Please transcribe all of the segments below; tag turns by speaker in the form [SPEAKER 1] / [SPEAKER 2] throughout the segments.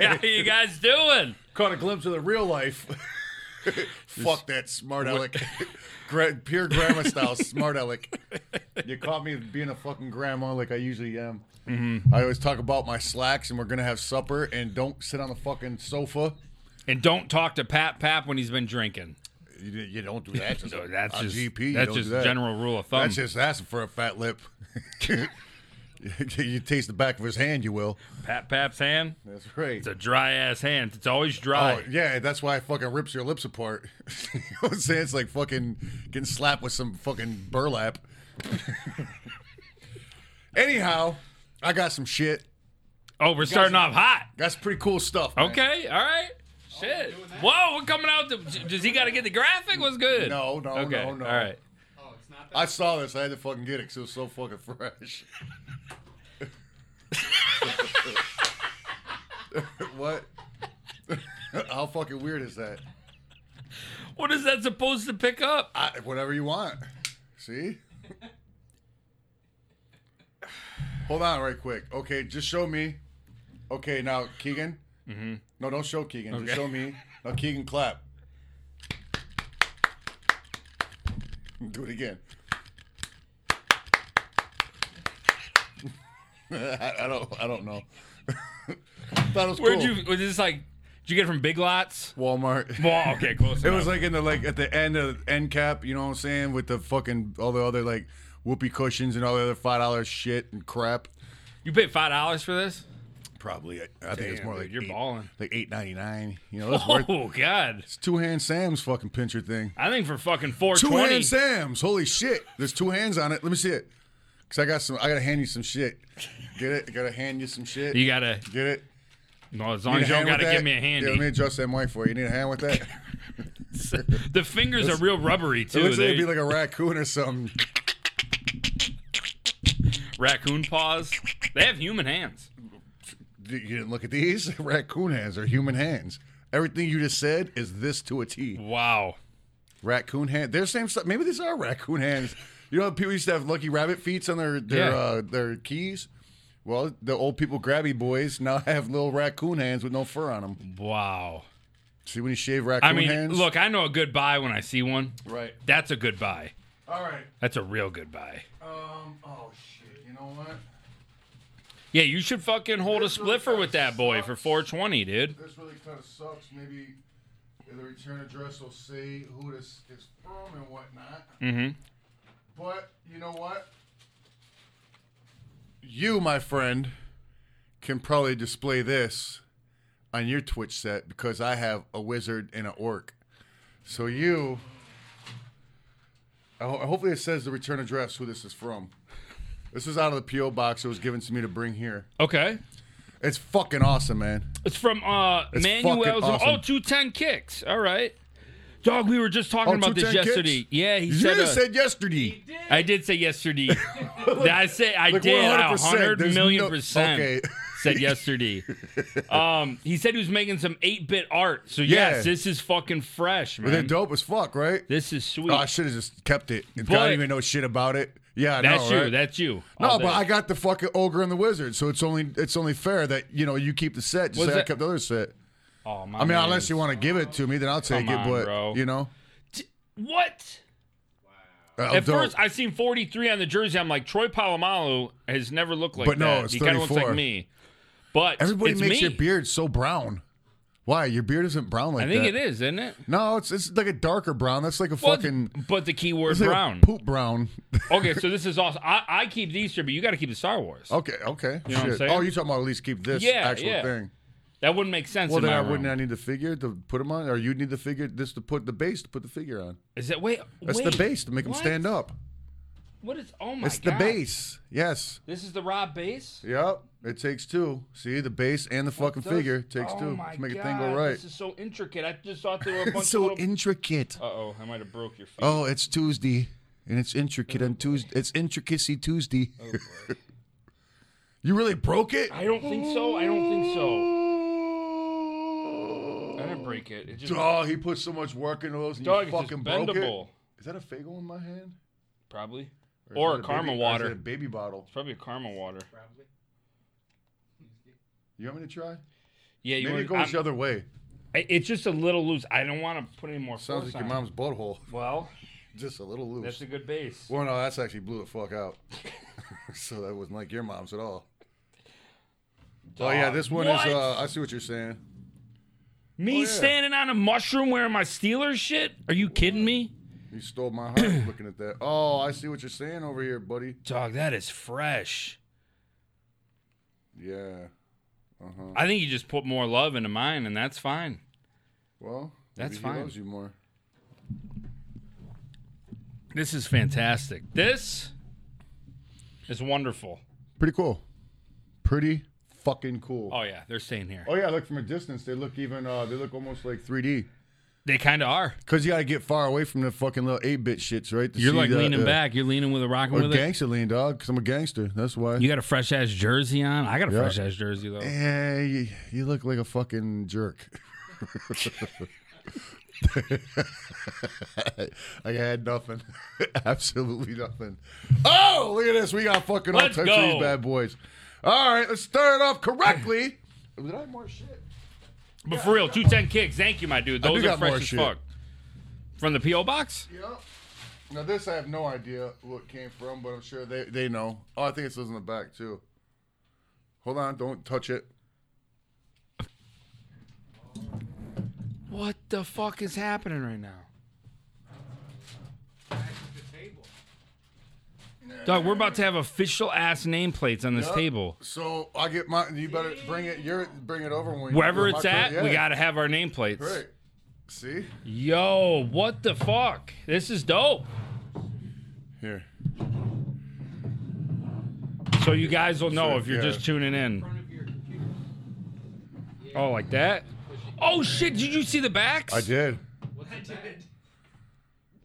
[SPEAKER 1] you guys doing?
[SPEAKER 2] Caught a glimpse of the real life. Fuck that smart aleck. Gra- pure grandma style smart aleck. You caught me being a fucking grandma like I usually am.
[SPEAKER 1] Mm-hmm.
[SPEAKER 2] I always talk about my slacks and we're going to have supper and don't sit on the fucking sofa.
[SPEAKER 1] And don't talk to Pap Pap when he's been drinking.
[SPEAKER 2] You, you don't do that.
[SPEAKER 1] No, that's
[SPEAKER 2] on
[SPEAKER 1] just-
[SPEAKER 2] GP. you
[SPEAKER 1] that's
[SPEAKER 2] don't
[SPEAKER 1] just
[SPEAKER 2] do that.
[SPEAKER 1] general rule of thumb.
[SPEAKER 2] That's just asking for a fat lip. you taste the back of his hand, you will.
[SPEAKER 1] Pap Pap's hand.
[SPEAKER 2] That's right.
[SPEAKER 1] It's a dry ass hand. It's always dry.
[SPEAKER 2] Oh yeah, that's why it fucking rips your lips apart. you know what I'm saying? It's like fucking getting slapped with some fucking burlap. Anyhow, I got some shit.
[SPEAKER 1] Oh, we're starting off hot.
[SPEAKER 2] Got some pretty cool stuff. man.
[SPEAKER 1] Okay, all right. Shit.
[SPEAKER 2] Oh,
[SPEAKER 1] Whoa, we're coming out. To, does he got to get the graphic? What's good?
[SPEAKER 2] No, no,
[SPEAKER 1] okay.
[SPEAKER 2] no, no.
[SPEAKER 1] All right.
[SPEAKER 2] I saw this. I had to fucking get it because it was so fucking fresh. what? How fucking weird is that?
[SPEAKER 1] What is that supposed to pick up?
[SPEAKER 2] I, whatever you want. See? Hold on, right quick. Okay, just show me. Okay, now Keegan. Mm-hmm. No, don't show Keegan. Just
[SPEAKER 1] Okay.
[SPEAKER 2] show me. Now Keegan, clap. Do it again. I, I don't. I don't know. Thought it was
[SPEAKER 1] Where'd
[SPEAKER 2] cool.
[SPEAKER 1] you? Was this like? Did you get it from Big Lots?
[SPEAKER 2] Walmart.
[SPEAKER 1] Well, okay, close.
[SPEAKER 2] It was like in the like at the end of end cap, you know what I'm saying, with the fucking all the other like whoopee cushions and all the other five dollar shit and crap.
[SPEAKER 1] you paid five dollars for this.
[SPEAKER 2] Probably, I, I think it's
[SPEAKER 1] Damn,
[SPEAKER 2] more
[SPEAKER 1] dude,
[SPEAKER 2] like
[SPEAKER 1] you're
[SPEAKER 2] eight,
[SPEAKER 1] balling.
[SPEAKER 2] like eight ninety nine. You know, it's worth
[SPEAKER 1] Oh God!
[SPEAKER 2] it's two hand Sam's fucking pincher thing.
[SPEAKER 1] I think for fucking
[SPEAKER 2] Two
[SPEAKER 1] 420.
[SPEAKER 2] hand Sam's, holy shit! There's two hands on it. Let me see it, cause I got some. I gotta hand you some shit. Get it? I gotta hand you some shit.
[SPEAKER 1] You gotta,
[SPEAKER 2] Get it?
[SPEAKER 1] no, as
[SPEAKER 2] Need
[SPEAKER 1] long
[SPEAKER 2] a
[SPEAKER 1] as you don't
[SPEAKER 2] hand with
[SPEAKER 1] gotta give
[SPEAKER 2] that?
[SPEAKER 1] me a
[SPEAKER 2] Yeah, let me
[SPEAKER 1] handy.
[SPEAKER 2] adjust that mic for you. You need a hand with that?
[SPEAKER 1] the fingers are real rubbery
[SPEAKER 2] It
[SPEAKER 1] too.
[SPEAKER 2] looks like
[SPEAKER 1] They-
[SPEAKER 2] it'd be like a raccoon or something.
[SPEAKER 1] raccoon paws. They have human hands.
[SPEAKER 2] You didn't look at these? Raccoon hands are human hands. Everything you just said is this to a T.
[SPEAKER 1] Wow.
[SPEAKER 2] Raccoon hand. They're same stuff. Maybe these are raccoon hands. You know, how people used to have lucky rabbit feet on their their
[SPEAKER 1] Yeah.
[SPEAKER 2] uh, their keys. Well, the old people grabby boys now have little raccoon hands with no fur on them.
[SPEAKER 1] Wow.
[SPEAKER 2] See when you shave raccoon
[SPEAKER 1] I mean,
[SPEAKER 2] hands?
[SPEAKER 1] look, I know a good buy when I see one.
[SPEAKER 2] Right.
[SPEAKER 1] That's a good buy.
[SPEAKER 2] All right.
[SPEAKER 1] That's a real good buy.
[SPEAKER 2] Um. Oh shit. You know what?
[SPEAKER 1] Yeah, you should fucking hold a spliffer with that boy for 420, dude.
[SPEAKER 2] This really kind of sucks. Maybe the return address will say who this is from and whatnot.
[SPEAKER 1] Mhm.
[SPEAKER 2] But you know what? You, my friend, can probably display this on your Twitch set because I have a wizard and an orc. So you. I ho- Hopefully, it says the return address who this is from. This is out of the PO box. It was given to me to bring here.
[SPEAKER 1] Okay.
[SPEAKER 2] It's fucking awesome, man.
[SPEAKER 1] It's from uh
[SPEAKER 2] It's
[SPEAKER 1] Manuel's
[SPEAKER 2] fucking awesome.
[SPEAKER 1] oh 210 kicks. All right. Dog, we were just talking
[SPEAKER 2] Oh,
[SPEAKER 1] about this
[SPEAKER 2] 210
[SPEAKER 1] yesterday.
[SPEAKER 2] kicks?
[SPEAKER 1] Yeah, he
[SPEAKER 2] You
[SPEAKER 1] said, uh,
[SPEAKER 2] said yesterday.
[SPEAKER 1] I did say yesterday. I say I
[SPEAKER 2] Like,
[SPEAKER 1] did a
[SPEAKER 2] 100%.
[SPEAKER 1] hundred
[SPEAKER 2] There's
[SPEAKER 1] million
[SPEAKER 2] no-
[SPEAKER 1] percent.
[SPEAKER 2] Okay.
[SPEAKER 1] Said yesterday. um, he said he was making some eight bit art. So yes,
[SPEAKER 2] Yeah.
[SPEAKER 1] this is fucking fresh,
[SPEAKER 2] But they're
[SPEAKER 1] man.
[SPEAKER 2] dope as fuck, right?
[SPEAKER 1] This is sweet.
[SPEAKER 2] Oh, I should have just kept it. I
[SPEAKER 1] But-
[SPEAKER 2] don't even know shit about it. Yeah, I
[SPEAKER 1] that's
[SPEAKER 2] know,
[SPEAKER 1] you.
[SPEAKER 2] right?
[SPEAKER 1] That's you.
[SPEAKER 2] no,
[SPEAKER 1] All
[SPEAKER 2] but
[SPEAKER 1] day.
[SPEAKER 2] I got the fucking ogre and the wizard, so it's only it's only fair that you know you keep the set. Just
[SPEAKER 1] Was
[SPEAKER 2] like I
[SPEAKER 1] that-
[SPEAKER 2] kept the other set.
[SPEAKER 1] Oh, my
[SPEAKER 2] I mean,
[SPEAKER 1] man.
[SPEAKER 2] unless you want to give it to me, then I'll take
[SPEAKER 1] Come
[SPEAKER 2] it.
[SPEAKER 1] on,
[SPEAKER 2] But
[SPEAKER 1] bro.
[SPEAKER 2] you know,
[SPEAKER 1] what?
[SPEAKER 2] uh,
[SPEAKER 1] At
[SPEAKER 2] dope.
[SPEAKER 1] first, I seen 43 on the jersey. I'm like, Troy Polamalu has never looked like
[SPEAKER 2] But no,
[SPEAKER 1] that.
[SPEAKER 2] it's
[SPEAKER 1] he kind of looks
[SPEAKER 2] 34.
[SPEAKER 1] like me. But
[SPEAKER 2] everybody
[SPEAKER 1] it's
[SPEAKER 2] makes
[SPEAKER 1] me.
[SPEAKER 2] your beard so brown. Why your beard isn't brown like
[SPEAKER 1] I
[SPEAKER 2] that?
[SPEAKER 1] think it is, isn't it?
[SPEAKER 2] No, it's it's like a darker brown. That's like a
[SPEAKER 1] Well,
[SPEAKER 2] fucking
[SPEAKER 1] but the key word
[SPEAKER 2] it's like a
[SPEAKER 1] brown.
[SPEAKER 2] poop brown.
[SPEAKER 1] okay, so this is awesome. I, I keep these three, but you got to keep the Star Wars.
[SPEAKER 2] okay, okay.
[SPEAKER 1] You know what I'm
[SPEAKER 2] shit.
[SPEAKER 1] saying?
[SPEAKER 2] oh, you talking about at least keep this
[SPEAKER 1] Yeah,
[SPEAKER 2] actual
[SPEAKER 1] yeah.
[SPEAKER 2] thing?
[SPEAKER 1] That wouldn't make sense.
[SPEAKER 2] Well,
[SPEAKER 1] in
[SPEAKER 2] then
[SPEAKER 1] my
[SPEAKER 2] I
[SPEAKER 1] room.
[SPEAKER 2] wouldn't. I need the figure to put them on, or you'd need the figure this to put the base to put the figure on.
[SPEAKER 1] Is that wait?
[SPEAKER 2] That's
[SPEAKER 1] wait,
[SPEAKER 2] the base to make them
[SPEAKER 1] what?
[SPEAKER 2] stand up.
[SPEAKER 1] What is? Oh my
[SPEAKER 2] It's
[SPEAKER 1] god!
[SPEAKER 2] the base. Yes.
[SPEAKER 1] This is the Rob base.
[SPEAKER 2] Yep. It takes two. See the base and the fucking
[SPEAKER 1] Does-
[SPEAKER 2] figure takes
[SPEAKER 1] oh
[SPEAKER 2] two
[SPEAKER 1] my
[SPEAKER 2] to make
[SPEAKER 1] god,
[SPEAKER 2] a thing go right.
[SPEAKER 1] This is so intricate. I just thought there were a bunch
[SPEAKER 2] It's so
[SPEAKER 1] of. Little...
[SPEAKER 2] intricate.
[SPEAKER 1] uh oh, I might have broke your feet.
[SPEAKER 2] Oh, it's Tuesday, and it's intricate on Tuesday. It's intricacy Tuesday.
[SPEAKER 1] Oh,
[SPEAKER 2] you really broke it?
[SPEAKER 1] I don't think so. I don't think so. I didn't break it. It just
[SPEAKER 2] Oh, he put so much work into those, and
[SPEAKER 1] dog
[SPEAKER 2] you
[SPEAKER 1] it's just
[SPEAKER 2] fucking broke
[SPEAKER 1] bendable,
[SPEAKER 2] it. Is that a Fagel in my hand?
[SPEAKER 1] probably,
[SPEAKER 2] is
[SPEAKER 1] or
[SPEAKER 2] that
[SPEAKER 1] a
[SPEAKER 2] baby-
[SPEAKER 1] karma
[SPEAKER 2] or is
[SPEAKER 1] water.
[SPEAKER 2] that a baby bottle.
[SPEAKER 1] It's probably a karma water.
[SPEAKER 2] You want me to try?
[SPEAKER 1] Yeah, you
[SPEAKER 2] Maybe it
[SPEAKER 1] were,
[SPEAKER 2] goes the other way.
[SPEAKER 1] it's just a little loose. I don't want to put any more
[SPEAKER 2] Sounds
[SPEAKER 1] force
[SPEAKER 2] like your
[SPEAKER 1] on
[SPEAKER 2] mom's
[SPEAKER 1] it.
[SPEAKER 2] butthole.
[SPEAKER 1] Well,
[SPEAKER 2] Just a little loose.
[SPEAKER 1] that's a good base.
[SPEAKER 2] well, no, that's actually blew the fuck out. so that wasn't like your mom's at all. Oh yeah,
[SPEAKER 1] Dog.
[SPEAKER 2] this one
[SPEAKER 1] What?
[SPEAKER 2] is. Uh, I see what you're saying.
[SPEAKER 1] me
[SPEAKER 2] oh, yeah.
[SPEAKER 1] standing on a mushroom wearing my Steelers shit? Are you kidding me?
[SPEAKER 2] You stole my heart looking at that. Oh, I see what you're saying over here, buddy.
[SPEAKER 1] Dog, that is fresh.
[SPEAKER 2] Yeah. Uh huh.
[SPEAKER 1] I think you just put more love into mine, and that's fine.
[SPEAKER 2] Well,
[SPEAKER 1] That's
[SPEAKER 2] maybe he
[SPEAKER 1] fine.
[SPEAKER 2] loves you more.
[SPEAKER 1] This is fantastic. This is wonderful.
[SPEAKER 2] Pretty cool. Pretty fucking cool.
[SPEAKER 1] Oh yeah, they're staying here.
[SPEAKER 2] Oh yeah, look from a distance. They look even. Uh, they look almost like 3D.
[SPEAKER 1] They kind of are.
[SPEAKER 2] Cause you gotta get far away from the fucking little 8-bit shits, right? to
[SPEAKER 1] You're
[SPEAKER 2] see
[SPEAKER 1] like
[SPEAKER 2] the-
[SPEAKER 1] leaning
[SPEAKER 2] the-
[SPEAKER 1] back. You're leaning with a rocking
[SPEAKER 2] Or
[SPEAKER 1] with it.
[SPEAKER 2] gangster lean, dog. Cause I'm a gangster. That's why.
[SPEAKER 1] You got a fresh ass jersey on. I got a
[SPEAKER 2] Yeah.
[SPEAKER 1] fresh ass jersey though.
[SPEAKER 2] Yeah, you, you look like a fucking jerk. I had nothing. Absolutely nothing. Oh, look at this. We got fucking all
[SPEAKER 1] Let's
[SPEAKER 2] types of
[SPEAKER 1] go.
[SPEAKER 2] these bad boys. All right, let's start it off correctly. Did I have more shit?
[SPEAKER 1] But for real, two ten kicks. Thank you, my dude.
[SPEAKER 2] do
[SPEAKER 1] Those are
[SPEAKER 2] got more
[SPEAKER 1] fresh as
[SPEAKER 2] shit.
[SPEAKER 1] fuck. From the PO box.
[SPEAKER 2] Yep. Now, this I have no idea who it came from, but I'm sure they, they know. Oh, I think it says in the back, too. Hold on. Don't touch it.
[SPEAKER 1] What the fuck is happening right now? Dog, we're about to have official ass nameplates on this
[SPEAKER 2] Yep.
[SPEAKER 1] table.
[SPEAKER 2] So I get my. You better bring it. You're bring it over when we.
[SPEAKER 1] Wherever
[SPEAKER 2] when
[SPEAKER 1] it's
[SPEAKER 2] my-
[SPEAKER 1] at, we
[SPEAKER 2] yeah.
[SPEAKER 1] gotta have our nameplates.
[SPEAKER 2] Right. See?
[SPEAKER 1] Yo, what the fuck? This is dope.
[SPEAKER 2] Here.
[SPEAKER 1] So you guys will know
[SPEAKER 2] So,
[SPEAKER 1] if you're
[SPEAKER 2] yeah.
[SPEAKER 1] just tuning in. Oh, like that? Oh shit! Did you see the backs?
[SPEAKER 2] I did.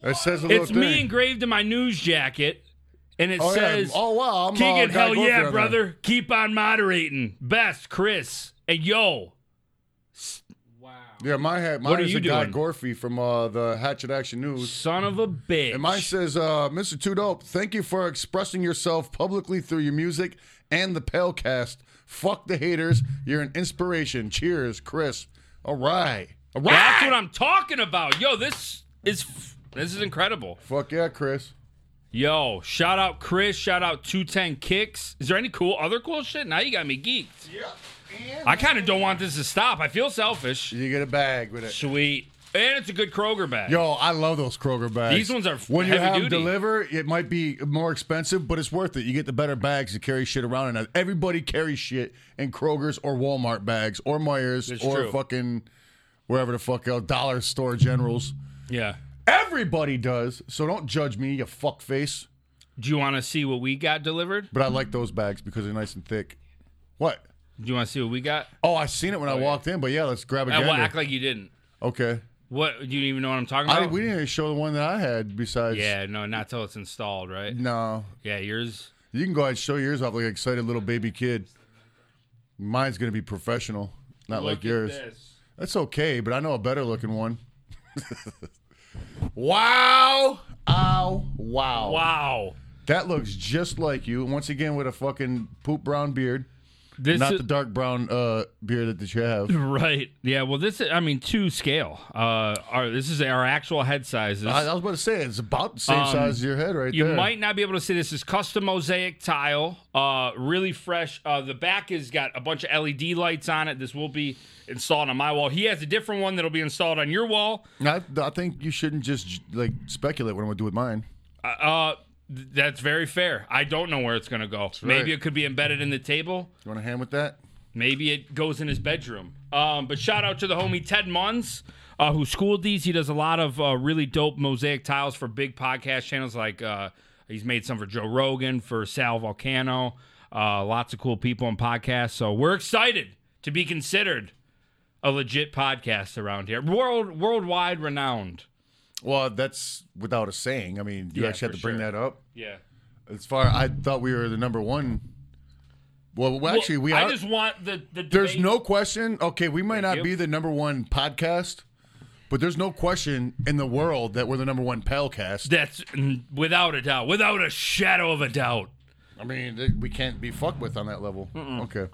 [SPEAKER 2] It says a little
[SPEAKER 1] It's
[SPEAKER 2] thing.
[SPEAKER 1] me engraved in my news jacket, and it
[SPEAKER 2] oh,
[SPEAKER 1] says,
[SPEAKER 2] yeah. oh wow, I'm
[SPEAKER 1] "Keegan,
[SPEAKER 2] all Guy
[SPEAKER 1] hell
[SPEAKER 2] Gorfie on
[SPEAKER 1] yeah,
[SPEAKER 2] there.
[SPEAKER 1] brother! Keep on moderating, best Chris and yo."
[SPEAKER 2] Yeah, my hat. Mine
[SPEAKER 1] What are
[SPEAKER 2] is
[SPEAKER 1] you
[SPEAKER 2] a guy
[SPEAKER 1] doing?
[SPEAKER 2] Gorfy from uh, the Hatchet Action News.
[SPEAKER 1] Son of a bitch!
[SPEAKER 2] And mine says, uh, Mr. Too Dope, thank you for expressing yourself publicly through your music and the Palecast. Fuck the haters. You're an inspiration. Cheers, Chris. All right. All right.
[SPEAKER 1] That's what I'm talking about. Yo, this is f- this is incredible.
[SPEAKER 2] Fuck yeah, Chris.
[SPEAKER 1] Yo, shout out Chris. Shout out 210 Kicks. Is there any cool other cool shit? Now you got me geeked.
[SPEAKER 2] Yeah.
[SPEAKER 1] I kind of don't want this to stop. I feel selfish.
[SPEAKER 2] You get a bag with it.
[SPEAKER 1] Sweet. And it's a good Kroger bag.
[SPEAKER 2] Yo, I love those Kroger bags.
[SPEAKER 1] These ones are
[SPEAKER 2] when you
[SPEAKER 1] heavy
[SPEAKER 2] have
[SPEAKER 1] duty.
[SPEAKER 2] deliver, it might be more expensive, but it's worth it. You get the better bags to carry shit around, and everybody carries shit in Kroger's or Walmart bags or Myers
[SPEAKER 1] It's
[SPEAKER 2] or
[SPEAKER 1] true.
[SPEAKER 2] fucking wherever the fuck else Dollar Store Generals.
[SPEAKER 1] Yeah.
[SPEAKER 2] Everybody does, so don't judge me, you fuck face.
[SPEAKER 1] Do you want to see what we got delivered?
[SPEAKER 2] But I like those bags because they're nice and thick. What?
[SPEAKER 1] Do you want to see what we got?
[SPEAKER 2] Oh, I seen it when I walked in, but yeah, let's grab a
[SPEAKER 1] Uh, well,
[SPEAKER 2] gander.
[SPEAKER 1] act like you didn't.
[SPEAKER 2] okay.
[SPEAKER 1] What? You didn't even know what I'm talking
[SPEAKER 2] I,
[SPEAKER 1] about?
[SPEAKER 2] we didn't even show the one that I had besides.
[SPEAKER 1] yeah, no, not till it's installed, right?
[SPEAKER 2] No,
[SPEAKER 1] Yeah, yours.
[SPEAKER 2] You can go ahead and show yours off like an excited little baby kid. Mine's gonna be professional, not like yours. That's okay, but I know a better looking one. wow! Ow! Wow!
[SPEAKER 1] Wow.
[SPEAKER 2] That looks just like you. Once again, with a fucking poop brown beard,
[SPEAKER 1] This
[SPEAKER 2] not
[SPEAKER 1] is,
[SPEAKER 2] the dark brown uh, beard that you have.
[SPEAKER 1] right. Yeah, well, this is, I mean, two scale. Uh, our, this is our actual head sizes.
[SPEAKER 2] I, I was about to say it's about the same
[SPEAKER 1] Um,
[SPEAKER 2] size as your head, right
[SPEAKER 1] you
[SPEAKER 2] there.
[SPEAKER 1] might not be able to see this is custom mosaic tile uh really fresh uh the back has got a bunch of led lights on it this will be installed on my wall he has a different one that'll be installed on your wall
[SPEAKER 2] I, I think you shouldn't just like speculate what I'm gonna do with mine.
[SPEAKER 1] uh, uh th- that's very fair i don't know where it's gonna go maybe
[SPEAKER 2] right.
[SPEAKER 1] it could be embedded in the table
[SPEAKER 2] You want a hand with that?
[SPEAKER 1] Maybe it goes in his bedroom. Um, but shout out to the homie Ted Munns, uh, who schooled these. He does a lot of uh, really dope mosaic tiles for big podcast channels. Like uh, he's made some for Joe Rogan, for Sal Volcano. Uh, lots of cool people on podcasts. So we're excited to be considered a legit podcast around here, world worldwide renowned.
[SPEAKER 2] Well, that's without a saying. I mean, you
[SPEAKER 1] Yeah,
[SPEAKER 2] actually have
[SPEAKER 1] for
[SPEAKER 2] to bring
[SPEAKER 1] sure.
[SPEAKER 2] that up.
[SPEAKER 1] Yeah.
[SPEAKER 2] As far I thought we were the number one. Well, well, actually, we
[SPEAKER 1] I
[SPEAKER 2] are.
[SPEAKER 1] just want the the.
[SPEAKER 2] there's
[SPEAKER 1] debate-
[SPEAKER 2] no question. Okay, we might not
[SPEAKER 1] you.
[SPEAKER 2] be the number one podcast, but there's no question in the world that we're the number one palcast.
[SPEAKER 1] That's mm, without a doubt, without a shadow of a doubt.
[SPEAKER 2] I mean, th- we can't be fucked with on that level. Okay,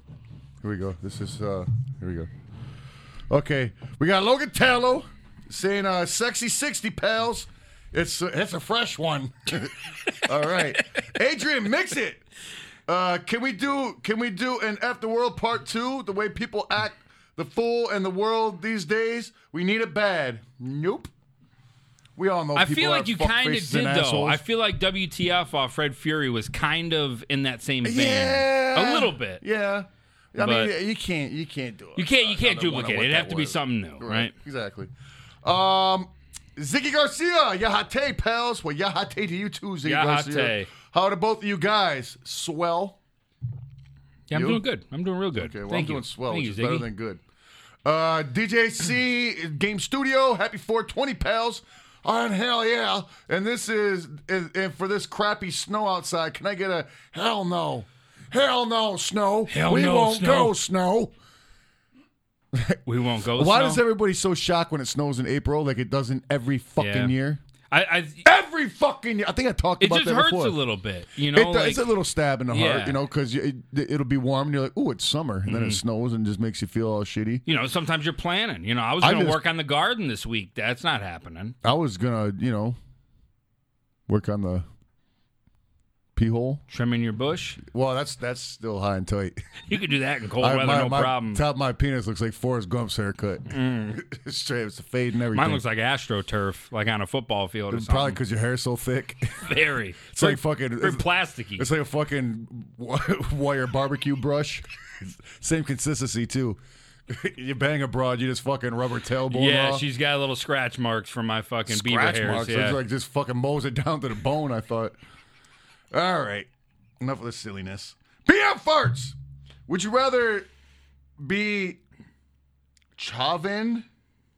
[SPEAKER 2] here we go. This is uh, here we go. Okay, we got Logan Tallow saying uh, "sexy sixty pals." It's it's a fresh one. All right, Adrian, mix it. Uh, can we do can we do an F the World Part Two? The way people act, the fool, and the world these days. We need it bad. Nope. We all know.
[SPEAKER 1] I
[SPEAKER 2] people
[SPEAKER 1] feel
[SPEAKER 2] are
[SPEAKER 1] like you
[SPEAKER 2] fuck
[SPEAKER 1] kind of
[SPEAKER 2] faces and
[SPEAKER 1] did though.
[SPEAKER 2] assholes.
[SPEAKER 1] I feel like WTF uh, Fred Fury was kind of in that same vein,
[SPEAKER 2] yeah,
[SPEAKER 1] a little bit.
[SPEAKER 2] Yeah, I
[SPEAKER 1] But-
[SPEAKER 2] mean you can't you can't do it.
[SPEAKER 1] You can't you can't
[SPEAKER 2] Another one of
[SPEAKER 1] duplicate.
[SPEAKER 2] what
[SPEAKER 1] it. It'd
[SPEAKER 2] that
[SPEAKER 1] have to be
[SPEAKER 2] was.
[SPEAKER 1] something new, right?
[SPEAKER 2] Exactly. Um, Ziggy Garcia, Yahate pals. Well, Yahate to you too, Ziggy
[SPEAKER 1] Yahate.
[SPEAKER 2] Garcia. How to both of you guys? Swell.
[SPEAKER 1] Yeah, I'm
[SPEAKER 2] You?
[SPEAKER 1] doing good. I'm doing real good.
[SPEAKER 2] Okay, well,
[SPEAKER 1] Thank
[SPEAKER 2] I'm
[SPEAKER 1] you.
[SPEAKER 2] doing swell,
[SPEAKER 1] Thank
[SPEAKER 2] which
[SPEAKER 1] you,
[SPEAKER 2] is better
[SPEAKER 1] Ziggy.
[SPEAKER 2] than good. Uh, DJC Game Studio, happy 420 pals. Oh, and hell yeah. And this is, and, and for this crappy snow outside, can I get a hell no? Hell no, snow.
[SPEAKER 1] Hell
[SPEAKER 2] we
[SPEAKER 1] no,
[SPEAKER 2] won't
[SPEAKER 1] snow.
[SPEAKER 2] go, snow.
[SPEAKER 1] we won't go.
[SPEAKER 2] Why
[SPEAKER 1] snow.
[SPEAKER 2] is everybody so shocked when it snows in April like it doesn't every fucking
[SPEAKER 1] Yeah.
[SPEAKER 2] year?
[SPEAKER 1] I, I
[SPEAKER 2] every fucking year. I think I talked
[SPEAKER 1] it
[SPEAKER 2] about
[SPEAKER 1] just
[SPEAKER 2] that
[SPEAKER 1] hurts
[SPEAKER 2] before.
[SPEAKER 1] a little bit, you
[SPEAKER 2] It
[SPEAKER 1] know.
[SPEAKER 2] do-
[SPEAKER 1] like,
[SPEAKER 2] it's a little stab in the heart,
[SPEAKER 1] Yeah. Mm-hmm.
[SPEAKER 2] you know, because it, it'll be warm and you're like, "Ooh, it's summer," and then it snows and just makes you feel all shitty.
[SPEAKER 1] you know, sometimes you're planning. You know, I was
[SPEAKER 2] I
[SPEAKER 1] going to
[SPEAKER 2] just-
[SPEAKER 1] work on the garden this week. That's not happening.
[SPEAKER 2] I was gonna, you know, work on the pee hole.
[SPEAKER 1] Trimming your bush,
[SPEAKER 2] Well, that's that's still high and tight.
[SPEAKER 1] you could do that in cold
[SPEAKER 2] I-
[SPEAKER 1] weather,
[SPEAKER 2] my,
[SPEAKER 1] no
[SPEAKER 2] my
[SPEAKER 1] problem. Mm.
[SPEAKER 2] Top of my penis looks like Forrest Gump's haircut. Straight, it's fade and everything.
[SPEAKER 1] Mine looks like astroturf, like on a football field or
[SPEAKER 2] Probably
[SPEAKER 1] something.
[SPEAKER 2] because your hair's so thick.
[SPEAKER 1] Very,
[SPEAKER 2] It's like fucking.
[SPEAKER 1] very
[SPEAKER 2] it's-
[SPEAKER 1] plasticky.
[SPEAKER 2] It's like a fucking wire barbecue brush. Same consistency too. you bang abroad, you just fucking rubber tailbone.
[SPEAKER 1] yeah,
[SPEAKER 2] off.
[SPEAKER 1] she's got little scratch marks from my fucking
[SPEAKER 2] scratch
[SPEAKER 1] beaver hairs.
[SPEAKER 2] marks.
[SPEAKER 1] Yeah.
[SPEAKER 2] It's like just fucking mows it down to the bone. I thought. All right, enough of this silliness. BM farts. Would you rather be Chauvin,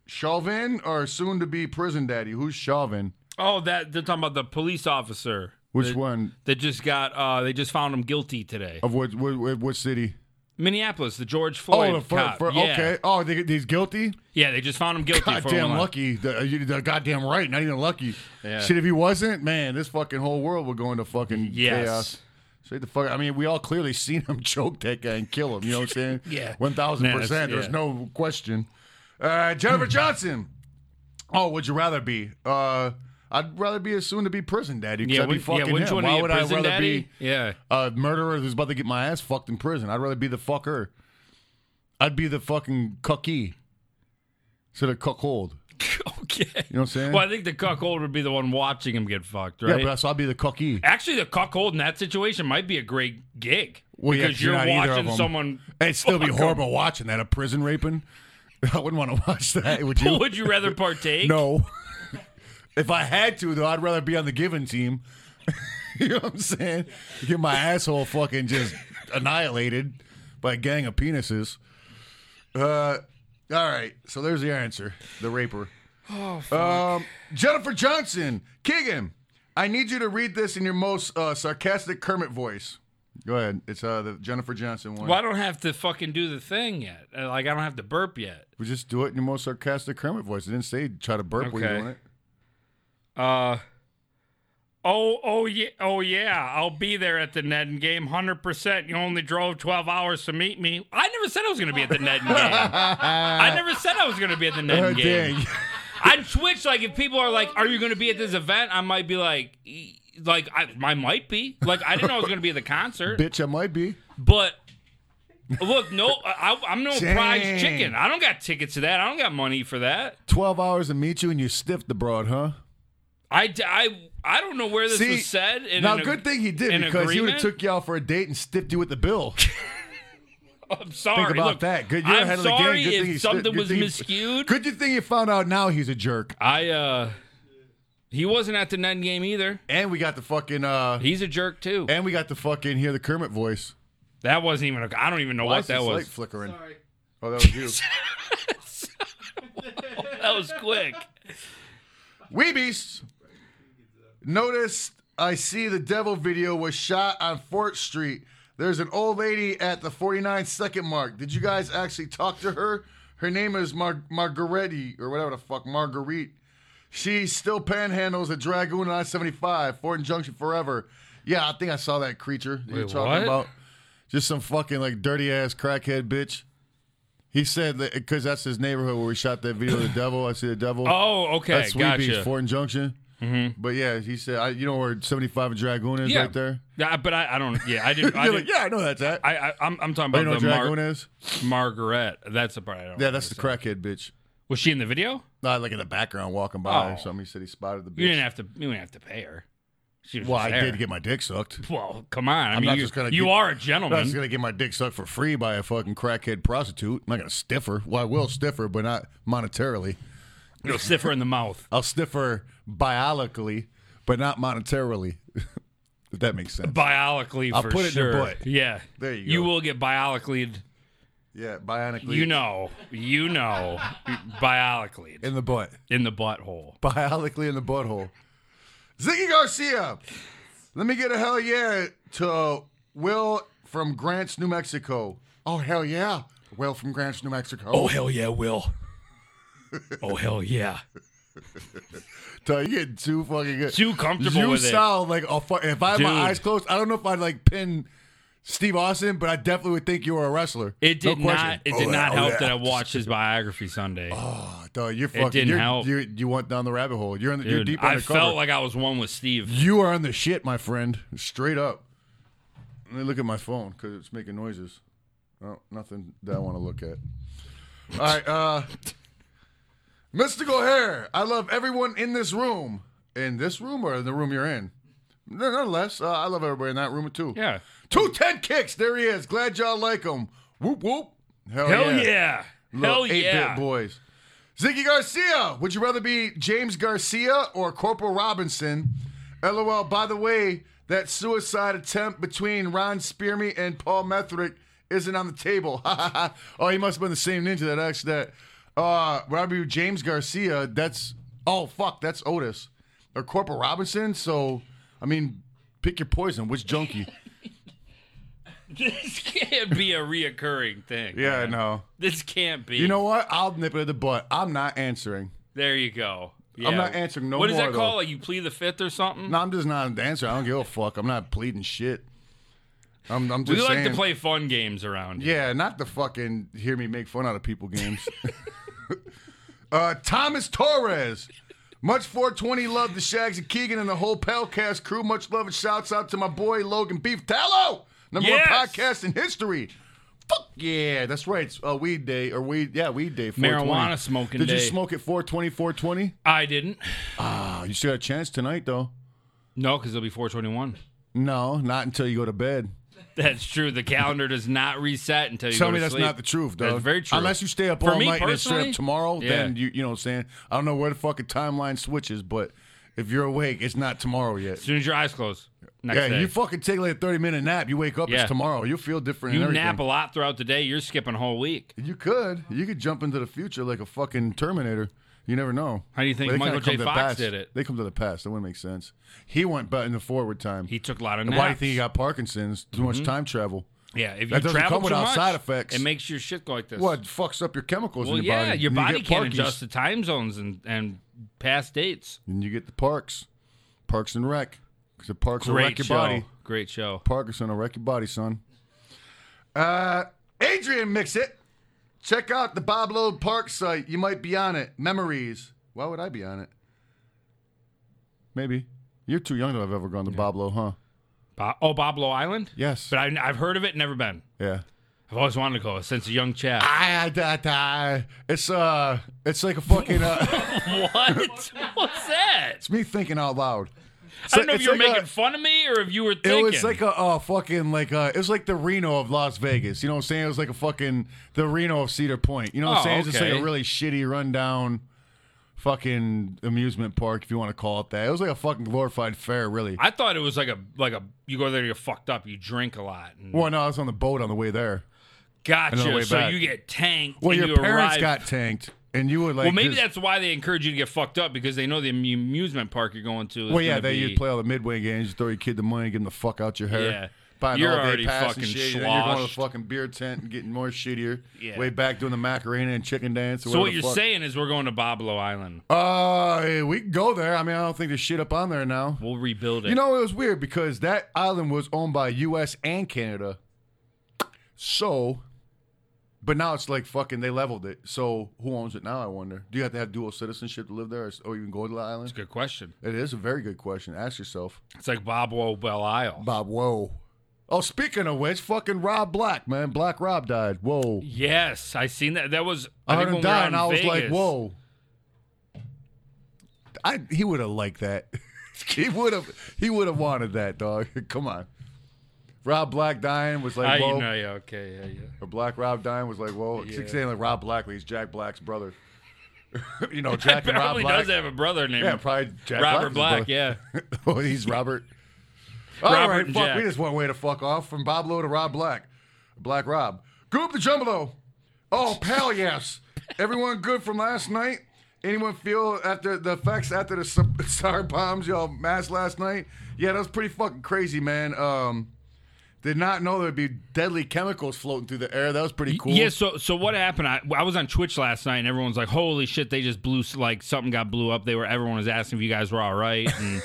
[SPEAKER 2] Chauvin, or soon to be prison daddy? Who's Chauvin?
[SPEAKER 1] oh, that they're talking about the police officer
[SPEAKER 2] Which
[SPEAKER 1] that,
[SPEAKER 2] one?
[SPEAKER 1] that just got. uh They just found him guilty today.
[SPEAKER 2] Of what? What, what city?
[SPEAKER 1] Minneapolis, the George Floyd
[SPEAKER 2] oh, the fir-
[SPEAKER 1] cop.
[SPEAKER 2] fir-
[SPEAKER 1] yeah.
[SPEAKER 2] okay. Oh, they, he's guilty.
[SPEAKER 1] Yeah, they just found him guilty. for
[SPEAKER 2] goddamn
[SPEAKER 1] one.
[SPEAKER 2] lucky. The, uh, you- the goddamn right. Not even lucky.
[SPEAKER 1] Yeah.
[SPEAKER 2] Shit, if he wasn't, man, this fucking whole world would go into fucking
[SPEAKER 1] Yes.
[SPEAKER 2] chaos. Straight the fuck. I mean, we all clearly seen him choke that guy and kill him. You know what I'm saying?
[SPEAKER 1] Yeah.
[SPEAKER 2] One thousand percent.
[SPEAKER 1] Yeah, that's-
[SPEAKER 2] There's no question. Uh, Jennifer Johnson. Oh, would you rather be? Uh, I'd rather be a soon-to-be prison daddy. 'cause
[SPEAKER 1] Yeah,
[SPEAKER 2] I'd be
[SPEAKER 1] would, yeah,
[SPEAKER 2] fucking
[SPEAKER 1] wouldn't you
[SPEAKER 2] him.
[SPEAKER 1] want
[SPEAKER 2] Why
[SPEAKER 1] to be
[SPEAKER 2] would
[SPEAKER 1] a
[SPEAKER 2] I
[SPEAKER 1] prison
[SPEAKER 2] rather
[SPEAKER 1] daddy?
[SPEAKER 2] be
[SPEAKER 1] yeah.
[SPEAKER 2] a murderer who's about to get my ass fucked in prison. I'd rather be the fucker. I'd be the fucking cucky. Instead of cuckold. You
[SPEAKER 1] okay.
[SPEAKER 2] know what I'm saying?
[SPEAKER 1] Well, I think the cuckold would be the one watching him get fucked, right?
[SPEAKER 2] Yeah, but so I'll be the cucky.
[SPEAKER 1] Actually, the cuckold in that situation might be a great gig
[SPEAKER 2] Well, yeah,
[SPEAKER 1] because
[SPEAKER 2] 'cause you're
[SPEAKER 1] you're,
[SPEAKER 2] not either of
[SPEAKER 1] watching
[SPEAKER 2] 'em.
[SPEAKER 1] someone.
[SPEAKER 2] It'd still be horrible watching that. A prison raping. I wouldn't want to watch that. Would you?
[SPEAKER 1] Would you rather partake?
[SPEAKER 2] No. if I had to, though, I'd rather be on the given team. you know what I'm saying? Get my asshole fucking just annihilated by a gang of penises. Uh, all right. So there's the answer. The raper. Oh, Um, Jennifer Johnson, Keegan. I need you to read this in your most uh, sarcastic Kermit voice. Go ahead. It's uh, the Jennifer Johnson one.
[SPEAKER 1] Well, I don't have to fucking do the thing yet. Uh, Like, I don't have to burp yet.
[SPEAKER 2] We just do it in your most sarcastic Kermit voice. It didn't say try to burp while
[SPEAKER 1] Okay.
[SPEAKER 2] you're doing it.
[SPEAKER 1] Uh. Oh, oh yeah, oh yeah! I'll be there at the Ned and game, hundred percent. You only drove twelve hours to meet me. I never said I was going to be at the Ned and game. I never said I was going to be at the Ned
[SPEAKER 2] Oh,
[SPEAKER 1] and game.
[SPEAKER 2] dang.
[SPEAKER 1] I'd switch. Like if people are like, "Are you going to be at this event?" I might be like, e- "Like I, I might be." Like I didn't know I was going to be at the concert,
[SPEAKER 2] Bitch, I might be.
[SPEAKER 1] but look, no, I, I'm no prize
[SPEAKER 2] Dang.
[SPEAKER 1] chicken. I don't got tickets to that. I don't got money for that.
[SPEAKER 2] 12 hours to meet you and you stiffed the broad, huh?
[SPEAKER 1] I, d- I, I don't know where this
[SPEAKER 2] See,
[SPEAKER 1] was said. in
[SPEAKER 2] now,
[SPEAKER 1] an ag-
[SPEAKER 2] good thing he did
[SPEAKER 1] an
[SPEAKER 2] because he would
[SPEAKER 1] agreement?
[SPEAKER 2] have took you out for a date and stiffed you with the bill.
[SPEAKER 1] I'm sorry.
[SPEAKER 2] Think about
[SPEAKER 1] look,
[SPEAKER 2] that. Good, you're
[SPEAKER 1] I'm
[SPEAKER 2] ahead of the game.
[SPEAKER 1] sorry
[SPEAKER 2] Good thing
[SPEAKER 1] if
[SPEAKER 2] he stood-
[SPEAKER 1] something
[SPEAKER 2] good
[SPEAKER 1] was
[SPEAKER 2] thing he-
[SPEAKER 1] miscued.
[SPEAKER 2] Good you think you found out now he's a jerk.
[SPEAKER 1] I, uh, he wasn't at the Nun game either.
[SPEAKER 2] And we got the fucking, uh,
[SPEAKER 1] He's a jerk too.
[SPEAKER 2] and we got the fucking hear the Kermit voice.
[SPEAKER 1] That wasn't even. A, I don't even know
[SPEAKER 2] Why
[SPEAKER 1] what
[SPEAKER 2] is
[SPEAKER 1] that
[SPEAKER 2] this
[SPEAKER 1] was.
[SPEAKER 2] light flickering. Oh, that was you.
[SPEAKER 1] That was quick.
[SPEAKER 2] Weebies. Noticed I see the devil video was shot on Fort Street. There's an old lady at the 49 second mark. Did you guys actually talk to her? Her name is Mar- Margaretti or whatever the fuck, Marguerite. She still panhandles at Dragoon on I 75, Fort Junction forever. Yeah, I think I saw that creature that you're
[SPEAKER 1] Wait,
[SPEAKER 2] talking
[SPEAKER 1] what?
[SPEAKER 2] about. Just some fucking like dirty ass crackhead bitch. He said that because that's his neighborhood where we shot that video of the devil. I see the devil.
[SPEAKER 1] Oh, okay,
[SPEAKER 2] that's Sweet
[SPEAKER 1] gotcha.
[SPEAKER 2] Beach, Fort Junction. Mm-hmm. But yeah, he said, I, you know where 75 and Dragoon is
[SPEAKER 1] yeah,
[SPEAKER 2] right there?
[SPEAKER 1] Yeah, but I, I don't. Yeah, I didn't. I,
[SPEAKER 2] You're
[SPEAKER 1] didn't
[SPEAKER 2] like, yeah, I know that's that.
[SPEAKER 1] I, I I'm, I'm talking
[SPEAKER 2] you know
[SPEAKER 1] about
[SPEAKER 2] what
[SPEAKER 1] the
[SPEAKER 2] Dragoon
[SPEAKER 1] Mar-
[SPEAKER 2] is?
[SPEAKER 1] Margaret. That's the part I don't.
[SPEAKER 2] Yeah, that's the crackhead
[SPEAKER 1] understand.
[SPEAKER 2] bitch.
[SPEAKER 1] Was she in the video?
[SPEAKER 2] Not like in the background walking by
[SPEAKER 1] Oh.
[SPEAKER 2] or something. He said he spotted the bitch.
[SPEAKER 1] You didn't have to. You didn't have to pay her. She was
[SPEAKER 2] well,
[SPEAKER 1] just
[SPEAKER 2] I
[SPEAKER 1] there.
[SPEAKER 2] did get my dick sucked.
[SPEAKER 1] Well, come on. I mean,
[SPEAKER 2] not
[SPEAKER 1] you,
[SPEAKER 2] just gonna
[SPEAKER 1] you
[SPEAKER 2] get-
[SPEAKER 1] are a
[SPEAKER 2] I'm not just
[SPEAKER 1] gentleman.
[SPEAKER 2] gonna get my dick sucked for free by a fucking crackhead prostitute. I'm not gonna stiff her. Well, I will stiff her, but not monetarily.
[SPEAKER 1] You'll sniff her in the mouth.
[SPEAKER 2] I'll stiff her biologically, but not monetarily. if that makes sense.
[SPEAKER 1] Biolically,
[SPEAKER 2] I'll
[SPEAKER 1] for
[SPEAKER 2] put it in
[SPEAKER 1] sure.
[SPEAKER 2] your butt.
[SPEAKER 1] Yeah.
[SPEAKER 2] There you
[SPEAKER 1] You
[SPEAKER 2] go.
[SPEAKER 1] will get biolically.
[SPEAKER 2] yeah, bionically.
[SPEAKER 1] You know. You know. biolically.
[SPEAKER 2] in the butt.
[SPEAKER 1] In the butthole.
[SPEAKER 2] Bionically in the butthole. Ziggy Garcia. Let me get a hell yeah to uh, Will from Grants, New Mexico. Oh hell yeah. Will from Grants, New Mexico.
[SPEAKER 1] Oh, hell yeah, Will. oh hell yeah.
[SPEAKER 2] So you get too fucking good.
[SPEAKER 1] Too comfortable
[SPEAKER 2] You
[SPEAKER 1] with it.
[SPEAKER 2] sound like a fu- if I had
[SPEAKER 1] Dude.
[SPEAKER 2] my eyes closed, I don't know if I'd like pin Steve Austin, but I definitely would think you were a wrestler.
[SPEAKER 1] It did
[SPEAKER 2] no question.
[SPEAKER 1] not. It did
[SPEAKER 2] Oh,
[SPEAKER 1] not
[SPEAKER 2] yeah,
[SPEAKER 1] help
[SPEAKER 2] yeah.
[SPEAKER 1] that I watched his biography Sunday.
[SPEAKER 2] Oh, dog, you're fucking.
[SPEAKER 1] didn't
[SPEAKER 2] you're,
[SPEAKER 1] help.
[SPEAKER 2] You you went down the rabbit hole. You're in. the you're
[SPEAKER 1] Dude,
[SPEAKER 2] deep
[SPEAKER 1] I
[SPEAKER 2] undercover.
[SPEAKER 1] felt like I was one with Steve.
[SPEAKER 2] you are on the shit, my friend. Straight up. Let me look at my phone because it's making noises. Oh, nothing that I want to look at. All right, uh, mystical hair. I love everyone in this room. In this room or in the room you're in. No- Nonetheless, uh, I love everybody in that room too.
[SPEAKER 1] Yeah.
[SPEAKER 2] Two ten kicks. There he is. Glad y'all like him. Whoop whoop. Hell,
[SPEAKER 1] Hell yeah.
[SPEAKER 2] Oh, Little
[SPEAKER 1] Hell
[SPEAKER 2] 8-bit
[SPEAKER 1] yeah.
[SPEAKER 2] boys. Ziggy Garcia, would you rather be James Garcia or Corporal Robinson? LOL, by the way, that suicide attempt between Ron Spearme and Paul Metherick isn't on the table. oh, he must have been the same ninja that asked that. Uh, would I be James Garcia? That's, oh, fuck, that's Otis. Or Corporal Robinson? So, I mean, pick your poison. Which junkie?
[SPEAKER 1] This can't be a reoccurring thing.
[SPEAKER 2] Yeah,
[SPEAKER 1] man.
[SPEAKER 2] no.
[SPEAKER 1] This can't be.
[SPEAKER 2] You know what? I'll nip it at the butt. I'm not answering.
[SPEAKER 1] There you go. Yeah.
[SPEAKER 2] not answering no
[SPEAKER 1] What is
[SPEAKER 2] more,
[SPEAKER 1] that
[SPEAKER 2] though.
[SPEAKER 1] called? Like you plead the fifth or something?
[SPEAKER 2] No, I'm just not a dancer. I don't give a fuck. I'm not pleading shit. I'm, I'm
[SPEAKER 1] we
[SPEAKER 2] just
[SPEAKER 1] like
[SPEAKER 2] saying.
[SPEAKER 1] to play fun games around. here.
[SPEAKER 2] Yeah, not the fucking hear me make fun out of people games. uh, Thomas Torres. Much 420 love to Shags and Keegan and the whole Palcast crew. Much love and shouts out to my boy Logan Beef Tallow, number one
[SPEAKER 1] Yes!
[SPEAKER 2] podcast in history. Fuck yeah, that's right. It's uh, weed day or weed, yeah, weed day. 420.
[SPEAKER 1] Marijuana smoking
[SPEAKER 2] Did you
[SPEAKER 1] day.
[SPEAKER 2] smoke at 420, 420?
[SPEAKER 1] I didn't.
[SPEAKER 2] Ah, you still got a chance tonight though.
[SPEAKER 1] No, because it'll be 421.
[SPEAKER 2] No, not until you go to bed.
[SPEAKER 1] That's true. The calendar does not reset until you
[SPEAKER 2] Tell
[SPEAKER 1] go
[SPEAKER 2] me
[SPEAKER 1] to
[SPEAKER 2] that's
[SPEAKER 1] sleep.
[SPEAKER 2] not the truth, though.
[SPEAKER 1] That's very true.
[SPEAKER 2] Unless you stay up
[SPEAKER 1] For
[SPEAKER 2] all
[SPEAKER 1] me
[SPEAKER 2] night and then straight
[SPEAKER 1] personally,
[SPEAKER 2] up tomorrow,
[SPEAKER 1] yeah.
[SPEAKER 2] then you you know what I'm saying. I don't know where the fucking timeline switches, but if you're awake, it's not tomorrow yet.
[SPEAKER 1] As soon as your eyes close, next
[SPEAKER 2] Yeah,
[SPEAKER 1] day.
[SPEAKER 2] you fucking take like a 30 minute nap, you wake up,
[SPEAKER 1] Yeah.
[SPEAKER 2] it's tomorrow. You'll feel different.
[SPEAKER 1] You
[SPEAKER 2] and everything.
[SPEAKER 1] nap a lot throughout the day. You're skipping a whole week.
[SPEAKER 2] You could. You could jump into the future like a fucking Terminator. You never know.
[SPEAKER 1] How do you think
[SPEAKER 2] They
[SPEAKER 1] Michael
[SPEAKER 2] kinda come
[SPEAKER 1] J.
[SPEAKER 2] to the
[SPEAKER 1] Fox
[SPEAKER 2] past.
[SPEAKER 1] did it?
[SPEAKER 2] They come to the past. That wouldn't make sense. He went back in the forward time.
[SPEAKER 1] He Mm-hmm. took a lot of
[SPEAKER 2] And
[SPEAKER 1] naps.
[SPEAKER 2] Why do you think he got Parkinson's? Too much time travel.
[SPEAKER 1] yeah, if you
[SPEAKER 2] That doesn't
[SPEAKER 1] travel
[SPEAKER 2] come with
[SPEAKER 1] too much,
[SPEAKER 2] outside effects.
[SPEAKER 1] it makes your shit go like this.
[SPEAKER 2] What fucks up your chemicals
[SPEAKER 1] Well,
[SPEAKER 2] in your
[SPEAKER 1] yeah,
[SPEAKER 2] body?
[SPEAKER 1] your
[SPEAKER 2] and you
[SPEAKER 1] body
[SPEAKER 2] get
[SPEAKER 1] can't
[SPEAKER 2] parkies.
[SPEAKER 1] adjust to time zones and, and past dates.
[SPEAKER 2] And you get the parks, parks and rec. Because the parks will wreck
[SPEAKER 1] Great
[SPEAKER 2] your
[SPEAKER 1] show.
[SPEAKER 2] body.
[SPEAKER 1] Great show.
[SPEAKER 2] Parkinson will wreck your body, son. Uh, Adrian Mix It. Check out the Bob Lode Park site. You might be on it. Memories. Why would I be on it? Maybe. You're too young to have ever gone to Bob Lode, huh?
[SPEAKER 1] Bo- oh, Boblo Island?
[SPEAKER 2] Yes.
[SPEAKER 1] But I, I've heard of it, never been.
[SPEAKER 2] yeah.
[SPEAKER 1] I've always wanted to go since a young chap.
[SPEAKER 2] I, It's uh, it's like a fucking. Uh,
[SPEAKER 1] what? What's that?
[SPEAKER 2] it's me thinking out loud.
[SPEAKER 1] I don't know if
[SPEAKER 2] It's
[SPEAKER 1] you were
[SPEAKER 2] like a-
[SPEAKER 1] making fun of me or if you were
[SPEAKER 2] It
[SPEAKER 1] thinking.
[SPEAKER 2] was like a uh, fucking like uh, it was like the Reno of Las Vegas. You know what I'm saying? It was like a fucking the Reno of Cedar Point. You know what
[SPEAKER 1] Oh,
[SPEAKER 2] I'm saying? It's just like
[SPEAKER 1] okay.
[SPEAKER 2] a really shitty rundown fucking amusement park, if you want to call it that. It was like a fucking glorified fair, really.
[SPEAKER 1] I thought it was like a like a you go there, you're fucked up, you drink a lot. And
[SPEAKER 2] well, no, I was on the boat on the way there. on the
[SPEAKER 1] gotcha.
[SPEAKER 2] way
[SPEAKER 1] So
[SPEAKER 2] back.
[SPEAKER 1] you get tanked.
[SPEAKER 2] Well,
[SPEAKER 1] and
[SPEAKER 2] your
[SPEAKER 1] you
[SPEAKER 2] parents
[SPEAKER 1] arrive.
[SPEAKER 2] got tanked, and you would like.
[SPEAKER 1] Well, maybe
[SPEAKER 2] just-
[SPEAKER 1] that's why they encourage you to get fucked up because they know the amu- amusement park you're going to. Is
[SPEAKER 2] Well, yeah,
[SPEAKER 1] gonna
[SPEAKER 2] they
[SPEAKER 1] be,
[SPEAKER 2] used play all the midway games. You throw your kid the money, give him the fuck out your hair.
[SPEAKER 1] Yeah.
[SPEAKER 2] Buy an
[SPEAKER 1] You're
[SPEAKER 2] all-day
[SPEAKER 1] already
[SPEAKER 2] pass
[SPEAKER 1] fucking
[SPEAKER 2] and shit. and then You're going to
[SPEAKER 1] sloshed.
[SPEAKER 2] the fucking beer tent and getting more shittier.
[SPEAKER 1] Yeah.
[SPEAKER 2] Way back doing the Macarena and chicken dance. Or
[SPEAKER 1] So
[SPEAKER 2] whatever
[SPEAKER 1] what
[SPEAKER 2] the
[SPEAKER 1] you're
[SPEAKER 2] fuck.
[SPEAKER 1] saying is we're going to Boblo Island.
[SPEAKER 2] Uh, hey, we can go there. I mean, I don't think there's shit up on there now.
[SPEAKER 1] We'll rebuild it.
[SPEAKER 2] You know, it was weird because that island was owned by U.S. and Canada. So, But now it's like fucking they leveled it. So who owns it now? I wonder. Do you have to have dual citizenship to live there, or, s- or even go to the island?
[SPEAKER 1] Good question.
[SPEAKER 2] It is a very good question. Ask yourself,
[SPEAKER 1] It's like Bob Woe Belle Isle.
[SPEAKER 2] Bob. Whoa. Oh, speaking of which, fucking Rob Black, man, Black Rob died. Whoa.
[SPEAKER 1] Yes, I seen that. That was
[SPEAKER 2] I,
[SPEAKER 1] I,
[SPEAKER 2] heard
[SPEAKER 1] think
[SPEAKER 2] him
[SPEAKER 1] when we were
[SPEAKER 2] die,
[SPEAKER 1] out
[SPEAKER 2] and
[SPEAKER 1] in
[SPEAKER 2] I was like,
[SPEAKER 1] Vegas.
[SPEAKER 2] whoa. I he would have liked that. he would have he would have wanted that, dog. Come on. Rob Black dying was
[SPEAKER 1] I,
[SPEAKER 2] like, whoa.
[SPEAKER 1] you know, yeah, okay, yeah, yeah.
[SPEAKER 2] Or Black Rob dying was like, whoa.
[SPEAKER 1] Yeah.
[SPEAKER 2] Keep saying like Rob Blackley, he's Jack Black's brother. you know, Jack and Rob
[SPEAKER 1] probably
[SPEAKER 2] Black.
[SPEAKER 1] does have a brother named
[SPEAKER 2] Yeah, probably Jack
[SPEAKER 1] Robert
[SPEAKER 2] Black's
[SPEAKER 1] Black.
[SPEAKER 2] his
[SPEAKER 1] Yeah,
[SPEAKER 2] brother. oh, he's Robert. All right,
[SPEAKER 1] Robert and
[SPEAKER 2] fuck.
[SPEAKER 1] Jack.
[SPEAKER 2] We just went way to fuck off from Bob Lowe to Rob Black. Black Rob. Goop the Jumbo. Oh, pal, yes. Everyone good from last night? Anyone feel after the effects after the sub- SAR bombs y'all mass last night? Yeah, that was pretty fucking crazy, man. Um, did not know there'd be deadly chemicals floating through the air. That was pretty cool.
[SPEAKER 1] yeah. So, so what happened? I, I was on Twitch last night, and everyone's like, "Holy shit! They just blew like something got blew up." They were everyone was asking if you guys were all right. And,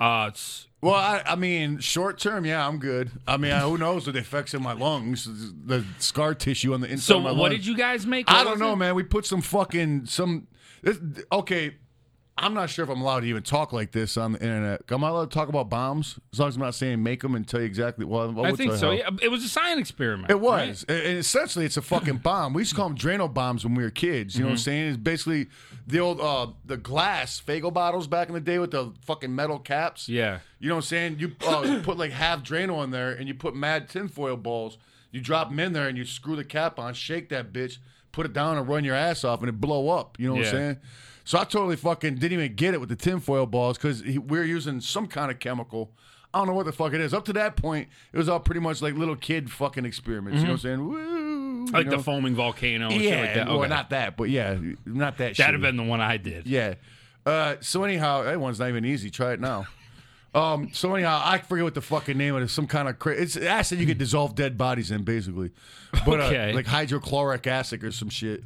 [SPEAKER 1] uh, it's
[SPEAKER 2] Well, I, I mean, short term, yeah, I'm good. I mean, I- who knows what the effects in my lungs, the scar tissue on the inside
[SPEAKER 1] so
[SPEAKER 2] of my
[SPEAKER 1] what
[SPEAKER 2] lung.
[SPEAKER 1] did you guys make?
[SPEAKER 2] I
[SPEAKER 1] What
[SPEAKER 2] don't
[SPEAKER 1] was
[SPEAKER 2] know,
[SPEAKER 1] it?
[SPEAKER 2] man. We put some fucking some. This, okay, I'm not sure if I'm allowed to even talk like this on the internet. Am I allowed to talk about bombs as long as I'm not saying make them and tell you exactly what? what
[SPEAKER 1] I think
[SPEAKER 2] the
[SPEAKER 1] so.
[SPEAKER 2] hell?
[SPEAKER 1] Yeah, it was a science experiment.
[SPEAKER 2] It was. And- And essentially, it's a fucking bomb. We used to call them Drano bombs when we were kids. You know what I'm
[SPEAKER 1] Mm-hmm.
[SPEAKER 2] saying? It's basically the old uh, the glass Fago bottles back in the day with the fucking metal caps.
[SPEAKER 1] Yeah.
[SPEAKER 2] You know what I'm saying? You uh, put like half Drano in there and you put mad tinfoil balls. You drop them in there and you screw the cap on, shake that bitch, put it down and run your ass off and it blow up. You know what
[SPEAKER 1] Yeah.
[SPEAKER 2] I'm saying? So I totally fucking didn't even get it with the tinfoil balls because we we're using some kind of chemical. I don't know what the fuck it is. Up to that point, it was all pretty much like little kid fucking experiments. You know what I'm saying? Woo!
[SPEAKER 1] Mm-hmm. Like
[SPEAKER 2] you
[SPEAKER 1] the
[SPEAKER 2] know?
[SPEAKER 1] foaming volcano. And
[SPEAKER 2] yeah,
[SPEAKER 1] shit like that.
[SPEAKER 2] well,
[SPEAKER 1] Okay.
[SPEAKER 2] not that, but yeah, not that.
[SPEAKER 1] That'd
[SPEAKER 2] shitty.
[SPEAKER 1] have been the one I did.
[SPEAKER 2] Yeah. Uh, so anyhow, that one's not even easy. Try it now. Um, so anyhow, I forget what the fucking name of it is. Some kind of cra- it's acid you could dissolve dead bodies in, basically, but uh,
[SPEAKER 1] Okay.
[SPEAKER 2] like hydrochloric acid or some shit.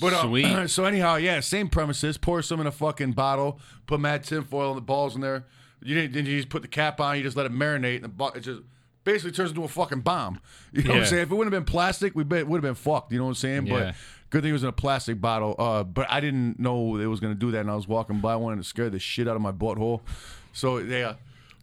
[SPEAKER 2] But uh,
[SPEAKER 1] Sweet.
[SPEAKER 2] so anyhow, yeah, same premises. Pour some in a fucking bottle. Put mad tinfoil and the balls in there. You didn't, didn't you just put the cap on? You just let it marinate, and the bo- it just basically turns into a fucking bomb. You know what
[SPEAKER 1] Yeah.
[SPEAKER 2] I'm saying? If it wouldn't have been plastic, we bet would have been fucked. You know what I'm saying?
[SPEAKER 1] Yeah.
[SPEAKER 2] But good thing it was in a plastic bottle. Uh, but I didn't know it was gonna do that, and I was walking by, wanting to scare the shit out of my butthole. So yeah.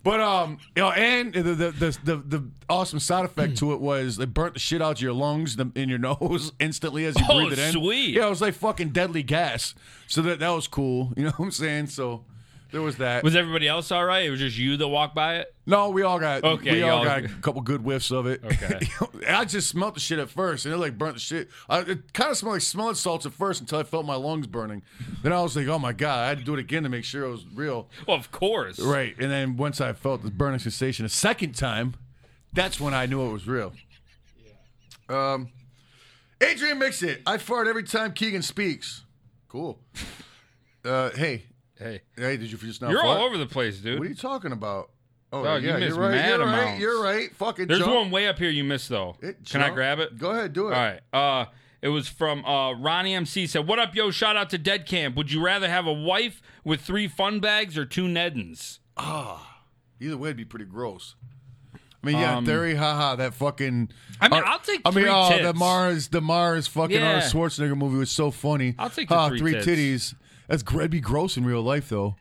[SPEAKER 2] But um, you know, and the the, the the the awesome side effect to it was it burnt the shit out of your lungs the, in your nose instantly as you
[SPEAKER 1] Oh,
[SPEAKER 2] breathe it in.
[SPEAKER 1] sweet.
[SPEAKER 2] Yeah, it was like fucking deadly gas. So that that was cool. You know what I'm saying? So there was that.
[SPEAKER 1] Was everybody else all right? It was just you that walked by it.
[SPEAKER 2] No, we all got
[SPEAKER 1] Okay,
[SPEAKER 2] we all
[SPEAKER 1] y'all-
[SPEAKER 2] got a couple good whiffs of it.
[SPEAKER 1] Okay.
[SPEAKER 2] I just smelt the shit at first, and it like burnt the shit. I, it kind of smelled like smelling salts at first until I felt my lungs burning. Then I was like, oh my god, I had to do it again to make sure it was real.
[SPEAKER 1] Well, of course.
[SPEAKER 2] Right, and then once I felt the burning sensation a second time, that's when I knew it was real. Um, Adrian Mixit, I fart every time Keegan speaks. Cool. Uh, hey,
[SPEAKER 1] Hey,
[SPEAKER 2] hey, did you just now?
[SPEAKER 1] you're
[SPEAKER 2] fart?
[SPEAKER 1] all over the place, dude.
[SPEAKER 2] What are you talking about?
[SPEAKER 1] Oh, you missed
[SPEAKER 2] you're right.
[SPEAKER 1] mad
[SPEAKER 2] you're right.
[SPEAKER 1] amounts.
[SPEAKER 2] You're right. Fucking
[SPEAKER 1] There's
[SPEAKER 2] jump.
[SPEAKER 1] one way up here you missed though.
[SPEAKER 2] It
[SPEAKER 1] Can I
[SPEAKER 2] jumped.
[SPEAKER 1] grab it?
[SPEAKER 2] Go ahead, do it.
[SPEAKER 1] All right. Uh, it was from uh, Ronnie MC said, "What up, yo? Shout out to Dead Camp. Would you rather have a wife with three fun bags or two Neddens?
[SPEAKER 2] Either way, it'd be pretty gross. I mean,
[SPEAKER 1] Um,
[SPEAKER 2] yeah, theory, haha, that fucking.
[SPEAKER 1] I mean,
[SPEAKER 2] Uh,
[SPEAKER 1] I'll take.
[SPEAKER 2] I mean,
[SPEAKER 1] three
[SPEAKER 2] oh,
[SPEAKER 1] tits.
[SPEAKER 2] the Mars, the Mars fucking
[SPEAKER 1] Yeah.
[SPEAKER 2] Arnold Schwarzenegger movie was so funny.
[SPEAKER 1] I'll take the
[SPEAKER 2] Ah,
[SPEAKER 1] three tits.
[SPEAKER 2] titties. That's gr- that'd be gross in real life, though.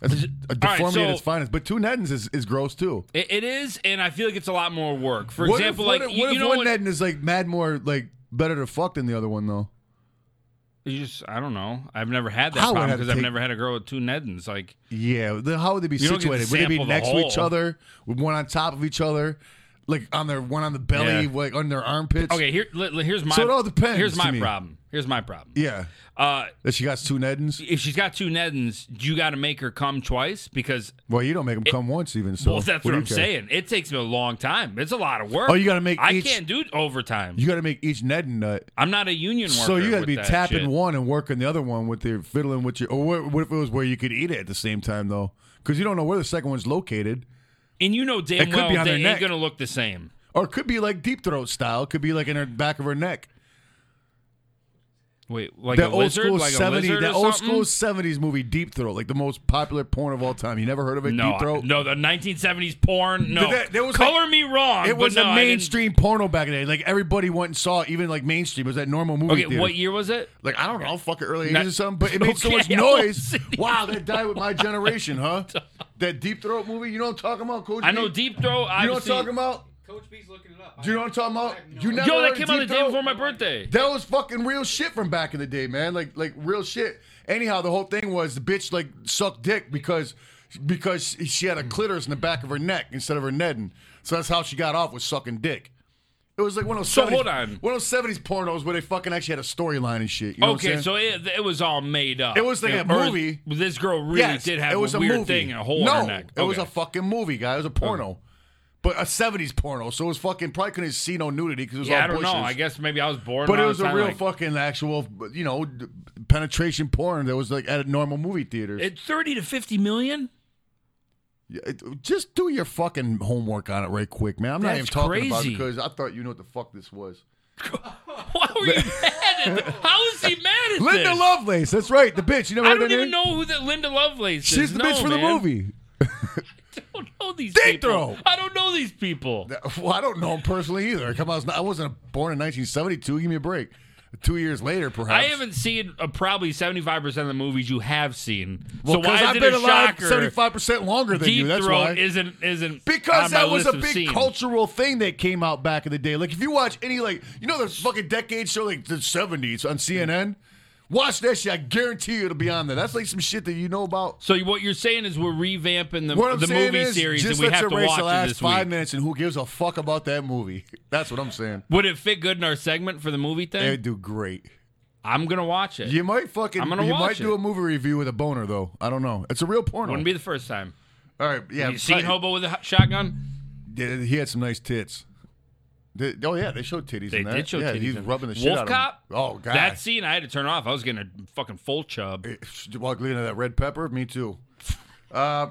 [SPEAKER 2] That's a deformity at
[SPEAKER 1] so-
[SPEAKER 2] its finest. But two Neddens is, is gross too.
[SPEAKER 1] It, it is, and I feel like it's a lot more work. For
[SPEAKER 2] what
[SPEAKER 1] example,
[SPEAKER 2] if, what
[SPEAKER 1] like
[SPEAKER 2] if,
[SPEAKER 1] you,
[SPEAKER 2] what
[SPEAKER 1] you
[SPEAKER 2] if
[SPEAKER 1] know
[SPEAKER 2] one
[SPEAKER 1] what?
[SPEAKER 2] Nedden is like mad more like better to fuck than the other one though?
[SPEAKER 1] you just I don't know. I've never had that
[SPEAKER 2] I would
[SPEAKER 1] problem
[SPEAKER 2] have to
[SPEAKER 1] because I've
[SPEAKER 2] take-
[SPEAKER 1] never had a girl with two Neddens. Like
[SPEAKER 2] Yeah, then how would they be
[SPEAKER 1] You don't get to
[SPEAKER 2] situated? Would they be
[SPEAKER 1] sample the
[SPEAKER 2] next to each
[SPEAKER 1] whole.
[SPEAKER 2] other, with one on top of each other, like on their one on the belly,
[SPEAKER 1] Yeah.
[SPEAKER 2] like on their armpits?
[SPEAKER 1] okay, here li- li- here's my
[SPEAKER 2] So it all depends
[SPEAKER 1] Here's
[SPEAKER 2] to
[SPEAKER 1] my
[SPEAKER 2] me.
[SPEAKER 1] problem. Here's my problem.
[SPEAKER 2] Yeah,
[SPEAKER 1] Uh,
[SPEAKER 2] that she got two Neddens.
[SPEAKER 1] if she's got two Neddens, you got to make her come twice because
[SPEAKER 2] Well, you don't make them come once, even. So
[SPEAKER 1] Well, that's
[SPEAKER 2] what
[SPEAKER 1] what,
[SPEAKER 2] do you
[SPEAKER 1] I'm
[SPEAKER 2] care?
[SPEAKER 1] saying. It takes me a long time. It's a lot of work.
[SPEAKER 2] Oh, you gotta make
[SPEAKER 1] I
[SPEAKER 2] each-
[SPEAKER 1] can't do overtime.
[SPEAKER 2] You got to make each Nedden nut.
[SPEAKER 1] I'm not a union worker.
[SPEAKER 2] So you got
[SPEAKER 1] with
[SPEAKER 2] to be
[SPEAKER 1] that
[SPEAKER 2] tapping
[SPEAKER 1] shit.
[SPEAKER 2] one and working the other one with your fiddling with your. Or what, what if it was where you could eat it at the same time though? Because you don't know where the second one's located,
[SPEAKER 1] and you know damn
[SPEAKER 2] could
[SPEAKER 1] well
[SPEAKER 2] be on
[SPEAKER 1] they
[SPEAKER 2] their neck.
[SPEAKER 1] ain't gonna look the same.
[SPEAKER 2] or it could be like deep throat style. It could be like in her back of her neck.
[SPEAKER 1] Wait, like
[SPEAKER 2] That
[SPEAKER 1] a
[SPEAKER 2] old
[SPEAKER 1] lizard,
[SPEAKER 2] school
[SPEAKER 1] like a
[SPEAKER 2] seventy,
[SPEAKER 1] lizard
[SPEAKER 2] that
[SPEAKER 1] or
[SPEAKER 2] old
[SPEAKER 1] something?
[SPEAKER 2] school seventies movie Deep Throat, like the most popular porn of all time. You never heard of it?
[SPEAKER 1] no,
[SPEAKER 2] Deep Throat.
[SPEAKER 1] no, the 1970s porn. No,
[SPEAKER 2] Did that- there was
[SPEAKER 1] color
[SPEAKER 2] like-
[SPEAKER 1] me wrong.
[SPEAKER 2] It was
[SPEAKER 1] but
[SPEAKER 2] a
[SPEAKER 1] no, I didn't-
[SPEAKER 2] mainstream porno back in the day. Like everybody went and saw, it, even like mainstream. It was that normal movie
[SPEAKER 1] Okay,
[SPEAKER 2] theater.
[SPEAKER 1] what year was it?
[SPEAKER 2] like I don't know, fuck it, early
[SPEAKER 1] Not-
[SPEAKER 2] eighties or something. But it made so much
[SPEAKER 1] Okay, old
[SPEAKER 2] noise.
[SPEAKER 1] city.
[SPEAKER 2] Wow, that died with my generation, huh? That Deep Throat movie. You know what I'm talking about, Coach?
[SPEAKER 1] I know
[SPEAKER 2] B?
[SPEAKER 1] Deep Throat.
[SPEAKER 2] You know what I'm
[SPEAKER 1] obviously-
[SPEAKER 2] talking about?
[SPEAKER 3] Coach B's looking it up.
[SPEAKER 2] Do you know what I'm talking about? You never
[SPEAKER 1] Yo,
[SPEAKER 2] heard
[SPEAKER 1] that
[SPEAKER 2] of
[SPEAKER 1] came out the
[SPEAKER 2] Deep
[SPEAKER 1] day
[SPEAKER 2] Throat?
[SPEAKER 1] before my birthday.
[SPEAKER 2] That was fucking real shit from back in the day, man. Like like real shit. Anyhow, the whole thing was the bitch like sucked dick because because she had a clitoris in the back of her neck instead of her nedding. So that's how she got off was sucking dick. It was like one of those
[SPEAKER 1] So
[SPEAKER 2] 70s,
[SPEAKER 1] hold on.
[SPEAKER 2] one of those seventies pornos where they fucking actually had a storyline and shit. You know what I'm saying?
[SPEAKER 1] Okay, so it, it was all made up.
[SPEAKER 2] It was like a
[SPEAKER 1] Or
[SPEAKER 2] movie.
[SPEAKER 1] This girl really
[SPEAKER 2] Yes,
[SPEAKER 1] did have
[SPEAKER 2] it was
[SPEAKER 1] a
[SPEAKER 2] a
[SPEAKER 1] weird
[SPEAKER 2] movie.
[SPEAKER 1] thing, a hole
[SPEAKER 2] no,
[SPEAKER 1] in her neck.
[SPEAKER 2] It was a
[SPEAKER 1] Okay. Oh.
[SPEAKER 2] fucking movie, guy. It was a porno. But a 70s porno, so it was fucking probably couldn't see no nudity because it was all
[SPEAKER 1] yeah, I don't
[SPEAKER 2] bushes.
[SPEAKER 1] know. I guess maybe I was born.
[SPEAKER 2] But it
[SPEAKER 1] around
[SPEAKER 2] was
[SPEAKER 1] the
[SPEAKER 2] a
[SPEAKER 1] time,
[SPEAKER 2] real
[SPEAKER 1] like-
[SPEAKER 2] fucking actual, you know, d- penetration porn that was like at a normal movie theaters.
[SPEAKER 1] At thirty to fifty million.
[SPEAKER 2] Yeah, it- just do your fucking homework on it right quick, man. I'm not
[SPEAKER 1] That's
[SPEAKER 2] even talking about it
[SPEAKER 1] crazy.
[SPEAKER 2] because I thought you knew what the fuck this was.
[SPEAKER 1] Why were you mad at? th- How is he mad at
[SPEAKER 2] Linda
[SPEAKER 1] this?
[SPEAKER 2] Lovelace. That's right. The bitch. You never
[SPEAKER 1] I
[SPEAKER 2] heard
[SPEAKER 1] don't
[SPEAKER 2] that
[SPEAKER 1] even
[SPEAKER 2] name?
[SPEAKER 1] know who that Linda Lovelace is.
[SPEAKER 2] She's the
[SPEAKER 1] No,
[SPEAKER 2] bitch for the
[SPEAKER 1] man.
[SPEAKER 2] movie.
[SPEAKER 1] I don't know these
[SPEAKER 2] Deep
[SPEAKER 1] people.
[SPEAKER 2] throat.
[SPEAKER 1] I don't know these people.
[SPEAKER 2] Well, I don't know him personally either. Come on, I was not- I wasn't born in 1972. Give me a break. Two years later,
[SPEAKER 1] I
[SPEAKER 2] perhaps.
[SPEAKER 1] haven't seen uh, probably seventy five percent of the movies you have seen.
[SPEAKER 2] Well,
[SPEAKER 1] so why
[SPEAKER 2] 'cause
[SPEAKER 1] is
[SPEAKER 2] I've
[SPEAKER 1] it
[SPEAKER 2] been
[SPEAKER 1] a
[SPEAKER 2] alive
[SPEAKER 1] shocker?
[SPEAKER 2] 75 percent longer than
[SPEAKER 1] Deep
[SPEAKER 2] you. That's
[SPEAKER 1] throat
[SPEAKER 2] why.
[SPEAKER 1] isn't isn't
[SPEAKER 2] Because
[SPEAKER 1] on my
[SPEAKER 2] that was a
[SPEAKER 1] list of
[SPEAKER 2] big
[SPEAKER 1] seen.
[SPEAKER 2] cultural thing that came out back in the day. Like if you watch any like you know the fucking decade show like the seventies on CNN, watch that shit. I guarantee you it'll be on there. That's like some shit that you know about.
[SPEAKER 1] So you- what you're saying is we're revamping the,
[SPEAKER 2] What I'm
[SPEAKER 1] the
[SPEAKER 2] saying
[SPEAKER 1] movie
[SPEAKER 2] is,
[SPEAKER 1] series
[SPEAKER 2] just
[SPEAKER 1] and we
[SPEAKER 2] let's
[SPEAKER 1] have to
[SPEAKER 2] erase
[SPEAKER 1] watch
[SPEAKER 2] the
[SPEAKER 1] it
[SPEAKER 2] last
[SPEAKER 1] this
[SPEAKER 2] five
[SPEAKER 1] week.
[SPEAKER 2] minutes and who gives a fuck about that movie? That's what I'm saying.
[SPEAKER 1] Would it fit good in our segment for the movie thing?
[SPEAKER 2] They do great.
[SPEAKER 1] I'm gonna watch it.
[SPEAKER 2] You might fucking.
[SPEAKER 1] I'm gonna
[SPEAKER 2] you
[SPEAKER 1] watch
[SPEAKER 2] might do
[SPEAKER 1] it.
[SPEAKER 2] a movie review with a boner though. I don't know. It's a real porno.
[SPEAKER 1] Wouldn't be the first time.
[SPEAKER 2] All right. Yeah.
[SPEAKER 1] You seen
[SPEAKER 2] right.
[SPEAKER 1] Hobo with a ho- shotgun?
[SPEAKER 2] Yeah, he had some nice tits. They- oh yeah, they showed titties.
[SPEAKER 1] They
[SPEAKER 2] in that.
[SPEAKER 1] did show
[SPEAKER 2] yeah,
[SPEAKER 1] titties
[SPEAKER 2] He's
[SPEAKER 1] in it.
[SPEAKER 2] rubbing the shit
[SPEAKER 1] Wolf
[SPEAKER 2] out of 'em.
[SPEAKER 1] Cop?
[SPEAKER 2] Oh god.
[SPEAKER 1] That scene I had to turn off. I was getting a fucking full chub.
[SPEAKER 2] Walk into that red pepper. Me too. Uh,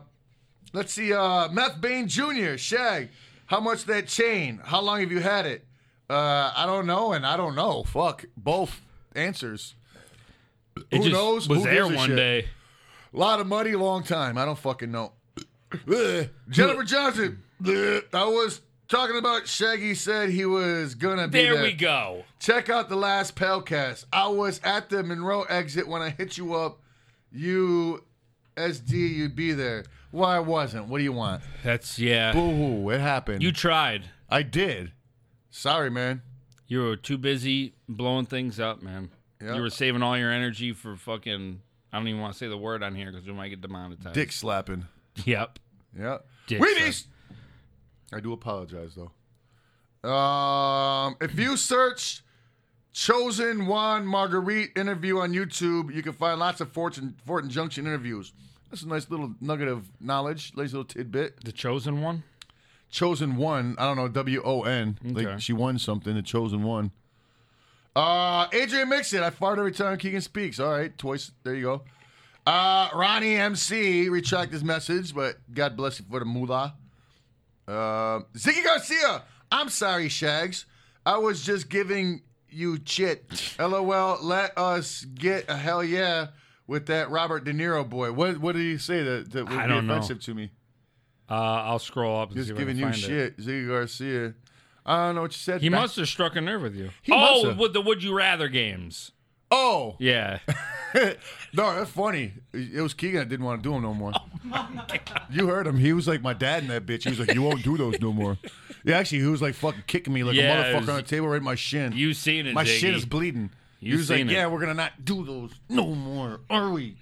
[SPEAKER 2] let's see. Uh, Meth Bane Jr. Shag. How much that chain? How long have you had it? Uh, I don't know, and I don't know. Fuck both answers.
[SPEAKER 1] It
[SPEAKER 2] Who
[SPEAKER 1] just
[SPEAKER 2] knows?
[SPEAKER 1] was
[SPEAKER 2] Who
[SPEAKER 1] there
[SPEAKER 2] gives a
[SPEAKER 1] one
[SPEAKER 2] shit?
[SPEAKER 1] day.
[SPEAKER 2] A lot of money, long time. I don't fucking know. Ugh. Jennifer Johnson. Ugh. I was talking about Shaggy said he was gonna be
[SPEAKER 1] There we go.
[SPEAKER 2] Check out the last Palcast. I was at the Monroe exit when I hit you up. You, SD, you'd be there. Well, I wasn't. What do you want?
[SPEAKER 1] That's yeah.
[SPEAKER 2] Boo hoo! It happened.
[SPEAKER 1] You tried.
[SPEAKER 2] I did. Sorry, man.
[SPEAKER 1] You were too busy blowing things up, man.
[SPEAKER 2] Yeah.
[SPEAKER 1] You were saving all your energy for fucking. I don't even want to say the word on here because we might get demonetized.
[SPEAKER 2] Dick slapping.
[SPEAKER 1] Yep.
[SPEAKER 2] Yeah.
[SPEAKER 1] Dick
[SPEAKER 2] Wheaties. I do apologize though. Um, if you search "Chosen Juan Marguerite" interview on YouTube, you can find lots of Fortune Fortin Junction interviews. That's a nice little nugget of knowledge, nice little tidbit.
[SPEAKER 1] The chosen one.
[SPEAKER 2] Chosen One, I don't know W O N.
[SPEAKER 1] Okay.
[SPEAKER 2] Like she won something. The Chosen One. Uh, Adrian Mixon. I fart every time Keegan speaks. All right, twice. There you go. Uh, Ronnie MC retract his message, but God bless you for the moolah. Uh, Ziggy Garcia. I'm sorry, Shags. I was just giving you chit. LOL. Let us get a hell yeah with that Robert De Niro boy. What What did he say that, that would
[SPEAKER 1] I
[SPEAKER 2] be
[SPEAKER 1] don't know.
[SPEAKER 2] offensive to me?
[SPEAKER 1] Uh, I'll scroll up. And see
[SPEAKER 2] Just
[SPEAKER 1] if I can
[SPEAKER 2] giving you
[SPEAKER 1] find it.
[SPEAKER 2] shit, Ziggy Garcia. I don't know what you said.
[SPEAKER 1] He
[SPEAKER 2] back-
[SPEAKER 1] must have struck a nerve with you.
[SPEAKER 2] He
[SPEAKER 1] oh,
[SPEAKER 2] musta.
[SPEAKER 1] with the Would You Rather games.
[SPEAKER 2] Oh
[SPEAKER 1] Yeah.
[SPEAKER 2] no, that's funny. It was Keegan that didn't want to do him no more.
[SPEAKER 1] Oh
[SPEAKER 2] you heard him. He was like my dad in that bitch. He was like, "You won't do those no more." Yeah, actually, he was like fucking kicking me like
[SPEAKER 1] Yeah,
[SPEAKER 2] a
[SPEAKER 1] it
[SPEAKER 2] motherfucker
[SPEAKER 1] was-
[SPEAKER 2] on the table right in my shin.
[SPEAKER 1] you seen it,
[SPEAKER 2] my
[SPEAKER 1] Ziggy.
[SPEAKER 2] shin is bleeding. he
[SPEAKER 1] You
[SPEAKER 2] was like,
[SPEAKER 1] seen it.
[SPEAKER 2] "Yeah, we're gonna not do those no more, are we,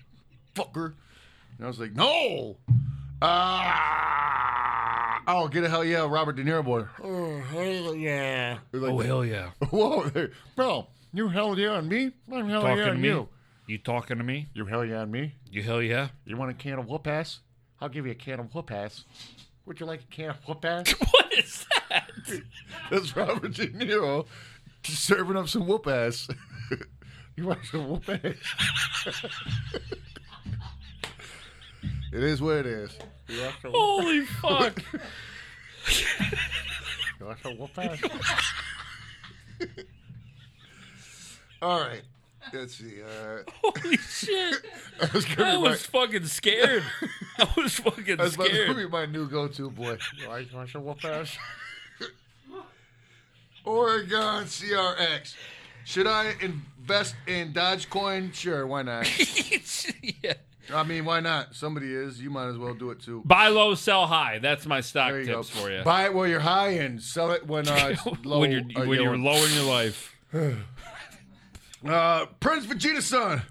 [SPEAKER 2] fucker?" And I was like, "No." Uh, oh, get a hell yeah, Robert De Niro boy. Oh hell yeah.
[SPEAKER 1] oh, hell yeah.
[SPEAKER 2] Whoa, hey, bro, you hell yeah on me? I'm hell
[SPEAKER 1] Talking
[SPEAKER 2] Oh, yeah
[SPEAKER 1] to
[SPEAKER 2] on
[SPEAKER 1] me?
[SPEAKER 2] you.
[SPEAKER 1] You talking to me?
[SPEAKER 2] You hell yeah on me?
[SPEAKER 1] You hell yeah?
[SPEAKER 2] You want a can of whoop ass? I'll give you a can of whoop ass. Would you like a can of whoop ass?
[SPEAKER 1] What is that?
[SPEAKER 2] That's Robert De Niro just serving up some whoop ass. you want some whoop ass? it is what it is. You want some whoop-
[SPEAKER 1] Holy fuck.
[SPEAKER 2] you want some whoop ass? All right. Let's see. Uh,
[SPEAKER 1] Holy shit!
[SPEAKER 2] I was gonna
[SPEAKER 1] I
[SPEAKER 2] be
[SPEAKER 1] was fucking scared. I was fucking
[SPEAKER 2] my, that's my, that'd
[SPEAKER 1] scared.
[SPEAKER 2] be my new go-to boy. I want to whoop ass. Oregon CRX. Should I invest in Dogecoin? Sure, why not?
[SPEAKER 1] yeah.
[SPEAKER 2] I mean, why not? Somebody is. You might as well do it too.
[SPEAKER 1] Buy low, sell high. That's my stock
[SPEAKER 2] There
[SPEAKER 1] tips
[SPEAKER 2] you go.
[SPEAKER 1] for you.
[SPEAKER 2] Buy it while you're high and sell it when uh, it's low.
[SPEAKER 1] when you're
[SPEAKER 2] uh,
[SPEAKER 1] when you're
[SPEAKER 2] know.
[SPEAKER 1] low in your life.
[SPEAKER 2] Uh, Prince Vegeta's son.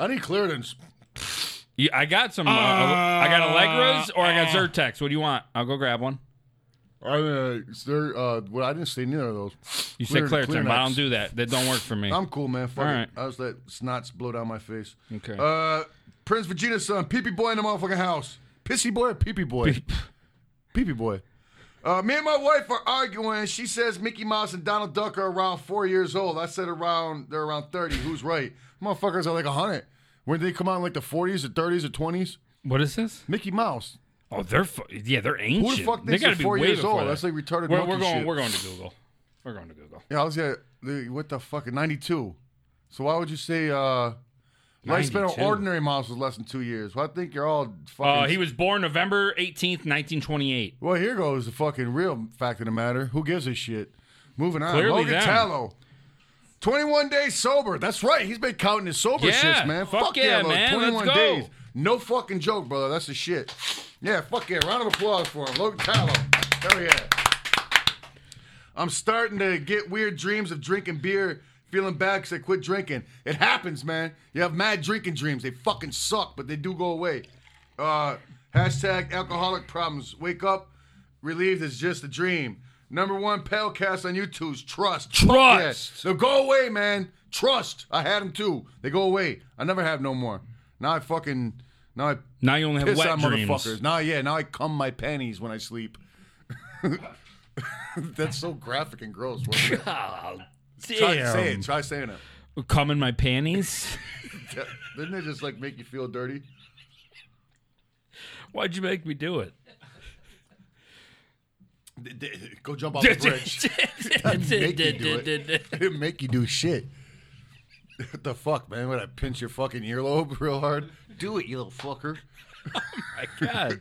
[SPEAKER 2] I need clearance.
[SPEAKER 1] You, I got some. Uh, I got Allegra's or I got
[SPEAKER 2] uh.
[SPEAKER 1] Zyrtex. What do you want? I'll go grab one.
[SPEAKER 2] I mean, uh, there. Uh, well, I didn't see neither of those.
[SPEAKER 1] You said
[SPEAKER 2] Clear-
[SPEAKER 1] Claritin, but I don't
[SPEAKER 2] Kleenex.
[SPEAKER 1] do that. That don't work for me.
[SPEAKER 2] I'm cool, man. Fuck
[SPEAKER 1] All
[SPEAKER 2] it.
[SPEAKER 1] right.
[SPEAKER 2] I just let snots blow down my face.
[SPEAKER 1] Okay.
[SPEAKER 2] Uh, Prince Vegeta's son, peepee boy in the motherfucking house. Pissy boy or peepee boy? peepee boy. Uh, me and my wife are arguing. She says Mickey Mouse and Donald Duck are around four years old. I said around they're around thirty. Who's right? Motherfuckers are like hundred. When they come out in like the forties or thirties or twenties,
[SPEAKER 1] what is this?
[SPEAKER 2] Mickey Mouse.
[SPEAKER 1] Oh, they're fu- yeah, they're ancient.
[SPEAKER 2] Who the fuck
[SPEAKER 1] they
[SPEAKER 2] thinks
[SPEAKER 1] gotta
[SPEAKER 2] they're
[SPEAKER 1] be
[SPEAKER 2] four
[SPEAKER 1] way
[SPEAKER 2] years
[SPEAKER 1] before
[SPEAKER 2] old?
[SPEAKER 1] that.
[SPEAKER 2] That's like retarded
[SPEAKER 1] We're,
[SPEAKER 2] monkey
[SPEAKER 1] we're going.
[SPEAKER 2] shit.
[SPEAKER 1] We're going to Google. We're going to Google.
[SPEAKER 2] Yeah, I was at the, what the fuck ninety two. So why would you say uh, lifespan
[SPEAKER 1] 92?
[SPEAKER 2] of ordinary mouse was less than two years? Well, I think you're all fucking.
[SPEAKER 1] Uh, he was born November eighteenth, nineteen twenty-eight.
[SPEAKER 2] well, here goes the fucking real fact of the matter. Who gives a shit? Moving on.
[SPEAKER 1] Clearly
[SPEAKER 2] Logan
[SPEAKER 1] them.
[SPEAKER 2] Tallow. 21 days sober. That's right. He's been counting his sober
[SPEAKER 1] Yeah,
[SPEAKER 2] shits, man.
[SPEAKER 1] fuck
[SPEAKER 2] yeah,
[SPEAKER 1] yeah,
[SPEAKER 2] Logan.
[SPEAKER 1] man.
[SPEAKER 2] 21
[SPEAKER 1] Let's go.
[SPEAKER 2] days. No fucking joke, brother. That's the shit. Yeah, fuck yeah. Round of applause for him. Logan Tallow. Hell yeah. I'm starting to get weird dreams of drinking beer, feeling bad because I quit drinking. It happens, man. You have mad drinking dreams. They fucking suck, but they do go away. Uh, hashtag alcoholic problems. Wake up, relieved is just a dream. Number one Palecast on YouTube's Trust. Fuck yeah.
[SPEAKER 1] Trust.
[SPEAKER 2] So go away, man. Trust. I had them too. They go away. I never have no more. Now I fucking now I
[SPEAKER 1] Now you only have
[SPEAKER 2] piss
[SPEAKER 1] wet
[SPEAKER 2] on
[SPEAKER 1] dreams.
[SPEAKER 2] motherfuckers. Now yeah, now I cum my panties when I sleep. That's so graphic and gross. Wasn't it?
[SPEAKER 1] God
[SPEAKER 2] Try say
[SPEAKER 1] damn.
[SPEAKER 2] it. Try saying it.
[SPEAKER 1] Come in my panties.
[SPEAKER 2] Yeah. Didn't it just like make you feel dirty?
[SPEAKER 1] Why'd you make me do it?
[SPEAKER 2] D- d- Go jump off the bridge. make you do it. It didn't make you do shit. What the fuck, man? Would I pinch your fucking earlobe real hard? Do it, you little fucker.
[SPEAKER 1] My God.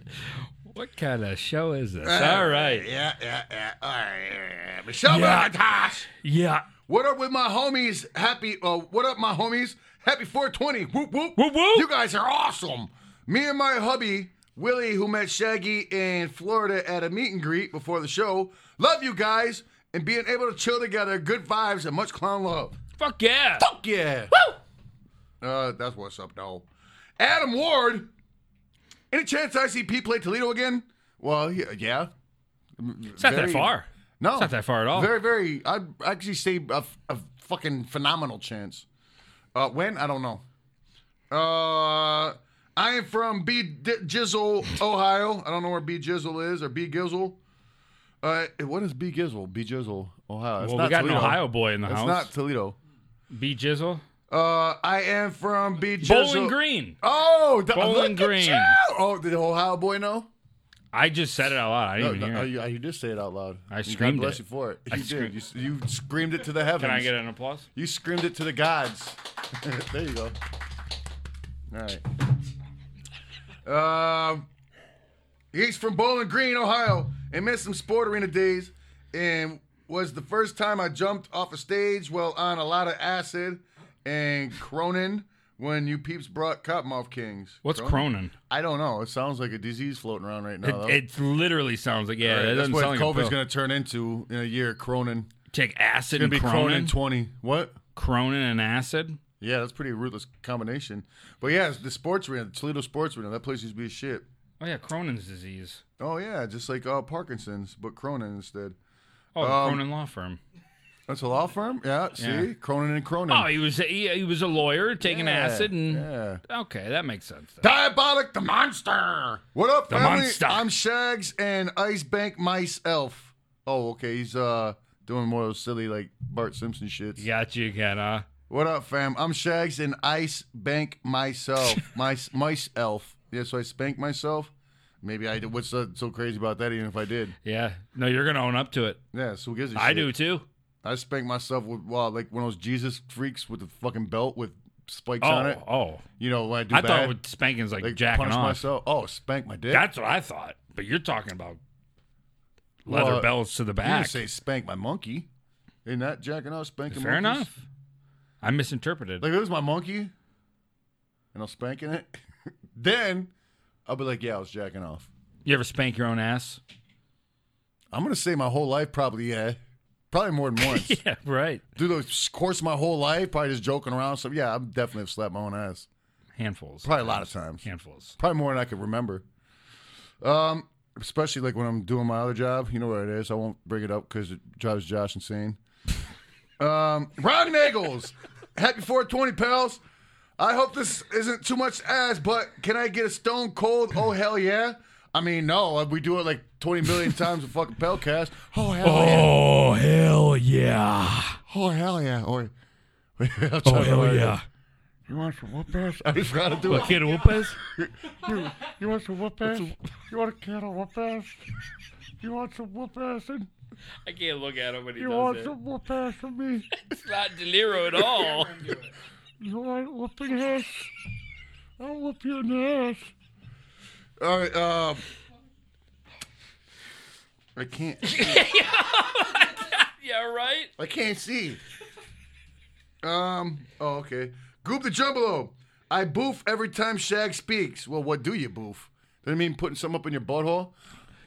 [SPEAKER 1] What kind of show is this? All right.
[SPEAKER 2] Yeah, yeah, yeah. All right. yeah, yeah. Michelle
[SPEAKER 1] Yeah.
[SPEAKER 2] McIntosh.
[SPEAKER 1] Yeah.
[SPEAKER 2] What up with my homies? Happy. Uh, what up, my homies? Happy 420. Whoop whoop
[SPEAKER 1] Whoop, whoop.
[SPEAKER 2] You guys are awesome. Me and my hubby Willie, who met Shaggy in Florida at a meet and greet before the show, love you guys and being able to chill together. Good vibes and much clown love.
[SPEAKER 1] Fuck yeah.
[SPEAKER 2] Fuck yeah. Woo. Uh, that's what's up, though. Adam Ward. Any chance ICP play Toledo again? Well, yeah. yeah.
[SPEAKER 1] It's not that
[SPEAKER 2] Very-
[SPEAKER 1] far.
[SPEAKER 2] No,
[SPEAKER 1] It's not that far at all.
[SPEAKER 2] Very, very. I'd actually say a, f- a fucking phenomenal chance. Uh, when I don't know. Uh, I am from B D- Jizzle, Ohio. I don't know where B Jizzle is or B Gizzle. Uh, what is B Gizzle? B Jizzle, Ohio. It's
[SPEAKER 1] Well,
[SPEAKER 2] not
[SPEAKER 1] we got
[SPEAKER 2] Toledo.
[SPEAKER 1] an Ohio boy in the
[SPEAKER 2] It's
[SPEAKER 1] house.
[SPEAKER 2] not Toledo.
[SPEAKER 1] B Jizzle.
[SPEAKER 2] Uh, I am from B Jizzle.
[SPEAKER 1] Bowling Green.
[SPEAKER 2] Oh, the,
[SPEAKER 1] Bowling
[SPEAKER 2] look at
[SPEAKER 1] Green.
[SPEAKER 2] you! Oh, did the Ohio boy know?
[SPEAKER 1] I just said it out loud. I didn't
[SPEAKER 2] No,
[SPEAKER 1] even
[SPEAKER 2] no,
[SPEAKER 1] hear
[SPEAKER 2] oh,
[SPEAKER 1] it.
[SPEAKER 2] you, you did say it out loud.
[SPEAKER 1] I
[SPEAKER 2] And
[SPEAKER 1] screamed
[SPEAKER 2] God bless
[SPEAKER 1] it.
[SPEAKER 2] you for it.
[SPEAKER 1] I
[SPEAKER 2] You
[SPEAKER 1] screamed-
[SPEAKER 2] did. You, s- you screamed it to the heavens.
[SPEAKER 1] Can I get an applause?
[SPEAKER 2] You screamed it to the gods. there you go. All right. Um, he's from Bowling Green, Ohio, and missed some sport arena days, and was the first time I jumped off a stage while on a lot of acid and Cronin when you peeps brought Cottonmouth Kings.
[SPEAKER 1] What's Cronin?
[SPEAKER 2] I don't know. It sounds like a disease floating around right now. though.
[SPEAKER 1] It, it literally sounds like yeah.
[SPEAKER 2] All right,
[SPEAKER 1] that
[SPEAKER 2] that's
[SPEAKER 1] doesn't
[SPEAKER 2] what
[SPEAKER 1] sound like a
[SPEAKER 2] COVID's
[SPEAKER 1] pill.
[SPEAKER 2] going to turn into in a year. Cronin.
[SPEAKER 1] take acid
[SPEAKER 2] Going
[SPEAKER 1] and
[SPEAKER 2] to be Cronin
[SPEAKER 1] Cronin,
[SPEAKER 2] 20. What?
[SPEAKER 1] Cronin and acid.
[SPEAKER 2] Yeah, that's pretty ruthless combination. But yeah, it's the sports arena, the Toledo sports arena, that place used to be a shit.
[SPEAKER 1] Oh yeah, Cronin's disease.
[SPEAKER 2] Oh yeah, just like uh, Parkinson's, but Cronin instead.
[SPEAKER 1] Oh, the
[SPEAKER 2] Um,
[SPEAKER 1] Cronin law firm.
[SPEAKER 2] That's a law firm. Yeah, see,
[SPEAKER 1] Yeah.
[SPEAKER 2] Cronin and Cronin.
[SPEAKER 1] Oh, he was he, he was a lawyer taking
[SPEAKER 2] Yeah,
[SPEAKER 1] acid and
[SPEAKER 2] yeah.
[SPEAKER 1] okay, that makes sense. then.
[SPEAKER 2] Diabolic the monster. What up,
[SPEAKER 1] The
[SPEAKER 2] family?
[SPEAKER 1] monster.
[SPEAKER 2] I'm Shags and Ice Bank Mice Elf. Oh, okay, he's uh doing more of those silly like Bart Simpson shits.
[SPEAKER 1] Got you again, huh?
[SPEAKER 2] What up, fam? I'm Shags and Ice Bank myself. Mice, mice elf. Yeah, so I spank myself. Maybe I did. What's uh, so crazy about that? Even if I did,
[SPEAKER 1] Yeah. No, you're gonna own up to it.
[SPEAKER 2] yeah. So who gives a
[SPEAKER 1] I
[SPEAKER 2] shit?
[SPEAKER 1] do too.
[SPEAKER 2] I spanked myself with well, like one of those Jesus freaks with the fucking belt with spikes
[SPEAKER 1] Oh,
[SPEAKER 2] on it.
[SPEAKER 1] oh.
[SPEAKER 2] You know when I do
[SPEAKER 1] I
[SPEAKER 2] bad,
[SPEAKER 1] thought with spanking's like,
[SPEAKER 2] like
[SPEAKER 1] jacking
[SPEAKER 2] punish
[SPEAKER 1] off.
[SPEAKER 2] myself. Oh, spank my dick.
[SPEAKER 1] That's what I thought. But you're talking about leather
[SPEAKER 2] Well,
[SPEAKER 1] belts to the
[SPEAKER 2] you didn't
[SPEAKER 1] back.
[SPEAKER 2] say spank my monkey. Ain't that jacking off spanking?
[SPEAKER 1] Fair
[SPEAKER 2] monkeys?
[SPEAKER 1] enough. I misinterpreted.
[SPEAKER 2] Like if it was my monkey, and I'm spanking it, then I'll be like, yeah, I was jacking off.
[SPEAKER 1] you ever spank your own ass?
[SPEAKER 2] I'm gonna say my whole life probably yeah, probably more than once.
[SPEAKER 1] Yeah, right.
[SPEAKER 2] Through the course of my whole life, probably just joking around. So yeah, I'm definitely have slapped my own ass.
[SPEAKER 1] Handfuls.
[SPEAKER 2] Probably a lot of times.
[SPEAKER 1] Handfuls.
[SPEAKER 2] Probably more than I could remember. Um, especially like when I'm doing my other job. You know what it is. I won't bring it up because it drives Josh insane. Um, Ron Nagels, happy 420 pals. I hope this isn't too much ass, but can I get a stone cold? Oh hell yeah! I mean, no, uh, we do it like 20 million times a fucking Pelcast. Oh hell yeah!
[SPEAKER 1] Oh hell yeah!
[SPEAKER 2] Oh hell yeah! Or
[SPEAKER 1] Oh hell yeah!
[SPEAKER 2] You want some whoop ass? I just gotta do it.
[SPEAKER 1] What kid whoopers?
[SPEAKER 2] You, you want some whoop ass? You want a can of whoop ass? You want some whoop ass? And
[SPEAKER 1] I can't look at him when he
[SPEAKER 2] you
[SPEAKER 1] does
[SPEAKER 2] want
[SPEAKER 1] it.
[SPEAKER 2] some whoop ass from me?
[SPEAKER 1] It's not Deliro at all.
[SPEAKER 2] You want whooping ass? I'll whoop you in the ass. All right, um. I can't.
[SPEAKER 1] yeah, right.
[SPEAKER 2] I can't see. Um. Oh, okay. Goop the Jumbalo. I boof every time Shag speaks. Well, what do you boof? Doesn't mean putting something up in your butthole.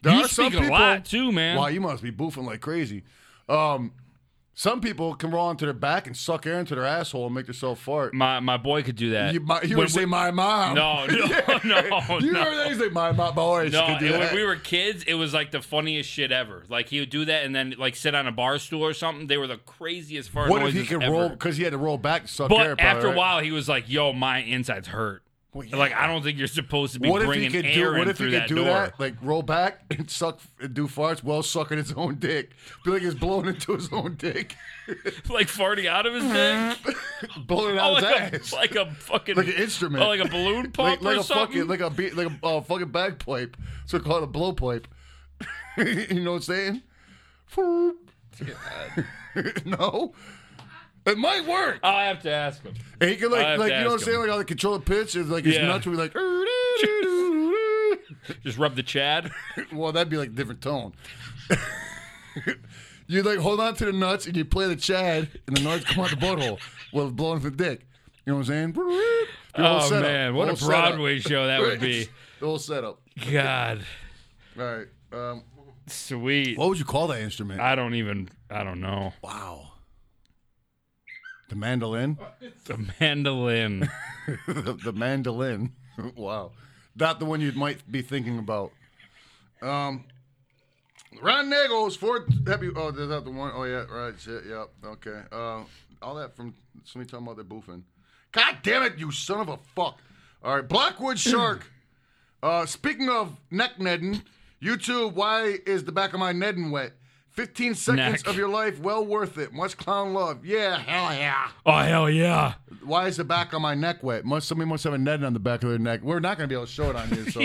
[SPEAKER 2] There
[SPEAKER 1] You
[SPEAKER 2] are some
[SPEAKER 1] speak a
[SPEAKER 2] people-
[SPEAKER 1] lot too, man.
[SPEAKER 2] Wow, you must be boofing like crazy. Um, some people can roll onto their back and suck air into their asshole and make themselves fart.
[SPEAKER 1] My my boy could do that.
[SPEAKER 2] You, my, you
[SPEAKER 1] Mm. When
[SPEAKER 2] would say
[SPEAKER 1] we-
[SPEAKER 2] my mom.
[SPEAKER 1] No, no, no,
[SPEAKER 2] You
[SPEAKER 1] no.
[SPEAKER 2] remember that? He's like my mom. Boys
[SPEAKER 1] No,
[SPEAKER 2] could do
[SPEAKER 1] and
[SPEAKER 2] that.
[SPEAKER 1] when we were kids, it was like the funniest shit ever. Like he would do that and then like sit on a bar stool or something. They were the craziest fart
[SPEAKER 2] what if
[SPEAKER 1] noises
[SPEAKER 2] he could
[SPEAKER 1] ever.
[SPEAKER 2] roll? Because he had to roll back and suck air.
[SPEAKER 1] But
[SPEAKER 2] probably,
[SPEAKER 1] after a
[SPEAKER 2] right?
[SPEAKER 1] while, he was like, "Yo, my insides hurt."
[SPEAKER 2] Well, yeah.
[SPEAKER 1] Like I don't think you're supposed to be
[SPEAKER 2] What if he
[SPEAKER 1] bringing
[SPEAKER 2] could do?
[SPEAKER 1] air
[SPEAKER 2] What
[SPEAKER 1] in
[SPEAKER 2] if
[SPEAKER 1] through
[SPEAKER 2] he could
[SPEAKER 1] that
[SPEAKER 2] do
[SPEAKER 1] door.
[SPEAKER 2] that? Like roll back and suck and do farts while sucking his own dick. Be like he's blowing into his own dick,
[SPEAKER 1] like farting out of his dick,
[SPEAKER 2] blowing
[SPEAKER 1] oh,
[SPEAKER 2] out
[SPEAKER 1] like,
[SPEAKER 2] his ass,
[SPEAKER 1] a, like a fucking
[SPEAKER 2] like an instrument,
[SPEAKER 1] oh, like a balloon
[SPEAKER 2] like,
[SPEAKER 1] pump
[SPEAKER 2] like
[SPEAKER 1] or
[SPEAKER 2] a
[SPEAKER 1] something.
[SPEAKER 2] fucking like a be- like a uh, fucking bagpipe. So called a blowpipe. you know what I'm saying? no, it might work.
[SPEAKER 1] I'll Oh, have to ask him.
[SPEAKER 2] And he could
[SPEAKER 1] I'll
[SPEAKER 2] like
[SPEAKER 1] have
[SPEAKER 2] like
[SPEAKER 1] to
[SPEAKER 2] you know what I'm
[SPEAKER 1] ask
[SPEAKER 2] saying?
[SPEAKER 1] him.
[SPEAKER 2] Like how they control the pitch is like his
[SPEAKER 1] Yeah.
[SPEAKER 2] nuts would be like.
[SPEAKER 1] Just rub the Chad.
[SPEAKER 2] Well, that'd be like a different tone. you like hold on to the nuts and you play the Chad, and the nuts come out the butthole while blowing the dick. You know what I'm saying? The whole
[SPEAKER 1] Oh
[SPEAKER 2] setup.
[SPEAKER 1] man, what
[SPEAKER 2] The
[SPEAKER 1] a
[SPEAKER 2] whole setup.
[SPEAKER 1] Broadway show that would be.
[SPEAKER 2] The whole setup.
[SPEAKER 1] God,
[SPEAKER 2] All right. Um,
[SPEAKER 1] sweet.
[SPEAKER 2] what would you call that instrument?
[SPEAKER 1] I don't even. I don't know.
[SPEAKER 2] wow. The mandolin.
[SPEAKER 1] The mandolin.
[SPEAKER 2] the, the mandolin. wow. Not the one you might be thinking about. Um, Ron Nagels, fourth. Happy, oh, is that the one? Oh, yeah, right. Shit, yep. Okay. Uh, all that from somebody talking about their boofing. God damn it, you son of a fuck. All right, Blackwood Shark. Uh, speaking of neck nedding, YouTube, why is the back of my nedding wet? 15 seconds
[SPEAKER 1] Neck.
[SPEAKER 2] of your life, well worth it. Much clown love. Yeah, hell yeah.
[SPEAKER 1] Oh hell yeah!
[SPEAKER 2] Why is the back of my neck wet? Must somebody must have a net on the back of their neck. We're not going to be able to show it on here. So,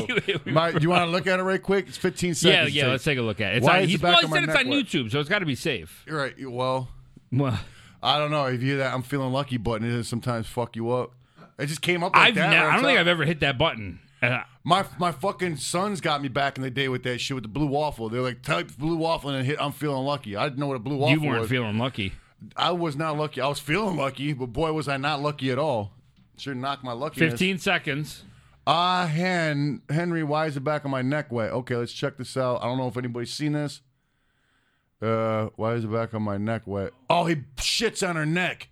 [SPEAKER 2] my, you want to look at it right quick? It's 15
[SPEAKER 1] Yeah,
[SPEAKER 2] seconds.
[SPEAKER 1] yeah. Let's take a look at it. It's
[SPEAKER 2] Why
[SPEAKER 1] on,
[SPEAKER 2] is the
[SPEAKER 1] he's,
[SPEAKER 2] back
[SPEAKER 1] well, he
[SPEAKER 2] of my
[SPEAKER 1] said it's
[SPEAKER 2] neck
[SPEAKER 1] on
[SPEAKER 2] wet?
[SPEAKER 1] YouTube, so it's got to be safe.
[SPEAKER 2] You're right. you- Well,
[SPEAKER 1] Well,
[SPEAKER 2] I don't know. If you that, I'm feeling lucky button. It does sometimes fuck you up. It just came up like
[SPEAKER 1] I've.
[SPEAKER 2] that.
[SPEAKER 1] ne-
[SPEAKER 2] right
[SPEAKER 1] I
[SPEAKER 2] off
[SPEAKER 1] don't think
[SPEAKER 2] top.
[SPEAKER 1] I've ever hit that button. Uh,
[SPEAKER 2] My my fucking sons got me back in the day with that shit with the blue waffle. They're like type blue waffle and hit. I'm feeling lucky. I didn't know what a blue waffle
[SPEAKER 1] you weren't
[SPEAKER 2] was.
[SPEAKER 1] feeling lucky.
[SPEAKER 2] I was not lucky. I was feeling lucky, but boy was I not lucky at all. Sure knocked my luckiness.
[SPEAKER 1] Fifteen seconds.
[SPEAKER 2] Ah, Hen Henry, why is the back of my neck wet? Okay, let's check this out. I don't know if anybody's seen this. Uh, why is the back of my neck wet? Oh, he shits on her neck.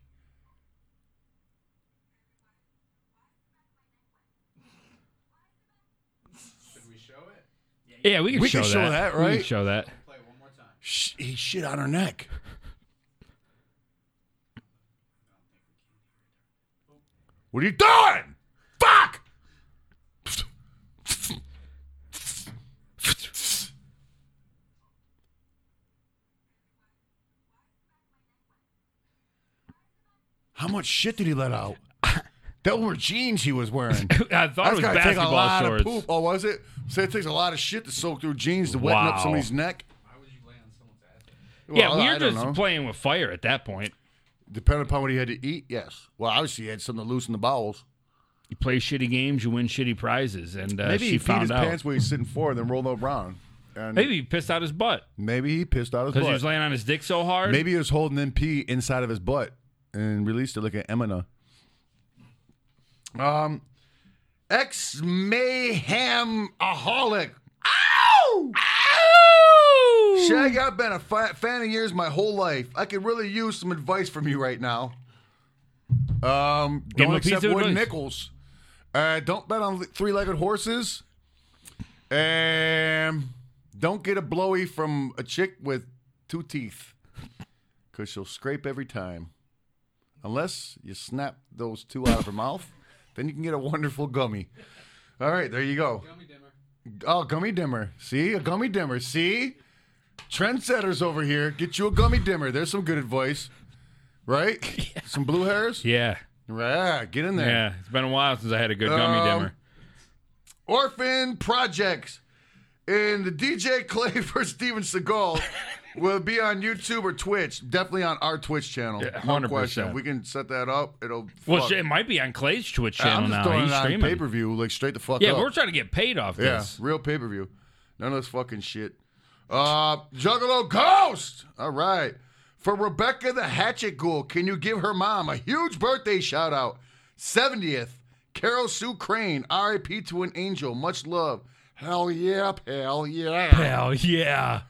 [SPEAKER 1] Yeah, we can
[SPEAKER 2] We
[SPEAKER 1] show
[SPEAKER 2] can
[SPEAKER 1] that.
[SPEAKER 2] show that,
[SPEAKER 1] We
[SPEAKER 2] right?
[SPEAKER 1] can show that.
[SPEAKER 2] Sh- he shit on her neck. What are you doing? Fuck! How much shit did he let out? That were jeans he was wearing.
[SPEAKER 1] I thought it
[SPEAKER 2] That's
[SPEAKER 1] was
[SPEAKER 2] gotta take a
[SPEAKER 1] basketball
[SPEAKER 2] lot
[SPEAKER 1] shorts.
[SPEAKER 2] of poop. Oh, was it? So it takes a lot of shit to soak through jeans to wetten up
[SPEAKER 1] Wow.
[SPEAKER 2] somebody's neck.
[SPEAKER 1] yeah,
[SPEAKER 2] Well, I
[SPEAKER 1] we were
[SPEAKER 2] don't
[SPEAKER 1] just
[SPEAKER 2] know.
[SPEAKER 1] playing with fire at that point.
[SPEAKER 2] Depending upon what he had to eat, yes. Well, obviously he had something to loosen the bowels.
[SPEAKER 1] You play shitty games, you win shitty prizes, and uh,
[SPEAKER 2] Maybe
[SPEAKER 1] she
[SPEAKER 2] he peed
[SPEAKER 1] found
[SPEAKER 2] his
[SPEAKER 1] out.
[SPEAKER 2] pants while he's sitting forward, then rolled up brown. And maybe,
[SPEAKER 1] Maybe he pissed out his butt
[SPEAKER 2] he pissed out his
[SPEAKER 1] because
[SPEAKER 2] butt.
[SPEAKER 1] he was laying on his dick so hard.
[SPEAKER 2] maybe he was holding in pee inside of his butt and released it like an emina. Um, ex mayhem aholic. Ow!
[SPEAKER 1] Ow!
[SPEAKER 2] Shag, I've been a fi- fan of yours my whole life. I could really use some advice from you right now. Um,
[SPEAKER 1] him
[SPEAKER 2] don't
[SPEAKER 1] a piece
[SPEAKER 2] accept
[SPEAKER 1] of
[SPEAKER 2] wooden
[SPEAKER 1] advice.
[SPEAKER 2] nickels. Uh, don't bet on three-legged horses. Um, don't get a blowy from a chick with two teeth, because she'll scrape every time. Unless you snap those two out of her mouth, then you can get a wonderful gummy. All right, there you go. Oh, gummy dimmer. See? A gummy dimmer. See? Trendsetters over here. Get you a gummy dimmer. There's some good advice. Right? Some blue hairs?
[SPEAKER 1] Yeah,
[SPEAKER 2] Yeah, get in there.
[SPEAKER 1] yeah. It's been a while since I had a good gummy
[SPEAKER 2] Um,
[SPEAKER 1] dimmer.
[SPEAKER 2] Orphan Projects. And the DJ Clay for Steven Seagal will be on YouTube or Twitch. Definitely on our Twitch channel.
[SPEAKER 1] Yeah,
[SPEAKER 2] No
[SPEAKER 1] 100%.
[SPEAKER 2] question. We can set that up. It'll.
[SPEAKER 1] Well,
[SPEAKER 2] fuck.
[SPEAKER 1] shit, it might be on Clay's Twitch
[SPEAKER 2] I'm
[SPEAKER 1] channel
[SPEAKER 2] just
[SPEAKER 1] now.
[SPEAKER 2] throwing
[SPEAKER 1] He's
[SPEAKER 2] it on
[SPEAKER 1] streaming.
[SPEAKER 2] pay per view, like straight the fuck
[SPEAKER 1] yeah,
[SPEAKER 2] up.
[SPEAKER 1] we're trying to get paid off
[SPEAKER 2] Yeah,
[SPEAKER 1] this.
[SPEAKER 2] real pay per view. None of this fucking shit. Uh, Juggalo Ghost. All right. For Rebecca the Hatchet Ghoul, can you give her mom a huge birthday shout out? 70th. Carol Sue Crane, RIP to an angel. Much love. Hell yeah, pal. Yeah.
[SPEAKER 1] Hell yeah.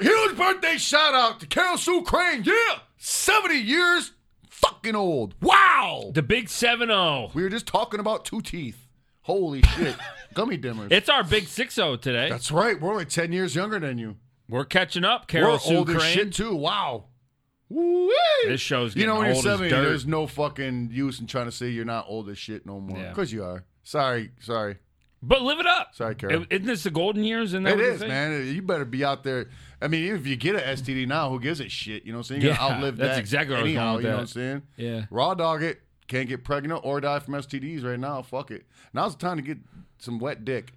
[SPEAKER 2] Huge birthday shout out to Carol Sue Crane. Yeah. 70 years fucking old. Wow.
[SPEAKER 1] The big oh. 7 0.
[SPEAKER 2] We were just talking about two teeth. Holy shit. Gummy dimmers.
[SPEAKER 1] It's our big 6 0 today.
[SPEAKER 2] That's right. We're only 10 years younger than you.
[SPEAKER 1] We're catching up. Carol
[SPEAKER 2] We're
[SPEAKER 1] Sue
[SPEAKER 2] old as
[SPEAKER 1] Crane.
[SPEAKER 2] shit too. Wow. Woo-wee.
[SPEAKER 1] This show's
[SPEAKER 2] you know when
[SPEAKER 1] getting
[SPEAKER 2] you're
[SPEAKER 1] old as
[SPEAKER 2] 70,
[SPEAKER 1] dirt.
[SPEAKER 2] there's no fucking use in trying to say you're not old as shit no more
[SPEAKER 1] Yeah.
[SPEAKER 2] because you are. Sorry, sorry,
[SPEAKER 1] But live it up.
[SPEAKER 2] sorry, Carol.
[SPEAKER 1] is Isn't this the golden years? Isn't that
[SPEAKER 2] it
[SPEAKER 1] what they
[SPEAKER 2] is,
[SPEAKER 1] say?
[SPEAKER 2] man. You better be out there. I mean, even if you get an STD now, who gives a shit? You know what I'm saying? You're
[SPEAKER 1] Yeah,
[SPEAKER 2] gonna outlive
[SPEAKER 1] that's
[SPEAKER 2] that.
[SPEAKER 1] exactly where I was
[SPEAKER 2] anyhow,
[SPEAKER 1] going with
[SPEAKER 2] You know
[SPEAKER 1] that.
[SPEAKER 2] what I'm saying?
[SPEAKER 1] Yeah.
[SPEAKER 2] Raw dog it. Can't get pregnant or die from STDs right now. Fuck it. Now's the time to get some wet dick.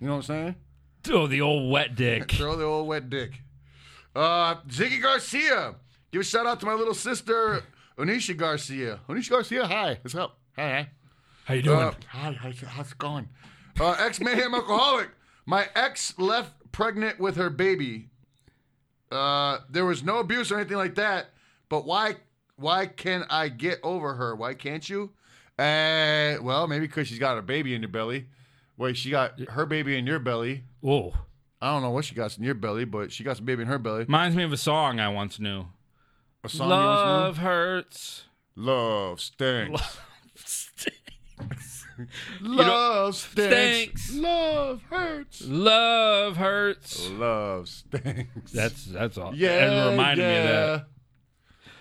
[SPEAKER 2] You know what I'm saying?
[SPEAKER 1] Oh, the old wet dick.
[SPEAKER 2] Throw the old wet dick. Uh, Ziggy Garcia. Give a shout out to my little sister, Onisha Garcia. Onisha Garcia, hi. What's up? Hi.
[SPEAKER 1] How you
[SPEAKER 2] Hi.
[SPEAKER 1] doing?
[SPEAKER 2] Uh, hi. How's, how's it going? Uh, ex mayhem alcoholic. My ex left pregnant with her baby. Uh, there was no abuse or anything like that. But why? Why can I get over her? Why can't you? Uh, well, maybe because she's got a baby in your belly. Wait, she got her baby in your belly.
[SPEAKER 1] Whoa.
[SPEAKER 2] I don't know what she got in your belly, but she got some baby in her belly.
[SPEAKER 1] Reminds me of a song I once knew.
[SPEAKER 2] A song you always knew?
[SPEAKER 1] Love hurts.
[SPEAKER 2] Love stinks.
[SPEAKER 1] know-
[SPEAKER 2] Love stinks.
[SPEAKER 1] Stinks.
[SPEAKER 2] Love hurts.
[SPEAKER 1] Love hurts.
[SPEAKER 2] Love stinks.
[SPEAKER 1] That's that's all.
[SPEAKER 2] yeah.
[SPEAKER 1] It reminded
[SPEAKER 2] yeah.
[SPEAKER 1] me of that.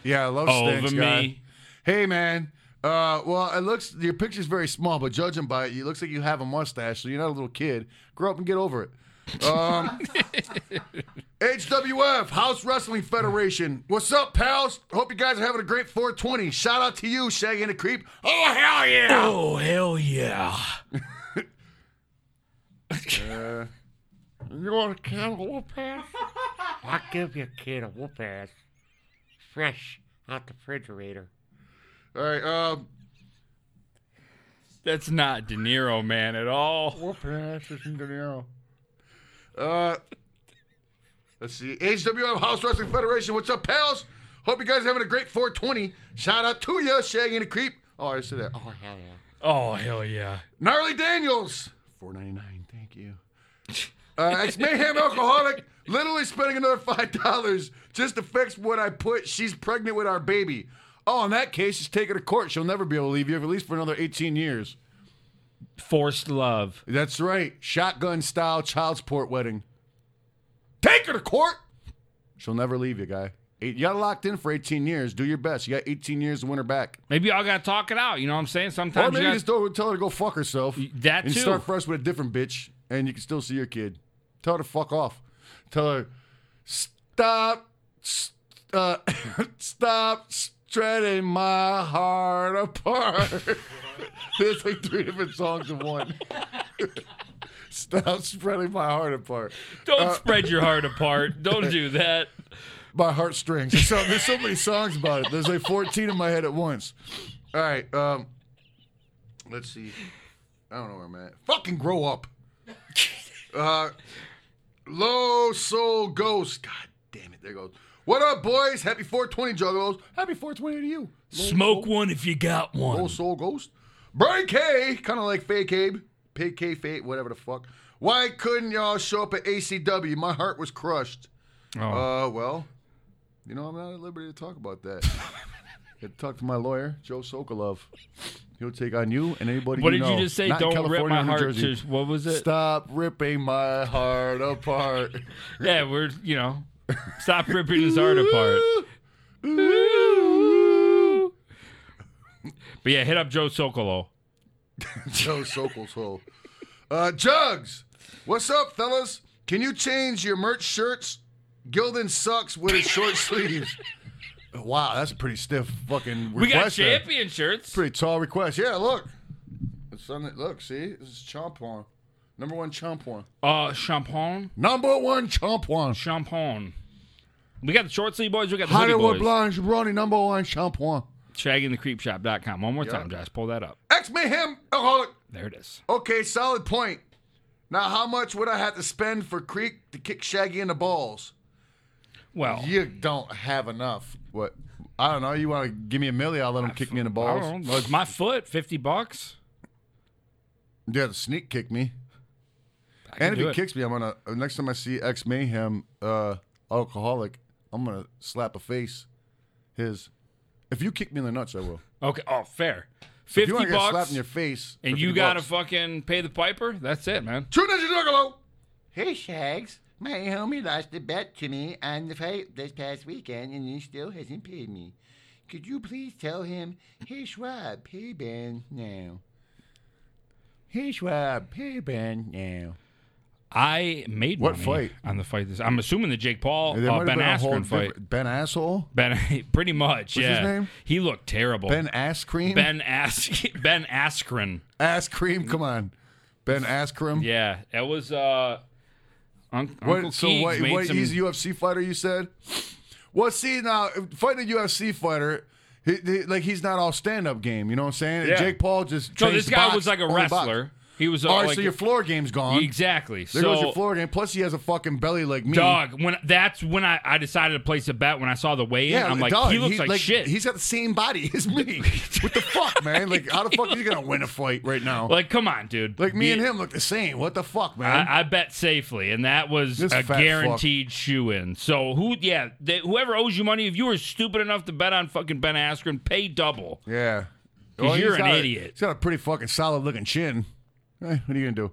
[SPEAKER 2] Yeah, love
[SPEAKER 1] Over
[SPEAKER 2] stinks,
[SPEAKER 1] me.
[SPEAKER 2] guy. Hey, man. Uh, well, it looks your picture's very small, but judging by it, it looks like you have a mustache, so you're not a little kid. Grow up and get over it. Um, HWF House Wrestling Federation. What's up, pals? Hope you guys are having a great 420. Shout out to you, Shaggy and the Creep. Oh hell yeah!
[SPEAKER 1] Oh hell yeah.
[SPEAKER 2] You want a can of whoop ass?
[SPEAKER 3] I'll give you a can of whoop ass. Fresh out the refrigerator.
[SPEAKER 2] All right. Um,
[SPEAKER 1] That's not De Niro, man, at all.
[SPEAKER 2] whoop ass is De Niro. Uh, let's see. HWF House Wrestling Federation. What's up, pals? Hope you guys are having a great 420. Shout out to you, Shaggy and the Creep. Oh, I said that. Oh,
[SPEAKER 3] Oh, hell yeah.
[SPEAKER 1] Oh hell yeah.
[SPEAKER 2] Gnarly Daniels. Four ninety nine. Thank you. Uh, ex mayhem alcoholic. Literally spending another five dollars just to fix what I put. She's pregnant with our baby. Oh, in that case, she's taking her to court. She'll never be able to leave you, at least for another eighteen years.
[SPEAKER 1] Forced love.
[SPEAKER 2] That's right. Shotgun style child support wedding. Take her to court. She'll never leave you, guy. Eight, you got locked in for 18 years. Do your best. You got 18 years to win her back.
[SPEAKER 1] Maybe y'all gotta talk it out. You know what I'm saying?
[SPEAKER 2] Or
[SPEAKER 1] Sometimes
[SPEAKER 2] maybe
[SPEAKER 1] you
[SPEAKER 2] just
[SPEAKER 1] gotta-
[SPEAKER 2] don't tell her to go fuck herself.
[SPEAKER 1] that
[SPEAKER 2] and
[SPEAKER 1] too.
[SPEAKER 2] start fresh with a different bitch, and you can still see your kid. Tell her to fuck off. Tell her stop, st- uh, stop spreading my heart apart. There's like three different songs in one. stop spreading my heart apart. uh,
[SPEAKER 1] Don't spread your heart apart. Don't do that.
[SPEAKER 2] my heartstrings. So there's so many songs about it. There's like 14 in my head at once. All right, um, let's see. I don't know where I'm at. Fucking grow up. Uh, low soul ghost. God damn it. There goes. What up, boys? Happy 420, Juggalos. Happy 420 to you. Low
[SPEAKER 1] Smoke one if you got
[SPEAKER 2] Old
[SPEAKER 1] one.
[SPEAKER 2] Soul Ghost. Brian K, kind of like Fake Abe, Pig K Fate, whatever the fuck. Why couldn't y'all show up at ACW? My heart was crushed.
[SPEAKER 1] Oh.
[SPEAKER 2] Uh, well, you know I'm not at liberty to talk about that. Had to talk to my lawyer, Joe Sokolov. He'll take on you and anybody.
[SPEAKER 1] What
[SPEAKER 2] you
[SPEAKER 1] did you
[SPEAKER 2] know.
[SPEAKER 1] just say?
[SPEAKER 2] Not in
[SPEAKER 1] Don't rip
[SPEAKER 2] California or
[SPEAKER 1] my
[SPEAKER 2] New
[SPEAKER 1] heart.
[SPEAKER 2] Jersey.
[SPEAKER 1] To, what was it?
[SPEAKER 2] Stop ripping my heart apart.
[SPEAKER 1] Yeah, we're you know, stop ripping his heart apart. But yeah, hit up Joe Sokolo.
[SPEAKER 2] Joe Sokol's hole. Uh, Jugs, what's up, fellas? Can you change your merch shirts? Gildan sucks with his short sleeves. Wow, that's a pretty stiff fucking request.
[SPEAKER 1] We got
[SPEAKER 2] there.
[SPEAKER 1] champion shirts.
[SPEAKER 2] Pretty tall request. Yeah, look. It's on it. Look, see? This is chomp one. Number one chomp one.
[SPEAKER 1] Uh, champagne,
[SPEAKER 2] Number one chomp one.
[SPEAKER 1] champagne. We got the short sleeve boys. We got the hoodie
[SPEAKER 2] Hollywood
[SPEAKER 1] boys.
[SPEAKER 2] Blonde Jabroni, number one chomp one.
[SPEAKER 1] Shaggingthecreepshop.com. One more time, Josh. Pull that up.
[SPEAKER 2] X Mayhem. Oh,
[SPEAKER 1] There it is.
[SPEAKER 2] Okay, solid point. Now, how much would I have to spend for Creek to kick Shaggy in the balls?
[SPEAKER 1] Well,
[SPEAKER 2] You don't have enough. What? I don't know. You want to give me a milli? I'll let him kick me in the
[SPEAKER 1] I
[SPEAKER 2] balls.
[SPEAKER 1] don't know. Was my foot fifty bucks?
[SPEAKER 2] Yeah, the sneak kick me.
[SPEAKER 1] I can
[SPEAKER 2] And if
[SPEAKER 1] do
[SPEAKER 2] he
[SPEAKER 1] it.
[SPEAKER 2] kicks me, I'm gonna. uh, Next time I see ex Mayhem, uh, alcoholic, I'm gonna slap a face. His. If you kick me in the nuts, I will.
[SPEAKER 1] okay. Oh, fair.
[SPEAKER 2] If you
[SPEAKER 1] Fifty
[SPEAKER 2] want to get slapped
[SPEAKER 1] bucks,
[SPEAKER 2] in your face,
[SPEAKER 1] and
[SPEAKER 2] for
[SPEAKER 1] you
[SPEAKER 2] 50
[SPEAKER 1] gotta
[SPEAKER 2] bucks.
[SPEAKER 1] fucking pay the piper. That's it, man.
[SPEAKER 2] True Ninja Juggalo.
[SPEAKER 4] Hey, Shags. My homie lost a bet to me on the fight this past weekend, and he still hasn't paid me. Could you please tell him, hey, Schwab, pay Ben now? Hey, Schwab, pay Ben now.
[SPEAKER 1] I made
[SPEAKER 2] What
[SPEAKER 1] money
[SPEAKER 2] fight?
[SPEAKER 1] on the the fight. This I'm assuming the Jake Paul
[SPEAKER 2] There might
[SPEAKER 1] uh,
[SPEAKER 2] have
[SPEAKER 1] Ben
[SPEAKER 2] been a whole
[SPEAKER 1] Askren fight.
[SPEAKER 2] different- Ben asshole.
[SPEAKER 1] Ben, pretty much.
[SPEAKER 2] his
[SPEAKER 1] yeah,
[SPEAKER 2] name?
[SPEAKER 1] he looked terrible.
[SPEAKER 2] Ben ass cream.
[SPEAKER 1] Ben As- Ben Askren.
[SPEAKER 2] Ass cream, come on. Ben Ass cream.
[SPEAKER 1] Yeah, that was uh. Un- Uncle
[SPEAKER 2] What, so
[SPEAKER 1] Keegs
[SPEAKER 2] what?
[SPEAKER 1] made
[SPEAKER 2] What?
[SPEAKER 1] some-
[SPEAKER 2] He's a UFC fighter. You said. Well, see now, fighting a UFC fighter, he, he- like he's not all stand-up game. You know what I'm saying?
[SPEAKER 1] Yeah.
[SPEAKER 2] Jake Paul just.
[SPEAKER 1] so
[SPEAKER 2] trains
[SPEAKER 1] this
[SPEAKER 2] to
[SPEAKER 1] guy
[SPEAKER 2] box,
[SPEAKER 1] was like a
[SPEAKER 2] only box.
[SPEAKER 1] wrestler. He was uh,
[SPEAKER 2] All right,
[SPEAKER 1] like
[SPEAKER 2] so your floor game's gone.
[SPEAKER 1] exactly.
[SPEAKER 2] There
[SPEAKER 1] so
[SPEAKER 2] goes your floor game. Plus, he has a fucking belly like me.
[SPEAKER 1] dog, when that's when I, I decided to place a bet when I saw the weigh in.
[SPEAKER 2] Yeah,
[SPEAKER 1] I'm like,
[SPEAKER 2] dog,
[SPEAKER 1] he looks like, shit.
[SPEAKER 2] He's got the same body as me. what the fuck, man? Like, how the fuck are you gonna win a fight right now? Like,
[SPEAKER 1] like, come on, dude.
[SPEAKER 2] me
[SPEAKER 1] Be-
[SPEAKER 2] and him look the same. What the fuck, man?
[SPEAKER 1] I, I bet safely, and that was
[SPEAKER 2] This
[SPEAKER 1] a
[SPEAKER 2] fat fuck.
[SPEAKER 1] guaranteed shoe in. So who, yeah, they, whoever owes you money, if you were stupid enough to bet on fucking Ben Askren, pay double.
[SPEAKER 2] Yeah.
[SPEAKER 1] 'Cause
[SPEAKER 2] he's
[SPEAKER 1] you're an
[SPEAKER 2] got a-
[SPEAKER 1] idiot.
[SPEAKER 2] He's got a pretty fucking solid looking chin. Eh, what are you gonna do?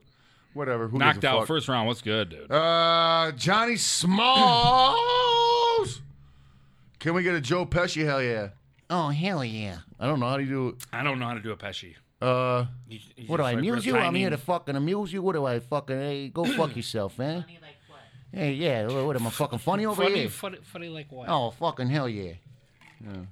[SPEAKER 2] Whatever. Who
[SPEAKER 1] Knocked
[SPEAKER 2] gives a
[SPEAKER 1] out
[SPEAKER 2] fuck?
[SPEAKER 1] first round. What's good, dude?
[SPEAKER 2] Uh, Johnny Smalls. Can we get a Joe Pesci? Hell yeah.
[SPEAKER 4] Oh, hell yeah.
[SPEAKER 2] I don't know how do you
[SPEAKER 1] I don't know how to do a pesci.
[SPEAKER 2] do. Uh,
[SPEAKER 4] What do I
[SPEAKER 1] like
[SPEAKER 4] amuse you? I'm here
[SPEAKER 1] reclining.
[SPEAKER 4] to fucking amuse you. What do I fucking, hey, go fuck yourself, man. Funny like what? Hey, yeah, what, what am I fucking funny over here?
[SPEAKER 1] funny, funny like what?
[SPEAKER 4] Oh, fucking hell yeah.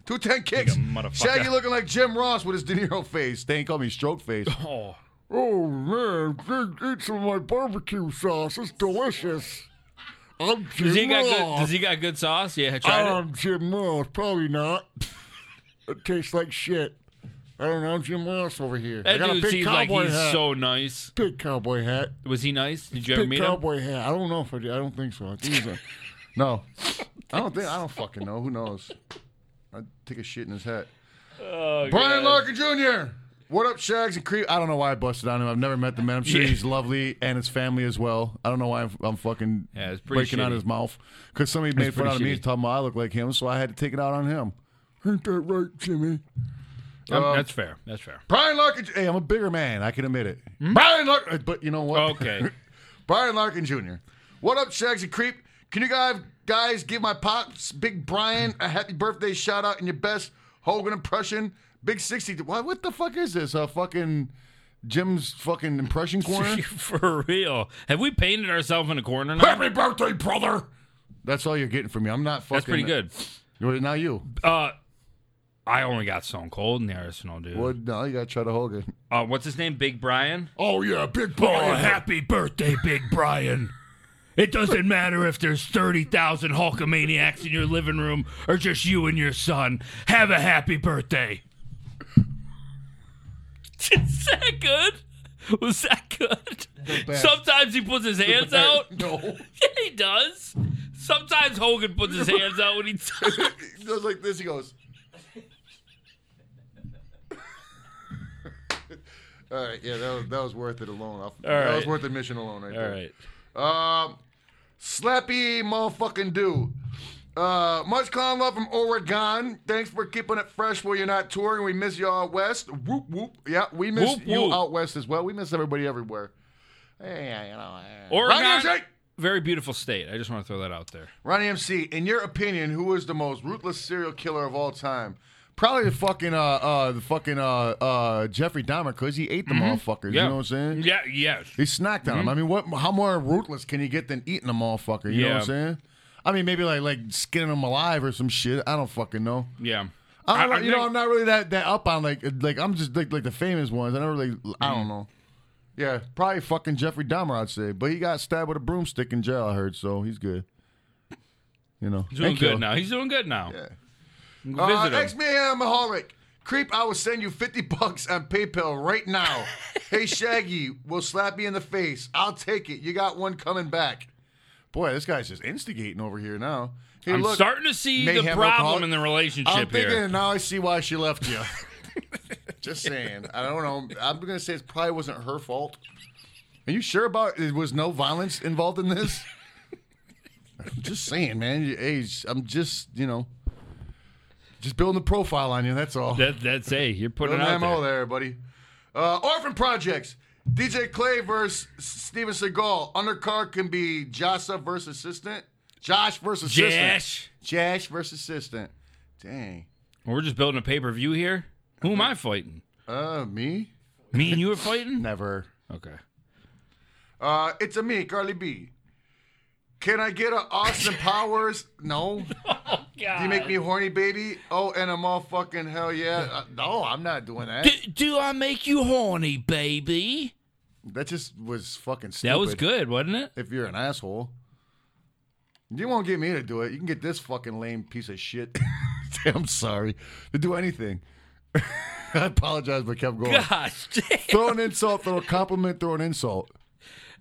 [SPEAKER 2] two ten kicks.
[SPEAKER 1] Like a motherfucker.
[SPEAKER 2] Shaggy looking like Jim Ross with his De Niro face. They ain't call me stroke face.
[SPEAKER 1] Oh,
[SPEAKER 2] oh man, eat some of my barbecue sauce. It's delicious. I'm Jim
[SPEAKER 1] does he got good? Does he got good sauce? Yeah, try it.
[SPEAKER 2] I'm Jim Ross. Probably not. It tastes like shit. I don't know. I'm Jim Ross over here. I
[SPEAKER 1] That
[SPEAKER 2] got a
[SPEAKER 1] dude
[SPEAKER 2] big
[SPEAKER 1] seems like
[SPEAKER 2] cowboy
[SPEAKER 1] he's
[SPEAKER 2] hat.
[SPEAKER 1] so nice.
[SPEAKER 2] big cowboy hat.
[SPEAKER 1] Was he nice? Did you ever
[SPEAKER 2] Big
[SPEAKER 1] meet him?
[SPEAKER 2] cowboy hat. I don't know if I did. I don't think so. I think he's a, no. I don't think. I don't fucking know. Who knows? I take a shit in his hat.
[SPEAKER 1] Oh,
[SPEAKER 2] Brian
[SPEAKER 1] God.
[SPEAKER 2] Larkin Jr. What up, Shags and Creep? I don't know why I busted on him. I've never met the man. I'm sure
[SPEAKER 1] Yeah.
[SPEAKER 2] he's lovely and his family as well. I don't know why I'm, I'm fucking
[SPEAKER 1] Yeah, it's pretty
[SPEAKER 2] breaking out
[SPEAKER 1] shitty.
[SPEAKER 2] his mouth because somebody made fun
[SPEAKER 1] pretty
[SPEAKER 2] out of me
[SPEAKER 1] shitty.
[SPEAKER 2] talking about I look like him, so I had to take it out on him. Ain't that right, Jimmy?
[SPEAKER 1] Um, that's fair. That's fair.
[SPEAKER 2] Brian Larkin. Hey, I'm a bigger man. I can admit it. Brian Larkin. But you know what?
[SPEAKER 1] Hmm? Okay.
[SPEAKER 2] Brian Larkin Jr. What up, Shags and Creep? Can you guys guys give my pops, Big Brian, a happy birthday shout out and your best Hogan impression? Big 60. What, what the fuck is this? A fucking Jim's fucking impression corner?
[SPEAKER 1] For real. Have we painted ourselves in a corner now?
[SPEAKER 2] happy birthday, brother! That's all you're getting from me. I'm not fucking.
[SPEAKER 1] That's pretty good.
[SPEAKER 2] Well, Now you.
[SPEAKER 1] Uh, I only got Stone Cold in the Arsenal, dude.
[SPEAKER 2] Well, now you gotta try the Hogan.
[SPEAKER 1] Uh, what's his name? Big Brian.
[SPEAKER 2] Oh, yeah, Big Brian.
[SPEAKER 1] happy birthday, Big Brian! It doesn't matter if there's 30,000 Hulkamaniacs in your living room or just you and your son. Have a happy birthday. Is that good? Was that good?
[SPEAKER 2] best.
[SPEAKER 1] Sometimes he puts his hands out.
[SPEAKER 2] No.
[SPEAKER 1] Yeah, he does. Sometimes Hogan puts his hands out when he talks.
[SPEAKER 2] He goes like this. He goes. All right, yeah, that was, that was worth it alone. I'll- that was
[SPEAKER 1] right.
[SPEAKER 2] worth the mission alone, right there.
[SPEAKER 1] right.
[SPEAKER 2] Um, slappy motherfucking do. Uh, much calm love from Oregon. Thanks for keeping it fresh while you're not touring. We miss you out west. Whoop whoop. Yeah, we miss
[SPEAKER 1] Whoop,
[SPEAKER 2] you
[SPEAKER 1] whoop.
[SPEAKER 2] out west as well. We miss everybody everywhere. Yeah, you know. yeah.
[SPEAKER 1] Oregon,
[SPEAKER 2] Ronnie MC.
[SPEAKER 1] very beautiful state. I just want to throw that out there.
[SPEAKER 2] Ronnie MC. In your opinion, who is the most ruthless serial killer of all time? Probably the fucking uh uh the fucking uh uh Jeffrey Dahmer because he ate the motherfuckers.
[SPEAKER 1] Mm-hmm. Yeah.
[SPEAKER 2] You know what I'm saying?
[SPEAKER 1] Yeah, yes.
[SPEAKER 2] He snacked on
[SPEAKER 1] Mm-hmm.
[SPEAKER 2] him. I mean, what? How more ruthless can you get than eating a motherfucker? You know what
[SPEAKER 1] Yeah.
[SPEAKER 2] I'm saying? I mean, maybe like like skinning them alive or some shit. I don't fucking know.
[SPEAKER 1] Yeah.
[SPEAKER 2] I don't
[SPEAKER 1] I-
[SPEAKER 2] know.
[SPEAKER 1] I
[SPEAKER 2] You know,
[SPEAKER 1] think-
[SPEAKER 2] I'm not really that that up on like like I'm just like like the famous ones. I never really. I
[SPEAKER 1] Mm-hmm.
[SPEAKER 2] don't know. Yeah, probably fucking Jeffrey Dahmer, I'd say. But he got stabbed with a broomstick in jail. I heard, so he's good. You know,
[SPEAKER 1] He's doing
[SPEAKER 2] And
[SPEAKER 1] good
[SPEAKER 2] killed.
[SPEAKER 1] now. He's doing good now.
[SPEAKER 2] Yeah.
[SPEAKER 1] Visit
[SPEAKER 2] Uh,
[SPEAKER 1] him.
[SPEAKER 2] X Maholic. Creep, I will send you 50 bucks on PayPal right now. hey, Shaggy, will slap me in the face. I'll take it. You got one coming back. Boy, this guy's just instigating over here now. Hey,
[SPEAKER 1] I'm
[SPEAKER 2] look,
[SPEAKER 1] starting to see the
[SPEAKER 2] Mayhem
[SPEAKER 1] problem
[SPEAKER 2] alcoholic.
[SPEAKER 1] in the relationship
[SPEAKER 2] I'm thinking
[SPEAKER 1] here.
[SPEAKER 2] now I see why she left you. just saying. I don't know. I'm going to say it probably wasn't her fault. Are you sure about it? Was no violence involved in this? I'm just saying, man. You- Hey, I'm just, you know, just building the profile on you. That's all.
[SPEAKER 1] That, that's hey, you're putting
[SPEAKER 2] Put
[SPEAKER 1] it
[SPEAKER 2] an
[SPEAKER 1] out
[SPEAKER 2] ammo
[SPEAKER 1] there.
[SPEAKER 2] there, buddy. Uh, Orphan Projects. DJ Clay versus Steven Seagal. Undercard can be Jassa versus assistant. Josh versus assistant.
[SPEAKER 1] Jash.
[SPEAKER 2] Josh versus assistant. Dang.
[SPEAKER 1] We're just building a pay per view here. Who am I fighting?
[SPEAKER 2] Uh, me?
[SPEAKER 1] Me and you are fighting?
[SPEAKER 2] Never.
[SPEAKER 1] Okay.
[SPEAKER 2] Uh, it's a me, Carly B. Can I get a Austin Powers? No.
[SPEAKER 1] Oh, God.
[SPEAKER 2] You make me horny, baby. Oh, and a motherfucking hell yeah. Uh, no, I'm not doing that.
[SPEAKER 1] do, do I make you horny, baby?
[SPEAKER 2] That just was fucking stupid.
[SPEAKER 1] That was good, wasn't it?
[SPEAKER 2] if you're an asshole. You won't get me to do it. You can get this fucking lame piece of shit. I'm sorry to do anything. I apologize, but kept going.
[SPEAKER 1] Gosh, damn.
[SPEAKER 2] Throw an insult, throw a compliment, throw an insult.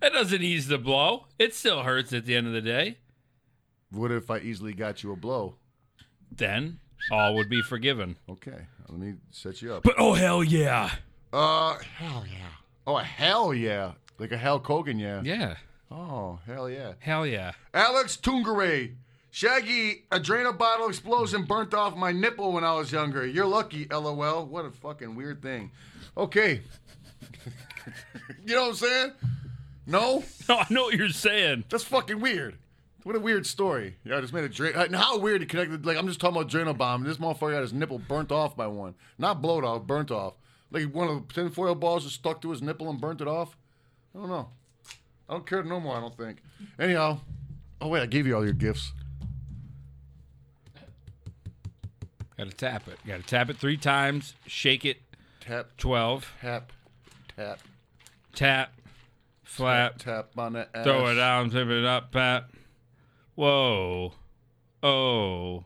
[SPEAKER 1] that doesn't ease the blow. It still hurts at the end of the day.
[SPEAKER 2] What if I easily got you a blow?
[SPEAKER 1] Then all would be forgiven.
[SPEAKER 2] Okay, uh, let me set you up.
[SPEAKER 1] But oh hell yeah,
[SPEAKER 2] Uh, hell yeah. Oh, a hell yeah. Like a Hal Kogan, yeah.
[SPEAKER 1] yeah,
[SPEAKER 2] Oh, hell yeah.
[SPEAKER 1] hell yeah.
[SPEAKER 2] Alex Tungare. Shaggy, adrenal bottle explosion burnt off my nipple when I was younger. You're lucky, lol. What a fucking weird thing. Okay. you know what I'm saying? No?
[SPEAKER 1] No, I know what you're saying.
[SPEAKER 2] That's fucking weird. What a weird story. Yeah, I just made a drain. And how weird to connect. Like, I'm just talking about adrenal bomb. This motherfucker got his nipple burnt off by one. Not blowed off, burnt off. Like one of the tinfoil balls just stuck to his nipple and burnt it off. I don't know. I don't care no more, I don't think. Anyhow. Oh, wait, I gave you all your gifts.
[SPEAKER 1] Got to tap it. Got to tap it three times. Shake it.
[SPEAKER 2] Tap,
[SPEAKER 1] Twelve.
[SPEAKER 2] tap, tap,
[SPEAKER 1] Tap. Flap.
[SPEAKER 2] tap on that ass.
[SPEAKER 1] Throw it down. Tip it up. Pat. Whoa. Oh.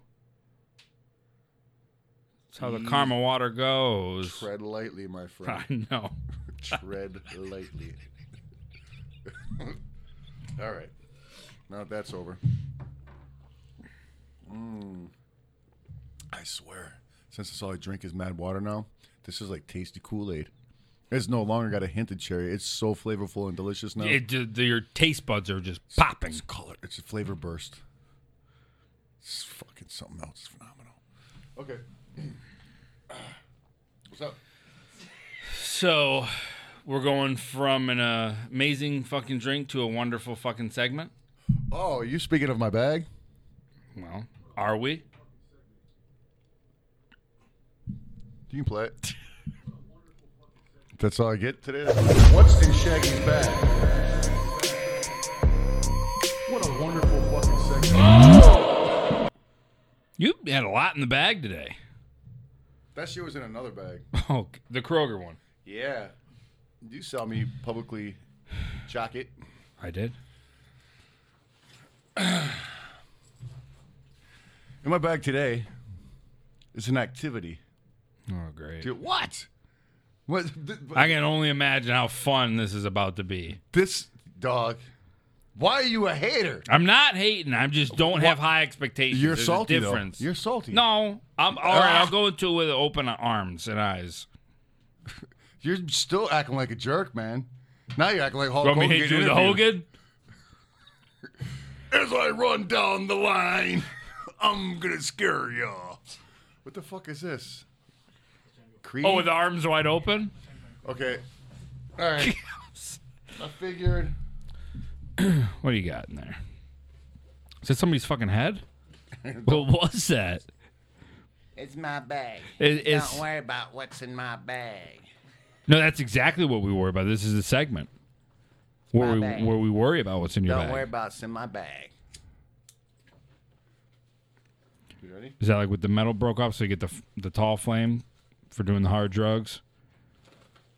[SPEAKER 1] That's how the karma water goes.
[SPEAKER 2] Tread lightly, my friend.
[SPEAKER 1] I know.
[SPEAKER 2] Tread lightly. all right. Now that that's over. Mm. I swear, since this all I drink is mad water now, this is like tasty Kool Aid. It's no longer got a hint of cherry. It's so flavorful and delicious now.
[SPEAKER 1] It, ju- your taste buds are just popping.
[SPEAKER 2] It's color. It's a flavor burst. It's fucking something else. It's phenomenal. Okay. What's up?
[SPEAKER 1] So, we're going from an uh, amazing fucking drink to a wonderful fucking segment.
[SPEAKER 2] Oh, you speaking of my bag?
[SPEAKER 1] Well, are we?
[SPEAKER 2] You can play it. That's all I get today. What's in Shaggy's bag? What a wonderful fucking segment.
[SPEAKER 1] You had a lot in the bag today.
[SPEAKER 2] That shit was in another bag.
[SPEAKER 1] Oh, the Kroger one.
[SPEAKER 2] Yeah. You saw me publicly jock it.
[SPEAKER 1] I did.
[SPEAKER 2] In my bag today is an activity.
[SPEAKER 1] Oh, great.
[SPEAKER 2] Dude, what? What? th-
[SPEAKER 1] I can only imagine how fun this is about to be.
[SPEAKER 2] this dog. Why are you a hater?
[SPEAKER 1] I'm not hating. I just don't have high expectations.
[SPEAKER 2] You're
[SPEAKER 1] There's
[SPEAKER 2] salty.
[SPEAKER 1] A
[SPEAKER 2] though.
[SPEAKER 1] difference.
[SPEAKER 2] You're salty.
[SPEAKER 1] No, I'm all right.
[SPEAKER 2] Ah.
[SPEAKER 1] I'll go into it with open arms and eyes.
[SPEAKER 2] You're still acting like a jerk, man. Now you're acting like Hulk
[SPEAKER 1] Want me
[SPEAKER 2] Hogan.
[SPEAKER 1] to hit you with the
[SPEAKER 2] interview.
[SPEAKER 1] Hogan?
[SPEAKER 2] As I run down the line, I'm gonna scare y'all. What the fuck is this? Creed.
[SPEAKER 1] Oh, with the arms wide open.
[SPEAKER 2] okay. All right. I figured.
[SPEAKER 1] What do you got in there? Is that somebody's fucking head? what was that?
[SPEAKER 4] It's my bag.
[SPEAKER 1] It- it's-
[SPEAKER 4] Don't worry about what's in my bag.
[SPEAKER 1] No, that's exactly what we worry about. This is the segment where
[SPEAKER 4] My
[SPEAKER 1] we
[SPEAKER 4] bag.
[SPEAKER 1] where we worry about what's in your
[SPEAKER 4] Don't
[SPEAKER 1] bag.
[SPEAKER 4] worry about what's in my bag.
[SPEAKER 2] You ready?
[SPEAKER 1] Is that like with the metal broke off so you get the f- the tall flame for doing the hard drugs?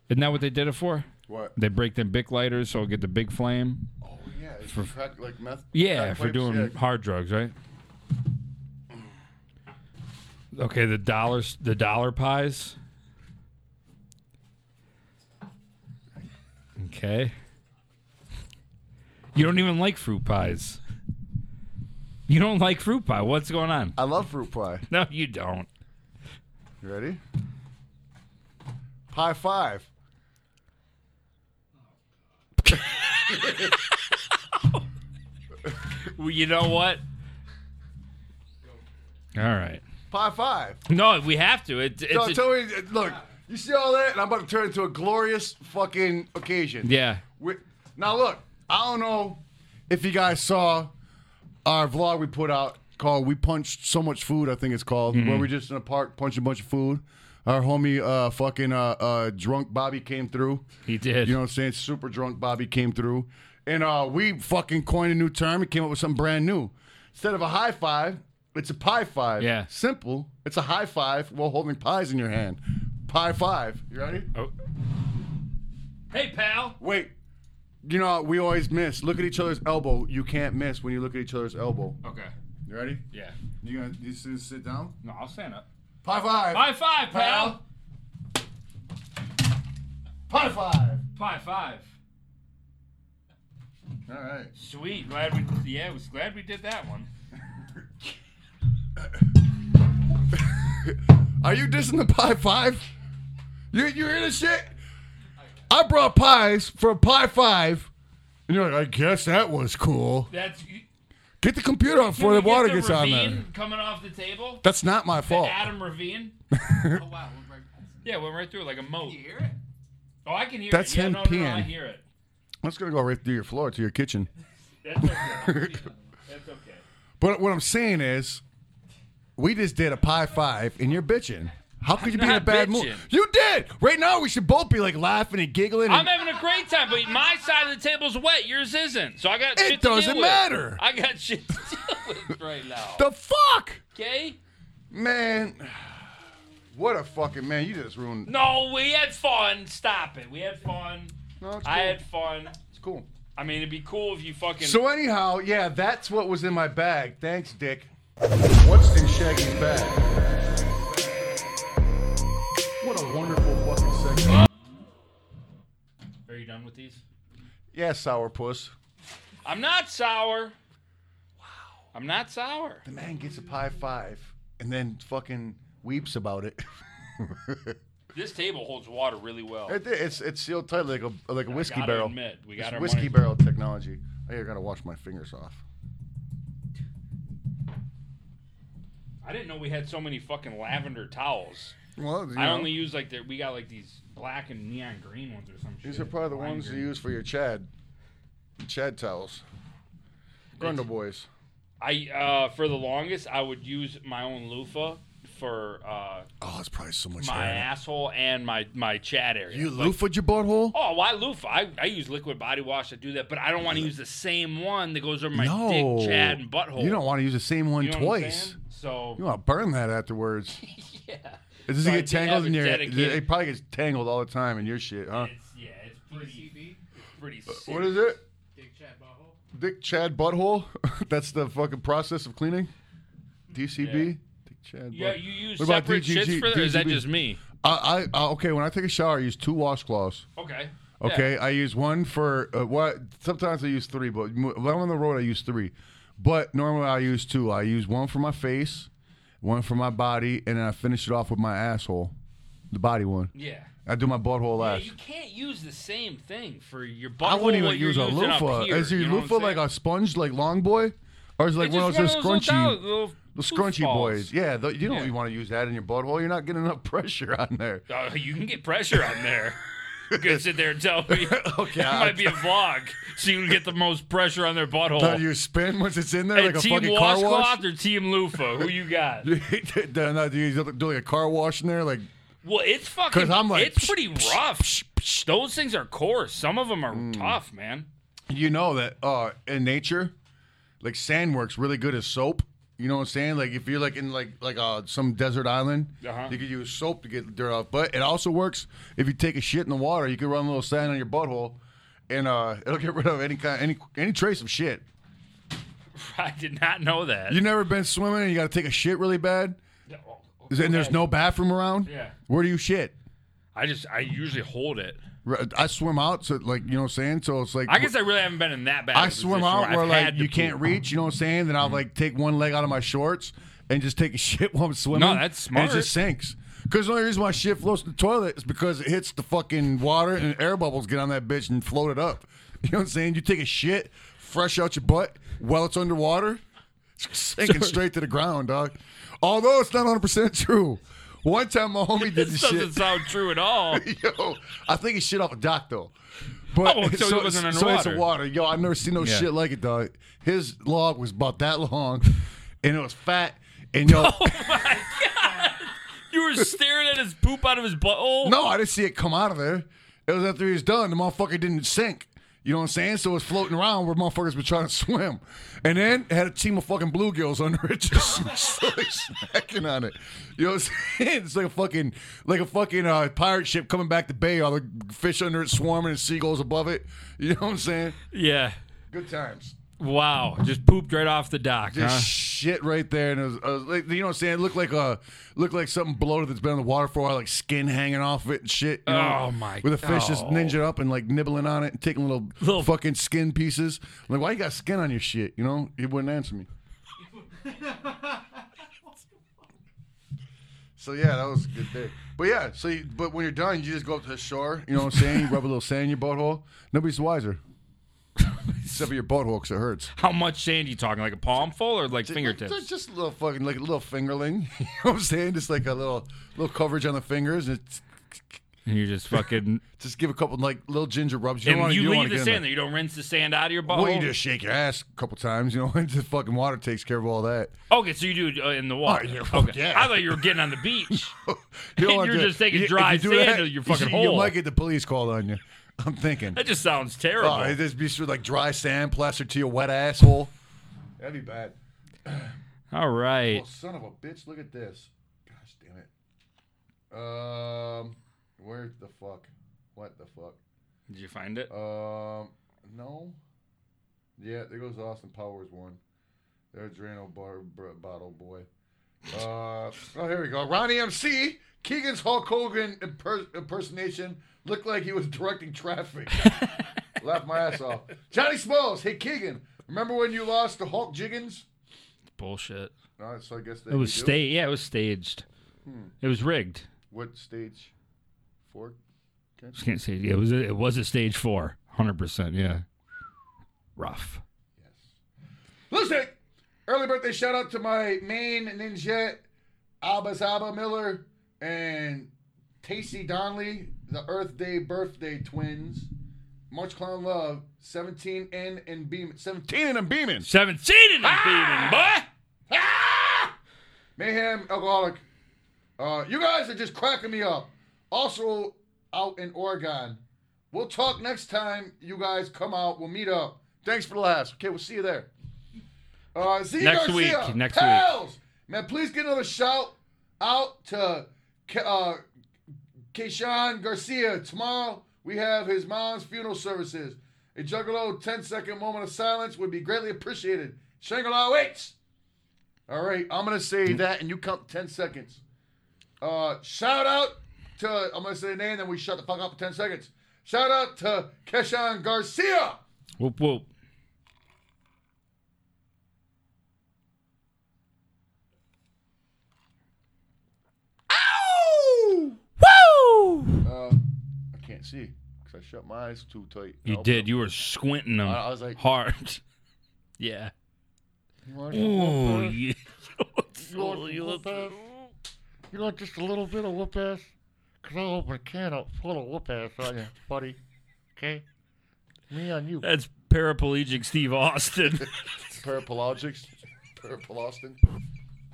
[SPEAKER 1] Isn't that what they did it for?
[SPEAKER 2] What?
[SPEAKER 1] They break them big lighters so it'll get the big flame.
[SPEAKER 2] Oh yeah, it's for crack, like meth.
[SPEAKER 1] Yeah,
[SPEAKER 2] crack
[SPEAKER 1] for
[SPEAKER 2] pipes,
[SPEAKER 1] doing
[SPEAKER 2] yeah.
[SPEAKER 1] hard drugs, right? Okay, the dollars, the dollar pies. Okay. You don't even like fruit pies. You don't like fruit pie. What's going on?
[SPEAKER 2] I love fruit pie.
[SPEAKER 1] No, you don't.
[SPEAKER 2] You ready? High five.
[SPEAKER 1] Well, you know what? All right.
[SPEAKER 2] High five.
[SPEAKER 1] No, we have to. It, it's
[SPEAKER 2] No,
[SPEAKER 1] a-
[SPEAKER 2] tell me. Look, you see all that, and I'm about to turn it into a glorious fucking occasion.
[SPEAKER 1] yeah.
[SPEAKER 2] We- now look, I don't know if you guys saw our vlog we put out called "We Punched So Much Food." I think it's called where we're just in a park punching a bunch of food. Our homie, uh, fucking uh, uh, drunk Bobby came through.
[SPEAKER 1] He did.
[SPEAKER 2] You know what I'm saying? Super drunk Bobby came through, and uh, we fucking coined a new term. and came up with something brand new. Instead of a high five, it's a pie five.
[SPEAKER 1] Yeah.
[SPEAKER 2] Simple. It's a high five while holding pies in your hand. Pie five. You ready?
[SPEAKER 1] Oh. Hey, pal.
[SPEAKER 2] Wait. You know we always miss. Look at each other's elbow. You can't miss when you look at each other's elbow.
[SPEAKER 1] Okay.
[SPEAKER 2] You ready?
[SPEAKER 1] Yeah.
[SPEAKER 2] You gonna you sit, sit down?
[SPEAKER 1] No, I'll stand up.
[SPEAKER 2] Pie five.
[SPEAKER 1] High five, pal.
[SPEAKER 2] Pie five.
[SPEAKER 1] High five.
[SPEAKER 2] All right.
[SPEAKER 1] Sweet. Glad we. Yeah, was glad we did that one.
[SPEAKER 2] Are you dissing the pie five? You you hear this shit? I brought pies for a pie five. And you're like, I guess that was cool.
[SPEAKER 1] That's.
[SPEAKER 2] Get the computer up before
[SPEAKER 1] Can we
[SPEAKER 2] the
[SPEAKER 1] get
[SPEAKER 2] water
[SPEAKER 1] the
[SPEAKER 2] gets on
[SPEAKER 1] ravine
[SPEAKER 2] there.
[SPEAKER 1] Coming off the table.
[SPEAKER 2] That's not my fault.
[SPEAKER 1] Adam Ravine.
[SPEAKER 5] Oh wow, we're right past it.
[SPEAKER 1] Yeah, went right through it like a moat.
[SPEAKER 5] You hear it?
[SPEAKER 1] Oh, I can hear
[SPEAKER 2] That's
[SPEAKER 1] it. Yeah,
[SPEAKER 2] him
[SPEAKER 1] no, no, no, I
[SPEAKER 2] peeing.
[SPEAKER 1] hear it.
[SPEAKER 2] That's gonna go right through your floor to your kitchen.
[SPEAKER 1] That's okay. That's okay.
[SPEAKER 2] But what I'm saying is, we just did a pie five, and you're bitching. How could you be in a
[SPEAKER 1] not
[SPEAKER 2] bad mood?
[SPEAKER 1] bitching.
[SPEAKER 2] You did. Right now, we should both be like laughing and giggling.
[SPEAKER 1] I'm
[SPEAKER 2] And
[SPEAKER 1] having a great time, but my side of the table's wet. Yours isn't. So I got.
[SPEAKER 2] It
[SPEAKER 1] shit to deal
[SPEAKER 2] doesn't
[SPEAKER 1] with.
[SPEAKER 2] matter.
[SPEAKER 1] I got shit to deal with right now.
[SPEAKER 2] the fuck,
[SPEAKER 1] Okay.
[SPEAKER 2] man. What a fucking man! You just ruined.
[SPEAKER 1] No, we had fun. Stop it. We had fun.
[SPEAKER 2] No, it's cool.
[SPEAKER 1] I had fun.
[SPEAKER 2] it's cool.
[SPEAKER 1] I mean, it'd be cool if you fucking.
[SPEAKER 2] So anyhow, yeah, that's what was in my bag. Thanks, Dick. What's in Shaggy's bag? What a wonderful fucking segment.
[SPEAKER 1] Are you done with these?
[SPEAKER 2] Yeah, sourpuss.
[SPEAKER 1] I'm not sour. Wow. I'm not sour.
[SPEAKER 2] The man gets a pie five and then fucking weeps about it.
[SPEAKER 1] This table holds water really well.
[SPEAKER 2] It- it's it's sealed tight like a like a whiskey
[SPEAKER 1] gotta
[SPEAKER 2] barrel.
[SPEAKER 1] admit, we
[SPEAKER 2] It's
[SPEAKER 1] got our
[SPEAKER 2] whiskey
[SPEAKER 1] money-
[SPEAKER 2] barrel technology. I gotta wash my fingers off.
[SPEAKER 1] I didn't know we had so many fucking lavender towels.
[SPEAKER 2] Well, you
[SPEAKER 1] I
[SPEAKER 2] know,
[SPEAKER 1] only use like the we got like these black and neon green ones or some shit.
[SPEAKER 2] these are probably the
[SPEAKER 1] Lime
[SPEAKER 2] ones you
[SPEAKER 1] green.
[SPEAKER 2] use for your Chad, Chad towels. Grundle boys.
[SPEAKER 1] I uh, for the longest I would use my own loofah for uh,
[SPEAKER 2] Oh, it's probably so much.
[SPEAKER 1] my
[SPEAKER 2] hair.
[SPEAKER 1] asshole and my my chat area.
[SPEAKER 2] You
[SPEAKER 1] Like,
[SPEAKER 2] loofahed your butthole?
[SPEAKER 1] Oh, why loofah? I, I use liquid body wash to do that, but I don't want to use the same one that goes over my
[SPEAKER 2] no,
[SPEAKER 1] dick, chad, and butthole.
[SPEAKER 2] You don't want to use the same one
[SPEAKER 1] You know what I'm
[SPEAKER 2] twice.
[SPEAKER 1] saying? So
[SPEAKER 2] You want to burn that afterwards.
[SPEAKER 1] yeah.
[SPEAKER 2] Does
[SPEAKER 1] So
[SPEAKER 2] it
[SPEAKER 1] I
[SPEAKER 2] get
[SPEAKER 1] did have
[SPEAKER 2] tangled in
[SPEAKER 1] it
[SPEAKER 2] your?
[SPEAKER 1] dedicated.
[SPEAKER 2] It probably gets tangled all the time in your shit, huh?
[SPEAKER 1] It's yeah, it's pretty,
[SPEAKER 5] PCB,
[SPEAKER 1] pretty sick.
[SPEAKER 2] Uh, What is it?
[SPEAKER 5] Dick Chat Butthole.
[SPEAKER 2] Dick Chad Butthole? That's the fucking process of cleaning? DCB?
[SPEAKER 1] Yeah.
[SPEAKER 2] Dick Chad
[SPEAKER 1] Yeah,
[SPEAKER 2] Butt-
[SPEAKER 1] you use
[SPEAKER 2] What about
[SPEAKER 1] separate
[SPEAKER 2] DGG?
[SPEAKER 1] shits for that? Or is that
[SPEAKER 2] DGB?
[SPEAKER 1] just me?
[SPEAKER 2] I, I, uh, okay, when I take a shower, I use two washcloths.
[SPEAKER 1] Okay. Yeah.
[SPEAKER 2] Okay, I use one for uh, what? Sometimes I use three, but m- when I'm on the road, I use three. But normally I use two. I use one for my face, one for my body, and then I finish it off with my asshole, the body one.
[SPEAKER 1] Yeah.
[SPEAKER 2] I do my butthole
[SPEAKER 1] Yeah,
[SPEAKER 2] last.
[SPEAKER 1] you can't use the same thing for your butthole.
[SPEAKER 2] I wouldn't
[SPEAKER 1] what
[SPEAKER 2] even
[SPEAKER 1] you're
[SPEAKER 2] use a
[SPEAKER 1] using up
[SPEAKER 2] loofah.
[SPEAKER 1] Here,
[SPEAKER 2] Is your
[SPEAKER 1] you know what I'm
[SPEAKER 2] loofah like
[SPEAKER 1] saying?
[SPEAKER 2] a sponge, like long boy, or is it like
[SPEAKER 1] It's
[SPEAKER 2] one of
[SPEAKER 1] just
[SPEAKER 2] those
[SPEAKER 1] one
[SPEAKER 2] scrunchy?
[SPEAKER 1] of those little,
[SPEAKER 2] The scrunchy boys, yeah. tho- you don't
[SPEAKER 1] Yeah.
[SPEAKER 2] want to use that in your butthole. You're not getting enough pressure on there.
[SPEAKER 1] Uh, you can get pressure on there. You can sit there and tell me.
[SPEAKER 2] Okay,
[SPEAKER 1] that
[SPEAKER 2] I-
[SPEAKER 1] might be a vlog, so you can get the most pressure on their
[SPEAKER 2] Now
[SPEAKER 1] butthole.
[SPEAKER 2] do you spin once it's in there
[SPEAKER 1] Hey,
[SPEAKER 2] like a
[SPEAKER 1] Oh. team
[SPEAKER 2] fucking car wash.
[SPEAKER 1] washcloth or team loofah? Who you got?
[SPEAKER 2] no, uh, do you do like a car wash in there? Like
[SPEAKER 1] Well, it's fucking.
[SPEAKER 2] 'Cause I'm like,
[SPEAKER 1] it's pretty rough. Those things are coarse. Some of them are
[SPEAKER 2] Mm.
[SPEAKER 1] tough, man.
[SPEAKER 2] you know that uh, in nature, like sand works really good as soap. You know what I'm saying? Like if you're like in like like uh, some desert island,
[SPEAKER 1] Uh-huh.
[SPEAKER 2] you could use soap to get dirt off. But it also works if you take a shit in the water. You can run a little sand on your butthole, and uh, it'll get rid of any kind any any trace of shit.
[SPEAKER 1] I did not know that.
[SPEAKER 2] You never been swimming and you got to take a shit really bad,
[SPEAKER 1] Oh,
[SPEAKER 2] and there's
[SPEAKER 1] okay.
[SPEAKER 2] no bathroom around.
[SPEAKER 1] Yeah.
[SPEAKER 2] where do you shit?
[SPEAKER 1] I just I usually hold it.
[SPEAKER 2] R- I swim out, so like you know what I'm saying. So it's like
[SPEAKER 1] I guess I really haven't been in that bad. of
[SPEAKER 2] I
[SPEAKER 1] a
[SPEAKER 2] swim
[SPEAKER 1] position
[SPEAKER 2] out
[SPEAKER 1] I've
[SPEAKER 2] where
[SPEAKER 1] had
[SPEAKER 2] like
[SPEAKER 1] to
[SPEAKER 2] you can't
[SPEAKER 1] poop.
[SPEAKER 2] reach. You know what I'm saying? Then I'll like take one leg out of my shorts and just take a shit while I'm swimming.
[SPEAKER 1] No, that's
[SPEAKER 2] And it just sinks. Because the only reason my shit floats to the toilet is because it hits the fucking water and air bubbles get on that bitch and float it up. You know what I'm saying? You take a shit fresh out your butt while it's underwater, it's sinking straight to the ground, dog. Although it's not 100 percent true. One time my homie did
[SPEAKER 1] This
[SPEAKER 2] this
[SPEAKER 1] doesn't
[SPEAKER 2] shit.
[SPEAKER 1] sound true at all.
[SPEAKER 2] Yo, I think it's shit off a dock though. But
[SPEAKER 1] Oh, so it wasn't
[SPEAKER 2] so it's a
[SPEAKER 1] underwater.
[SPEAKER 2] water. Yo, I've never seen no
[SPEAKER 1] Yeah.
[SPEAKER 2] shit like it, dog. His log was about that long, and it was fat. And yo,
[SPEAKER 1] You were staring at his poop out of his butthole.
[SPEAKER 2] no, I didn't see it come out of there. It was after he was done. The motherfucker didn't sink. You know what I'm saying? So it was floating around where motherfuckers were trying to swim, and then it had a team of fucking bluegills under it just slowly snacking on it. You know what I'm saying? It's like a fucking like a fucking uh, pirate ship coming back to bay. All the fish under it swarming and seagulls above it. You know what I'm saying?
[SPEAKER 1] Yeah.
[SPEAKER 2] Good times.
[SPEAKER 1] Wow. Just pooped right off the dock.
[SPEAKER 2] Just
[SPEAKER 1] huh?
[SPEAKER 2] shit right there, and it was, I was like, you know what I'm saying? It looked like a looked like something bloated that's been in the water for a while, like skin hanging off of it and shit. you know?
[SPEAKER 1] Oh, my
[SPEAKER 2] With the fish just
[SPEAKER 1] God.
[SPEAKER 2] ninja up and like nibbling on it and taking little,
[SPEAKER 1] Little-
[SPEAKER 2] fucking skin pieces. I'm like, why you got skin on your shit? You know, he wouldn't answer me. So yeah, that was a good day. But yeah, so you, but when you're done, you just go up to the shore. You know what I'm saying? You rub a little sand in your butthole. Nobody's wiser, except for your butthole because it hurts.
[SPEAKER 1] How much sand you talking? Like a palmful or like fingertips?
[SPEAKER 2] Just, just a little fucking, like a little fingerling. You know what I'm saying? Just like a little, little coverage on the fingers, and it's,
[SPEAKER 1] and you just fucking.
[SPEAKER 2] just give a couple like little ginger rubs. You
[SPEAKER 1] and
[SPEAKER 2] don't want
[SPEAKER 1] you,
[SPEAKER 2] to
[SPEAKER 1] leave the sand there. You don't rinse the sand out of your butthole.
[SPEAKER 2] Well, you just shake your ass a couple times, you know, and the fucking water takes care of all that.
[SPEAKER 1] Okay, so you do it uh, in the water.
[SPEAKER 2] Oh, yeah, fuck
[SPEAKER 1] okay.
[SPEAKER 2] yeah.
[SPEAKER 1] I thought you were getting on the beach.
[SPEAKER 2] You
[SPEAKER 1] You're
[SPEAKER 2] wanna do-
[SPEAKER 1] just taking
[SPEAKER 2] you- if
[SPEAKER 1] dry
[SPEAKER 2] you do
[SPEAKER 1] sand
[SPEAKER 2] that,
[SPEAKER 1] to your fucking
[SPEAKER 2] you, You
[SPEAKER 1] hole.
[SPEAKER 2] might get the police called on you. I'm thinking.
[SPEAKER 1] that just sounds terrible.
[SPEAKER 2] Oh, it'd just be sort of like dry sand plastered to your wet asshole. That'd be bad.
[SPEAKER 1] All right.
[SPEAKER 2] Oh, son of a bitch! Look at this. Gosh damn it. Um, where the fuck? What the fuck?
[SPEAKER 1] Did you find it?
[SPEAKER 2] Um, no. Yeah, there goes Austin Powers one. Their Drano bar, br- bottle boy. Uh, oh, here we go. Ronnie MC Keegan's Hulk Hogan imper- impersonation looked like he was directing traffic. Laughed my ass off. Johnny Smalls, hey Keegan, remember when you lost to Hulk Jiggins?
[SPEAKER 1] Bullshit.
[SPEAKER 2] All right, so I guess that
[SPEAKER 1] It was
[SPEAKER 2] you Hmm. do.
[SPEAKER 1] staged. Yeah, it was staged. It was rigged.
[SPEAKER 2] What stage? Four.
[SPEAKER 1] Just can't say it was. A, it was a stage four. Hundred percent. Yeah. Rough.
[SPEAKER 2] Listen, early birthday shout out to my main ninja, Abba Zaba Miller and Tacey Donnelly, the Earth Day birthday twins. Much clown love, 17 in and beaming. 17 in and beaming.
[SPEAKER 1] Seventeen in the ah! boy.
[SPEAKER 2] Ah! Mayhem, alcoholic. Uh, you guys are just cracking me up. Also out in Oregon. We'll talk next time you guys come out. We'll meet up. Thanks for the last. Okay, we'll see you there. Uh, Z
[SPEAKER 1] Next
[SPEAKER 2] Garcia,
[SPEAKER 1] week, next week.
[SPEAKER 2] pals! Man, please get another shout out to Ke- uh, Keyshawn Garcia. Tomorrow we have his mom's funeral services. A Juggalo 10 second moment of silence would be greatly appreciated. Shangri-La waits. All right, I'm going to say
[SPEAKER 1] Mm.
[SPEAKER 2] that and you count 10 seconds. Uh, shout out to, I'm going to say the name, then we shut the fuck up for 10 seconds. Shout out to Keshawn Garcia.
[SPEAKER 1] Whoop whoop.
[SPEAKER 2] Uh, I can't see because I shut my eyes too tight.
[SPEAKER 1] You did. You were squinting them
[SPEAKER 2] I- I was like-
[SPEAKER 1] hard. yeah.
[SPEAKER 2] You
[SPEAKER 1] Ooh, Oh, yeah.
[SPEAKER 3] want some whoop ass? You want just a little bit of whoop ass? Because I'll open a can up full of whoop ass on you, buddy. Okay? Me on you.
[SPEAKER 1] That's paraplegic Steve Austin.
[SPEAKER 2] paraplegics. Parapelostin.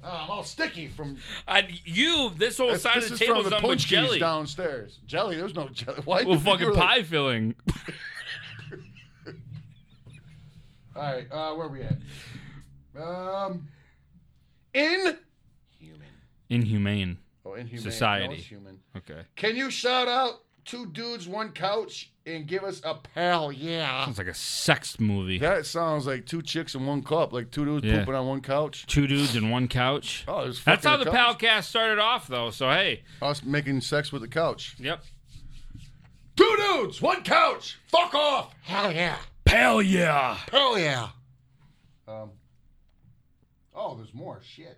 [SPEAKER 2] Ah, I'm all sticky from
[SPEAKER 1] I, you, this whole
[SPEAKER 2] That's-
[SPEAKER 1] side
[SPEAKER 2] this
[SPEAKER 1] of
[SPEAKER 2] is
[SPEAKER 1] the table
[SPEAKER 2] from
[SPEAKER 1] is
[SPEAKER 2] the
[SPEAKER 1] done with
[SPEAKER 2] punch
[SPEAKER 1] jelly.
[SPEAKER 2] keys downstairs. Jelly, there's no jelly. Why?
[SPEAKER 1] Well,
[SPEAKER 2] you
[SPEAKER 1] fucking
[SPEAKER 2] were
[SPEAKER 1] pie
[SPEAKER 2] like-
[SPEAKER 1] filling.
[SPEAKER 2] all right, uh, where we at? Um, in
[SPEAKER 4] Human.
[SPEAKER 1] Inhumane.
[SPEAKER 2] oh, inhumane.
[SPEAKER 1] Society.
[SPEAKER 2] No, it's human.
[SPEAKER 1] Okay.
[SPEAKER 2] Can you shout out two dudes, one couch, and give us a pal? Yeah.
[SPEAKER 1] Sounds like a sex movie.
[SPEAKER 2] That sounds like two chicks in one cup, like two dudes
[SPEAKER 1] Yeah.
[SPEAKER 2] pooping on one couch.
[SPEAKER 1] Two dudes and one couch.
[SPEAKER 2] Oh, there's
[SPEAKER 1] That's
[SPEAKER 2] fucking
[SPEAKER 1] how
[SPEAKER 2] a
[SPEAKER 1] the
[SPEAKER 2] couch.
[SPEAKER 1] Palcast started off, though. So hey,
[SPEAKER 2] Us making sex with the couch.
[SPEAKER 1] yep.
[SPEAKER 2] Two dudes, one couch. Fuck off.
[SPEAKER 3] Hell yeah.
[SPEAKER 1] Hell yeah.
[SPEAKER 2] Hell yeah. Um. Oh, there's more shit.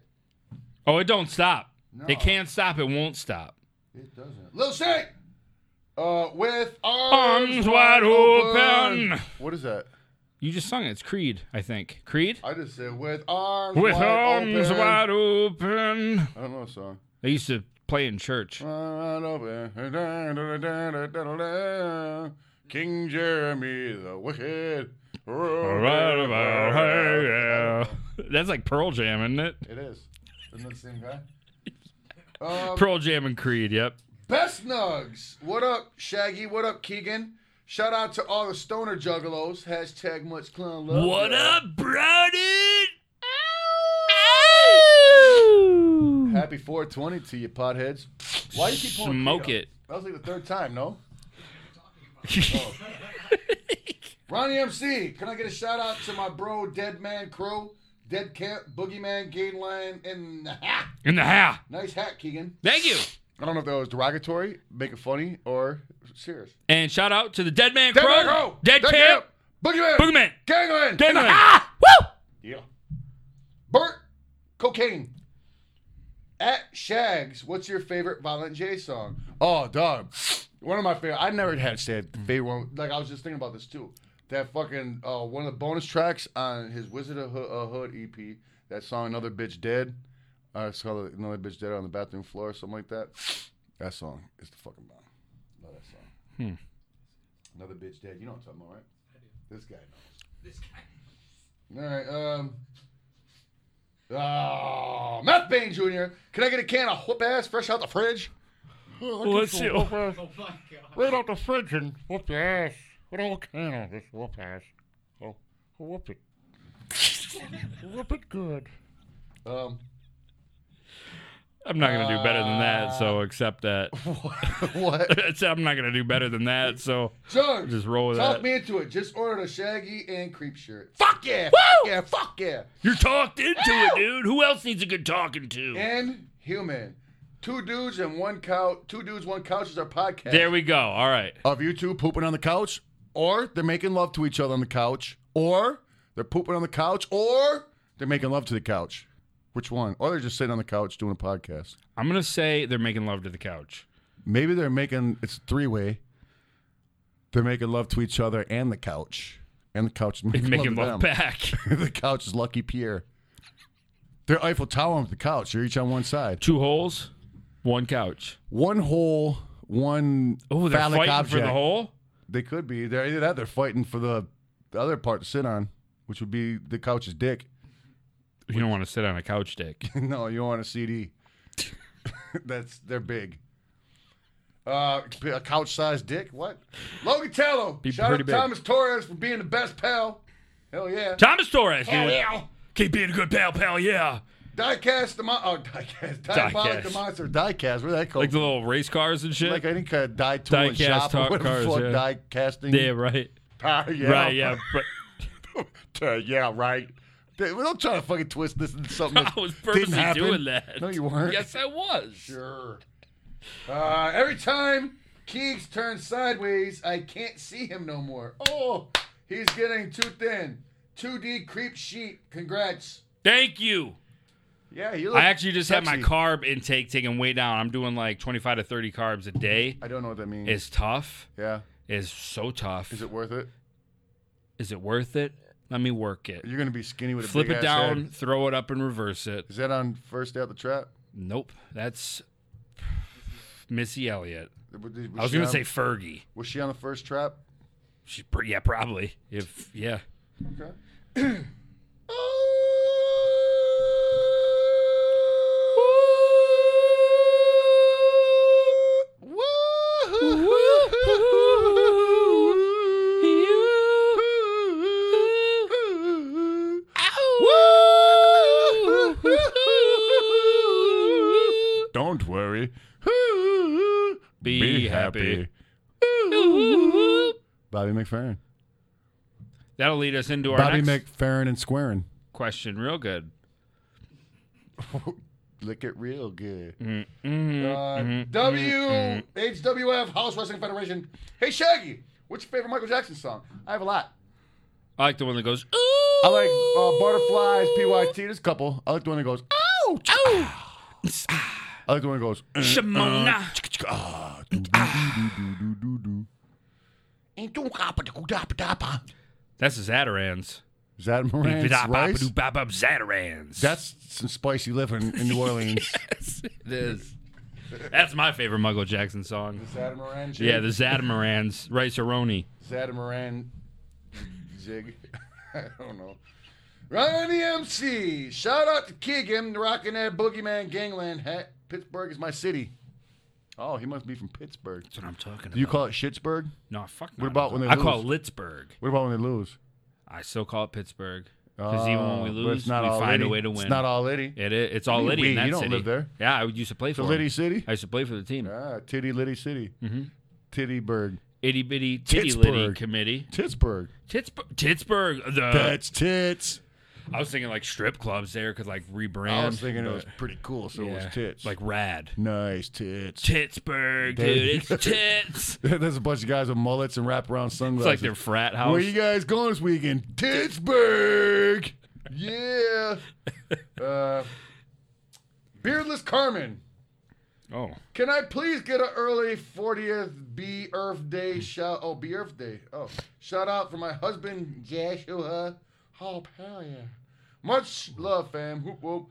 [SPEAKER 1] Oh, it don't stop. It
[SPEAKER 2] No.
[SPEAKER 1] can't stop. It won't stop.
[SPEAKER 2] It doesn't. Lil Shake! Uh, with arms,
[SPEAKER 1] Arms wide open.
[SPEAKER 2] What is that?
[SPEAKER 1] You just sung it. It's Creed, I think. Creed.
[SPEAKER 2] I just said with arms
[SPEAKER 1] With
[SPEAKER 2] wide
[SPEAKER 1] arms
[SPEAKER 2] open.
[SPEAKER 1] wide open.
[SPEAKER 2] I don't know a song.
[SPEAKER 1] They used to play in church.
[SPEAKER 2] Wide open. King Jeremy the Wicked.
[SPEAKER 1] Right about here, yeah. That's like Pearl Jam, isn't it?
[SPEAKER 2] It is. Isn't that the same guy? Um,
[SPEAKER 1] Pearl Jam and Creed. Yep.
[SPEAKER 2] Best Nugs. What up, Shaggy? What up, Keegan? Shout out to all the stoner juggalos. Hashtag much clown love.
[SPEAKER 1] What up, Brody?
[SPEAKER 2] Happy 420 to you, potheads. Why you keep pulling
[SPEAKER 1] Smoke
[SPEAKER 2] Creed
[SPEAKER 1] it.
[SPEAKER 2] up? That was like the third time, no? Ronnie MC, can I get a shout out to my bro, Dead Man Crow, Dead Camp, Boogeyman, Gain Lion, and ha!
[SPEAKER 1] In the house.
[SPEAKER 2] Nice hat, Keegan.
[SPEAKER 1] Thank you.
[SPEAKER 2] I don't know if that was derogatory, make it funny, or serious.
[SPEAKER 1] And shout out to the Dead Man
[SPEAKER 2] Dead
[SPEAKER 1] Crow,
[SPEAKER 2] Man Crow,
[SPEAKER 1] Dead, Camp,
[SPEAKER 2] Boogeyman,
[SPEAKER 1] Boogeyman,
[SPEAKER 2] Gangland,
[SPEAKER 1] Dead
[SPEAKER 2] and
[SPEAKER 1] Man.
[SPEAKER 2] ha!
[SPEAKER 1] Woo!
[SPEAKER 2] Yeah. Bert, cocaine. At Shags, what's your favorite Violent J song? Oh, dog. One of my favorite. I never had said favorite one. Like I was just thinking about this too. That fucking uh, one of the bonus tracks on his Wizard of Hood, uh, Hood EP. That song, another bitch dead. I saw the- another bitch dead on the bathroom floor, or something like that. That song is the fucking bomb. Love that song.
[SPEAKER 3] Hmm.
[SPEAKER 2] Another bitch dead. You know what I'm talking about, right? This guy knows.
[SPEAKER 5] This guy.
[SPEAKER 2] All right. Um. Oh, Meth Bane Jr. Can I get a can of whoop ass fresh out the fridge?
[SPEAKER 1] Let's see.
[SPEAKER 3] ass.
[SPEAKER 5] Oh my god.
[SPEAKER 3] Right out the fridge and whoop your ass. What all can of this whoop ass? Oh, whoop it. whoop it good.
[SPEAKER 2] Um.
[SPEAKER 1] I'm not gonna do better than that,
[SPEAKER 2] Ah.
[SPEAKER 1] so accept that.
[SPEAKER 2] what?
[SPEAKER 1] That's- I'm not gonna do better than that, so
[SPEAKER 2] George,
[SPEAKER 1] just roll with
[SPEAKER 2] talk
[SPEAKER 1] that.
[SPEAKER 2] me into it. Just ordered a Shaggy and Creep shirt. Fuck yeah! Fuck yeah! Fuck yeah!
[SPEAKER 1] You're talked into it, dude. Who else needs a good talking to?
[SPEAKER 2] And human. Two dudes and one couch. Two dudes, one couch is our podcast.
[SPEAKER 1] There we go. All right.
[SPEAKER 2] of you two pooping on the couch, or they're making love to each other on the couch, or they're pooping on the couch, or they're making love to the couch. Which one? Or they're just sitting on the couch doing a podcast.
[SPEAKER 1] I'm gonna say they're making love to the couch.
[SPEAKER 2] Maybe they're making it's three way. They're making love to each other and the couch, and the couch is making,
[SPEAKER 1] Making
[SPEAKER 2] love,
[SPEAKER 1] love
[SPEAKER 2] to them.
[SPEAKER 1] back.
[SPEAKER 2] the couch is Lucky Pierre. They're Eiffel Tower with the couch. They're each on one side.
[SPEAKER 1] Two holes, one couch.
[SPEAKER 2] One hole, one
[SPEAKER 1] Oh, they're
[SPEAKER 2] phallic
[SPEAKER 1] fighting
[SPEAKER 2] object.
[SPEAKER 1] for the hole.
[SPEAKER 2] They could be. They're either that they're fighting for the, the other part to sit on, which would be the couch's dick.
[SPEAKER 1] You don't want to sit on a couch, Dick.
[SPEAKER 2] no, you want a CD. That's they're big. Uh, a couch-sized dick. What? Logan Tello.
[SPEAKER 1] Be
[SPEAKER 2] Shout out
[SPEAKER 1] pretty big.
[SPEAKER 2] Thomas Torres for being the best pal. Hell yeah.
[SPEAKER 1] Thomas Torres, dude. Keep being a good pal, pal. Yeah.
[SPEAKER 2] Diecast the mon- oh diecast diabolic
[SPEAKER 1] Diecast.
[SPEAKER 2] the monster diecast. Where that
[SPEAKER 1] Like
[SPEAKER 2] comes
[SPEAKER 1] the little race cars and shit.
[SPEAKER 2] like uh, any kind of die tool and
[SPEAKER 1] Diecast
[SPEAKER 2] shop or
[SPEAKER 1] tar-
[SPEAKER 2] whatever the
[SPEAKER 1] cars,
[SPEAKER 2] fuck
[SPEAKER 1] yeah.
[SPEAKER 2] die casting
[SPEAKER 1] yeah, right.
[SPEAKER 2] Uh, yeah.
[SPEAKER 1] Right, yeah. But
[SPEAKER 2] Uh, yeah, right. They- we don't try to fucking twist this into something.
[SPEAKER 1] I
[SPEAKER 2] that
[SPEAKER 1] was
[SPEAKER 2] didn't
[SPEAKER 1] purposely
[SPEAKER 2] happen.
[SPEAKER 1] doing that.
[SPEAKER 2] No, you weren't.
[SPEAKER 1] Yes, I was.
[SPEAKER 2] Sure. Uh, every time Keeks turns sideways, I can't see him no more. Oh, he's getting too thin. 2D creep sheet. Congrats.
[SPEAKER 1] Thank you.
[SPEAKER 2] Yeah, you look
[SPEAKER 1] I actually just had my
[SPEAKER 2] sexy.
[SPEAKER 1] carb intake taken way down. I'm doing like 25 to 30 carbs a day.
[SPEAKER 2] I don't know what that means.
[SPEAKER 1] It's tough.
[SPEAKER 2] yeah.
[SPEAKER 1] It's so tough.
[SPEAKER 2] Is it worth it?
[SPEAKER 1] Is it worth it? Let me work it.
[SPEAKER 2] You're gonna be skinny with a
[SPEAKER 1] Flip
[SPEAKER 2] big
[SPEAKER 1] it
[SPEAKER 2] ass head.
[SPEAKER 1] down, throw it up, and reverse it.
[SPEAKER 2] Is that on first day out the trap?
[SPEAKER 1] Nope. That's Missy Elliott.
[SPEAKER 2] Was, was
[SPEAKER 1] I was
[SPEAKER 2] she
[SPEAKER 1] going to
[SPEAKER 2] on-
[SPEAKER 1] say Fergie.
[SPEAKER 2] Was she on the first trap?
[SPEAKER 1] She's pretty, yeah, probably. If yeah.
[SPEAKER 2] Okay. Don't worry.
[SPEAKER 1] Be, happy.
[SPEAKER 2] Bobby McFerrin.
[SPEAKER 1] That'll lead us into our
[SPEAKER 2] Bobby
[SPEAKER 1] next
[SPEAKER 2] McFerrin and Squarin.
[SPEAKER 1] question. Real good.
[SPEAKER 2] Lick it real good.
[SPEAKER 1] Mhm.
[SPEAKER 2] Uh, W HWF House Wrestling Federation. Hey Shaggy, what's your favorite Michael Jackson song? I have a lot.
[SPEAKER 1] I like the one that goes. Ooh,
[SPEAKER 2] I like uh, Butterflies, PYT. There's a couple. I like the one that goes. Ouch! I like the one that goes. "Uh,
[SPEAKER 1] Shimona.
[SPEAKER 2] ah, doo, doo, doo, doo, doo, doo, doo."
[SPEAKER 1] That's the Zatarans.
[SPEAKER 2] Is that Moran's rice?
[SPEAKER 1] Zatarans.
[SPEAKER 2] That's some spicy living in New Orleans.
[SPEAKER 1] it is. That's my favorite Michael Jackson song.
[SPEAKER 2] Zatamaran.
[SPEAKER 1] Yeah, the Zatamarans, Rice Aroni.
[SPEAKER 2] Zatamaran Zig. I don't know. Ryan the MC. Shout out to Keegan rocking that boogeyman gangland hat. Pittsburgh is my city. Oh, he must be from Pittsburgh.
[SPEAKER 1] That's what I'm talking about.
[SPEAKER 2] Do you call it Shittsburg?
[SPEAKER 1] no, fuck.
[SPEAKER 2] What
[SPEAKER 1] no, I
[SPEAKER 2] about
[SPEAKER 1] don't
[SPEAKER 2] when they
[SPEAKER 1] call- I call it Litzburg.
[SPEAKER 2] What about when they lose?
[SPEAKER 1] I still call it Pittsburgh because even when we
[SPEAKER 2] Uh, but
[SPEAKER 1] lose,
[SPEAKER 2] it's not
[SPEAKER 1] we
[SPEAKER 2] all
[SPEAKER 1] find
[SPEAKER 2] Liddy.
[SPEAKER 1] a way to win.
[SPEAKER 2] It's not all Liddy.
[SPEAKER 1] It is. It's all
[SPEAKER 2] You-
[SPEAKER 1] Liddy
[SPEAKER 2] we-
[SPEAKER 1] in that
[SPEAKER 2] you don't
[SPEAKER 1] city.
[SPEAKER 2] live there.
[SPEAKER 1] Yeah, I used to play for.
[SPEAKER 2] The
[SPEAKER 1] him.
[SPEAKER 2] Liddy City?
[SPEAKER 1] I used to play for the team.
[SPEAKER 2] Ah, Titty Liddy City. Mm-hmm. Titty Bird.
[SPEAKER 1] Itty bitty titty litty
[SPEAKER 2] Pittsburgh.
[SPEAKER 1] committee.
[SPEAKER 2] Pittsburgh.
[SPEAKER 1] Titsburg. Titsburg. The
[SPEAKER 2] That's tits.
[SPEAKER 1] I was thinking like strip clubs there could like rebrand.
[SPEAKER 2] I was thinking it
[SPEAKER 1] but-
[SPEAKER 2] was pretty cool, so it
[SPEAKER 1] yeah,
[SPEAKER 2] was tits.
[SPEAKER 1] Like rad.
[SPEAKER 2] nice tits.
[SPEAKER 1] Pittsburgh,
[SPEAKER 2] They-
[SPEAKER 1] dude. It's tits.
[SPEAKER 2] There's a bunch of guys with mullets and wraparound
[SPEAKER 1] It's
[SPEAKER 2] sunglasses.
[SPEAKER 1] like their frat house.
[SPEAKER 2] Where you guys going this weekend? Pittsburgh. Yeah. Uh, Beardless Carmen.
[SPEAKER 1] oh,
[SPEAKER 2] Can I please get an early 40th B Earth Day shout? Oh, B Earth Day. Oh, shout out for my husband Joshua. Oh, hell yeah. Much love, fam. Whoop whoop.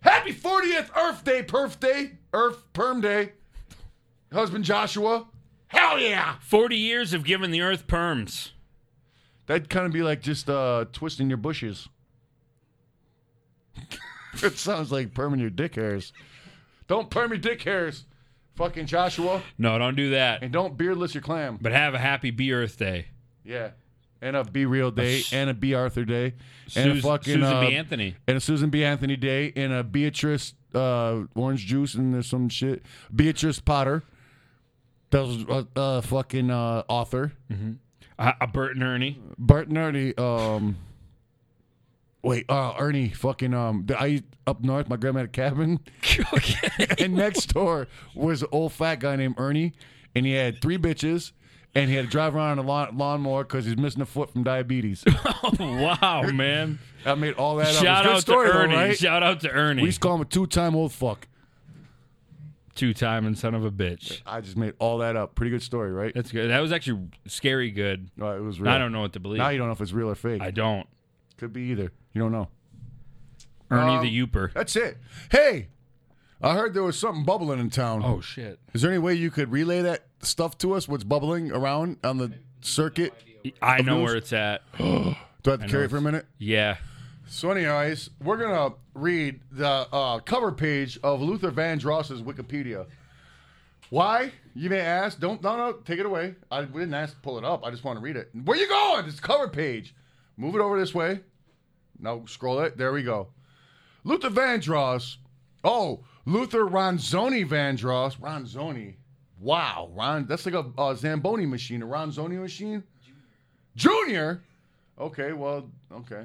[SPEAKER 2] Happy 40th Earth Day, Perf Day, Earth Perm Day. Husband Joshua. Hell yeah.
[SPEAKER 1] forty years of giving the earth perms.
[SPEAKER 2] That'd kind of be like just uh, twisting your bushes. it sounds like perming your dick hairs. Don't perm your dick hairs, fucking Joshua,
[SPEAKER 1] No, don't do that.
[SPEAKER 2] and don't beardless your clam.
[SPEAKER 1] But have a happy Be Earth Day.
[SPEAKER 2] Yeah, and a B real day, and a B Arthur day, and
[SPEAKER 1] Sus-
[SPEAKER 2] a fucking
[SPEAKER 1] Susan
[SPEAKER 2] uh,
[SPEAKER 1] B. Anthony.
[SPEAKER 2] and a Susan B Anthony day, and a Beatrice uh, orange juice, and there's some shit. Beatrice Potter, that was uh, uh, fucking uh, author.
[SPEAKER 1] Uh, uh, Bert and Ernie.
[SPEAKER 2] Bart and Ernie. Um, wait, uh, Ernie. Fucking. Um, the- I up north. My grandma had a cabin, and next door was an old fat guy named Ernie, and he had three bitches, and he had to drive around on a lawn, lawnmower because he's missing a foot from diabetes.
[SPEAKER 1] Oh, wow, man.
[SPEAKER 2] I made all that up.
[SPEAKER 1] Shout
[SPEAKER 2] It's a good
[SPEAKER 1] out
[SPEAKER 2] story,
[SPEAKER 1] to
[SPEAKER 2] though,
[SPEAKER 1] Ernie.
[SPEAKER 2] right?
[SPEAKER 1] Shout out to
[SPEAKER 2] we
[SPEAKER 1] Ernie.
[SPEAKER 2] used to call him a two-time old fuck.
[SPEAKER 1] Two time and son of a bitch.
[SPEAKER 2] I just made all that up. Pretty good story, right?
[SPEAKER 1] That's good. That was actually scary good.
[SPEAKER 2] No, it was real.
[SPEAKER 1] I don't know what to believe.
[SPEAKER 2] Now you don't know if it's real or fake.
[SPEAKER 1] I don't.
[SPEAKER 2] Could be either. You don't know.
[SPEAKER 1] Ernie the Youper.
[SPEAKER 2] That's it. Hey, I heard there was something bubbling in town.
[SPEAKER 1] Oh shit.
[SPEAKER 2] Is there any way you could relay that stuff to us? What's bubbling around on the circuit?
[SPEAKER 1] I
[SPEAKER 2] Of
[SPEAKER 1] know
[SPEAKER 2] news?
[SPEAKER 1] where it's at.
[SPEAKER 2] Do I have to carry it for a minute?
[SPEAKER 1] Yeah.
[SPEAKER 2] So, anyways, we're gonna read the uh, cover page of Luther Vandross's Wikipedia. Why? You may ask. Don't no no. Take it away. I we didn't ask to pull it up. I just want to read it. Where you going? It's cover page. Move it over this way. No, scroll it. There we go. Luther Vandross. Oh, Luther Ronzoni Vandross. Ronzoni. Wow, Ron. That's like a uh, Zamboni machine, a Ronzoni machine. Junior. Okay, well, okay.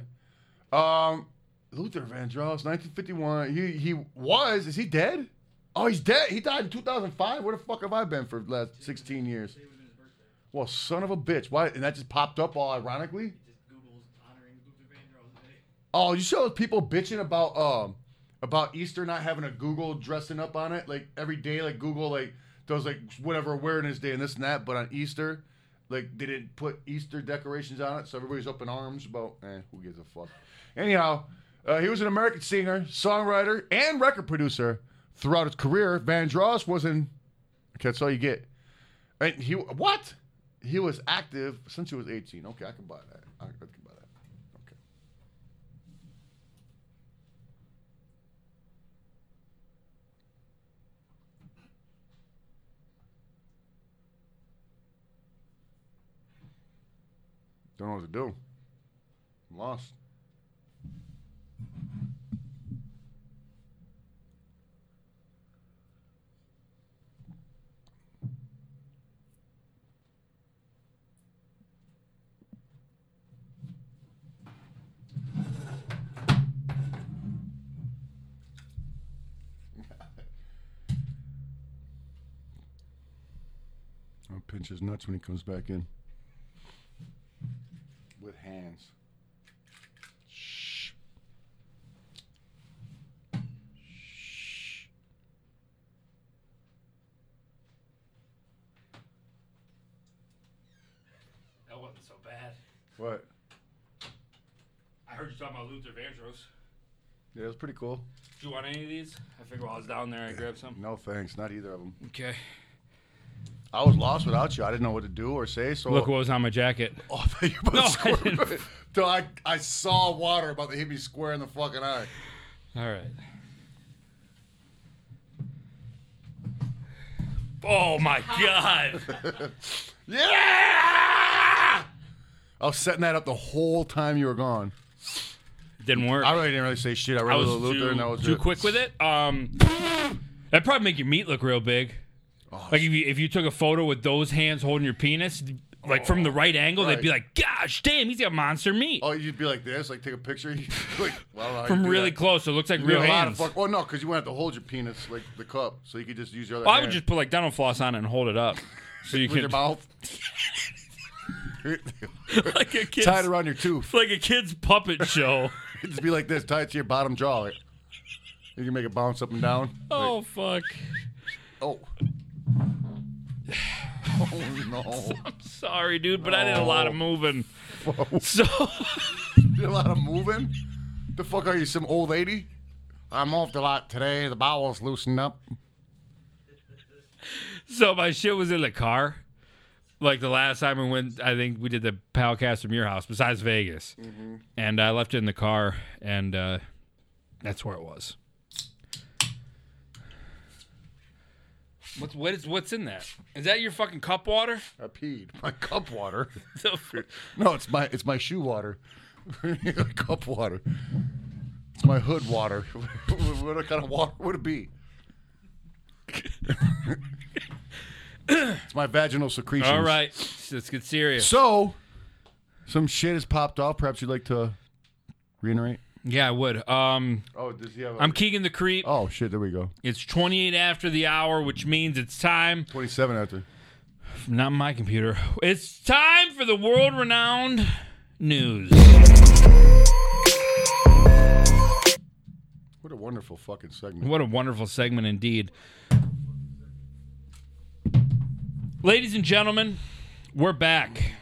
[SPEAKER 2] Um, Luther Vandross, 1951. He he was. Is he dead? Oh, he's dead. He died in 2005. Where the fuck have I been for the last 16 years? Well, son of a bitch. Why? And that just popped up all ironically.
[SPEAKER 5] Google's honoring Luther Vandross Day.
[SPEAKER 2] Oh, you saw those people bitching about um about Easter not having a Google dressing up on it like every day, like Google like does like whatever awareness day and this and that, but on Easter, like they didn't put Easter decorations on it, so everybody's up in arms about eh, who gives a fuck. Anyhow, uh, he was an American singer, songwriter, and record producer throughout his career. Van Dross was in. Okay, that's all you get. And he what? He was active since he was 18. Okay, I can buy that. I, I can buy that. Okay. Don't know what to do. I'm lost. I'll pinch his nuts when he comes back in. With hands. Shh. Shh.
[SPEAKER 1] That wasn't so bad.
[SPEAKER 2] What?
[SPEAKER 1] I heard you talking about Luther Vandross.
[SPEAKER 2] Yeah, it was pretty cool.
[SPEAKER 1] Do you want any of these? I figure while I was down there, I grabbed some.
[SPEAKER 2] No thanks, not either of them.
[SPEAKER 1] Okay.
[SPEAKER 2] I was lost without you. I didn't know what to do or say. So
[SPEAKER 1] Look what was on my jacket.
[SPEAKER 2] Oh, I thought you about
[SPEAKER 1] No, I
[SPEAKER 2] squirt-
[SPEAKER 1] didn't.
[SPEAKER 2] Dude, I, I saw water about to hit me square in the fucking eye.
[SPEAKER 1] All right. Oh my God!
[SPEAKER 2] Yeah! I was setting that up the whole time you were gone.
[SPEAKER 1] Didn't work.
[SPEAKER 2] I really didn't really say shit. I read
[SPEAKER 1] I was
[SPEAKER 2] Little Luther,
[SPEAKER 1] too,
[SPEAKER 2] and that was
[SPEAKER 1] too
[SPEAKER 2] it.
[SPEAKER 1] quick with it. Um, that'd probably make your meat look real big.
[SPEAKER 2] Oh,
[SPEAKER 1] like if you if you took a photo with those hands holding your penis, like from the right angle,
[SPEAKER 2] Oh, Right.
[SPEAKER 1] they'd be like, "Gosh, damn, he's got monster meat."
[SPEAKER 2] Oh, you'd be like this, like take a picture. like, well, I don't know how you
[SPEAKER 1] from
[SPEAKER 2] do
[SPEAKER 1] really
[SPEAKER 2] that.
[SPEAKER 1] close, it looks like
[SPEAKER 2] You'd be
[SPEAKER 1] real
[SPEAKER 2] a lot of
[SPEAKER 1] hands.
[SPEAKER 2] fuck- Well, no, because you wouldn't have to hold your penis like the cup, so you could just use your other.
[SPEAKER 1] I
[SPEAKER 2] hand
[SPEAKER 1] would just put like dental floss on it and hold it up, so you
[SPEAKER 2] with your
[SPEAKER 1] can
[SPEAKER 2] mouth.
[SPEAKER 1] like a kid's
[SPEAKER 2] Tie it around your tooth.
[SPEAKER 1] like a kid's puppet show.
[SPEAKER 2] It'd just be like this. Tie it to your bottom jaw. Like, you can make it bounce up and down.
[SPEAKER 1] oh fuck!
[SPEAKER 2] Oh. Oh no!
[SPEAKER 1] Sorry, dude, but I did a lot of moving. So
[SPEAKER 2] Did a lot of moving. The fuck are you, some old lady? I moved a lot today. The bowels loosened up.
[SPEAKER 1] so my shit was in the car. Like the last time we went, I think we did the podcast from your house, besides Vegas, and I left it in the car, and uh, that's where it was. What's what is what's in that? Is that your fucking cup water?
[SPEAKER 2] I peed. My cup water.
[SPEAKER 1] The fu-
[SPEAKER 2] No, it's my it's my shoe water. cup water. It's my hood water. what kind of water would it be? it's my vaginal secretion.
[SPEAKER 1] All right, let's get serious.
[SPEAKER 2] So, some shit has popped off. Perhaps you'd like to reiterate.
[SPEAKER 1] Yeah, I would. Um,
[SPEAKER 2] Oh, does he have? A-
[SPEAKER 1] I'm Keegan the Creep.
[SPEAKER 2] oh shit! There we go.
[SPEAKER 1] It's 28 after the hour, which means it's time.
[SPEAKER 2] Twenty-seven after.
[SPEAKER 1] Not my computer. It's time for the world renowned news.
[SPEAKER 2] What a wonderful fucking segment.
[SPEAKER 1] What a wonderful segment indeed. Ladies and gentlemen, we're back.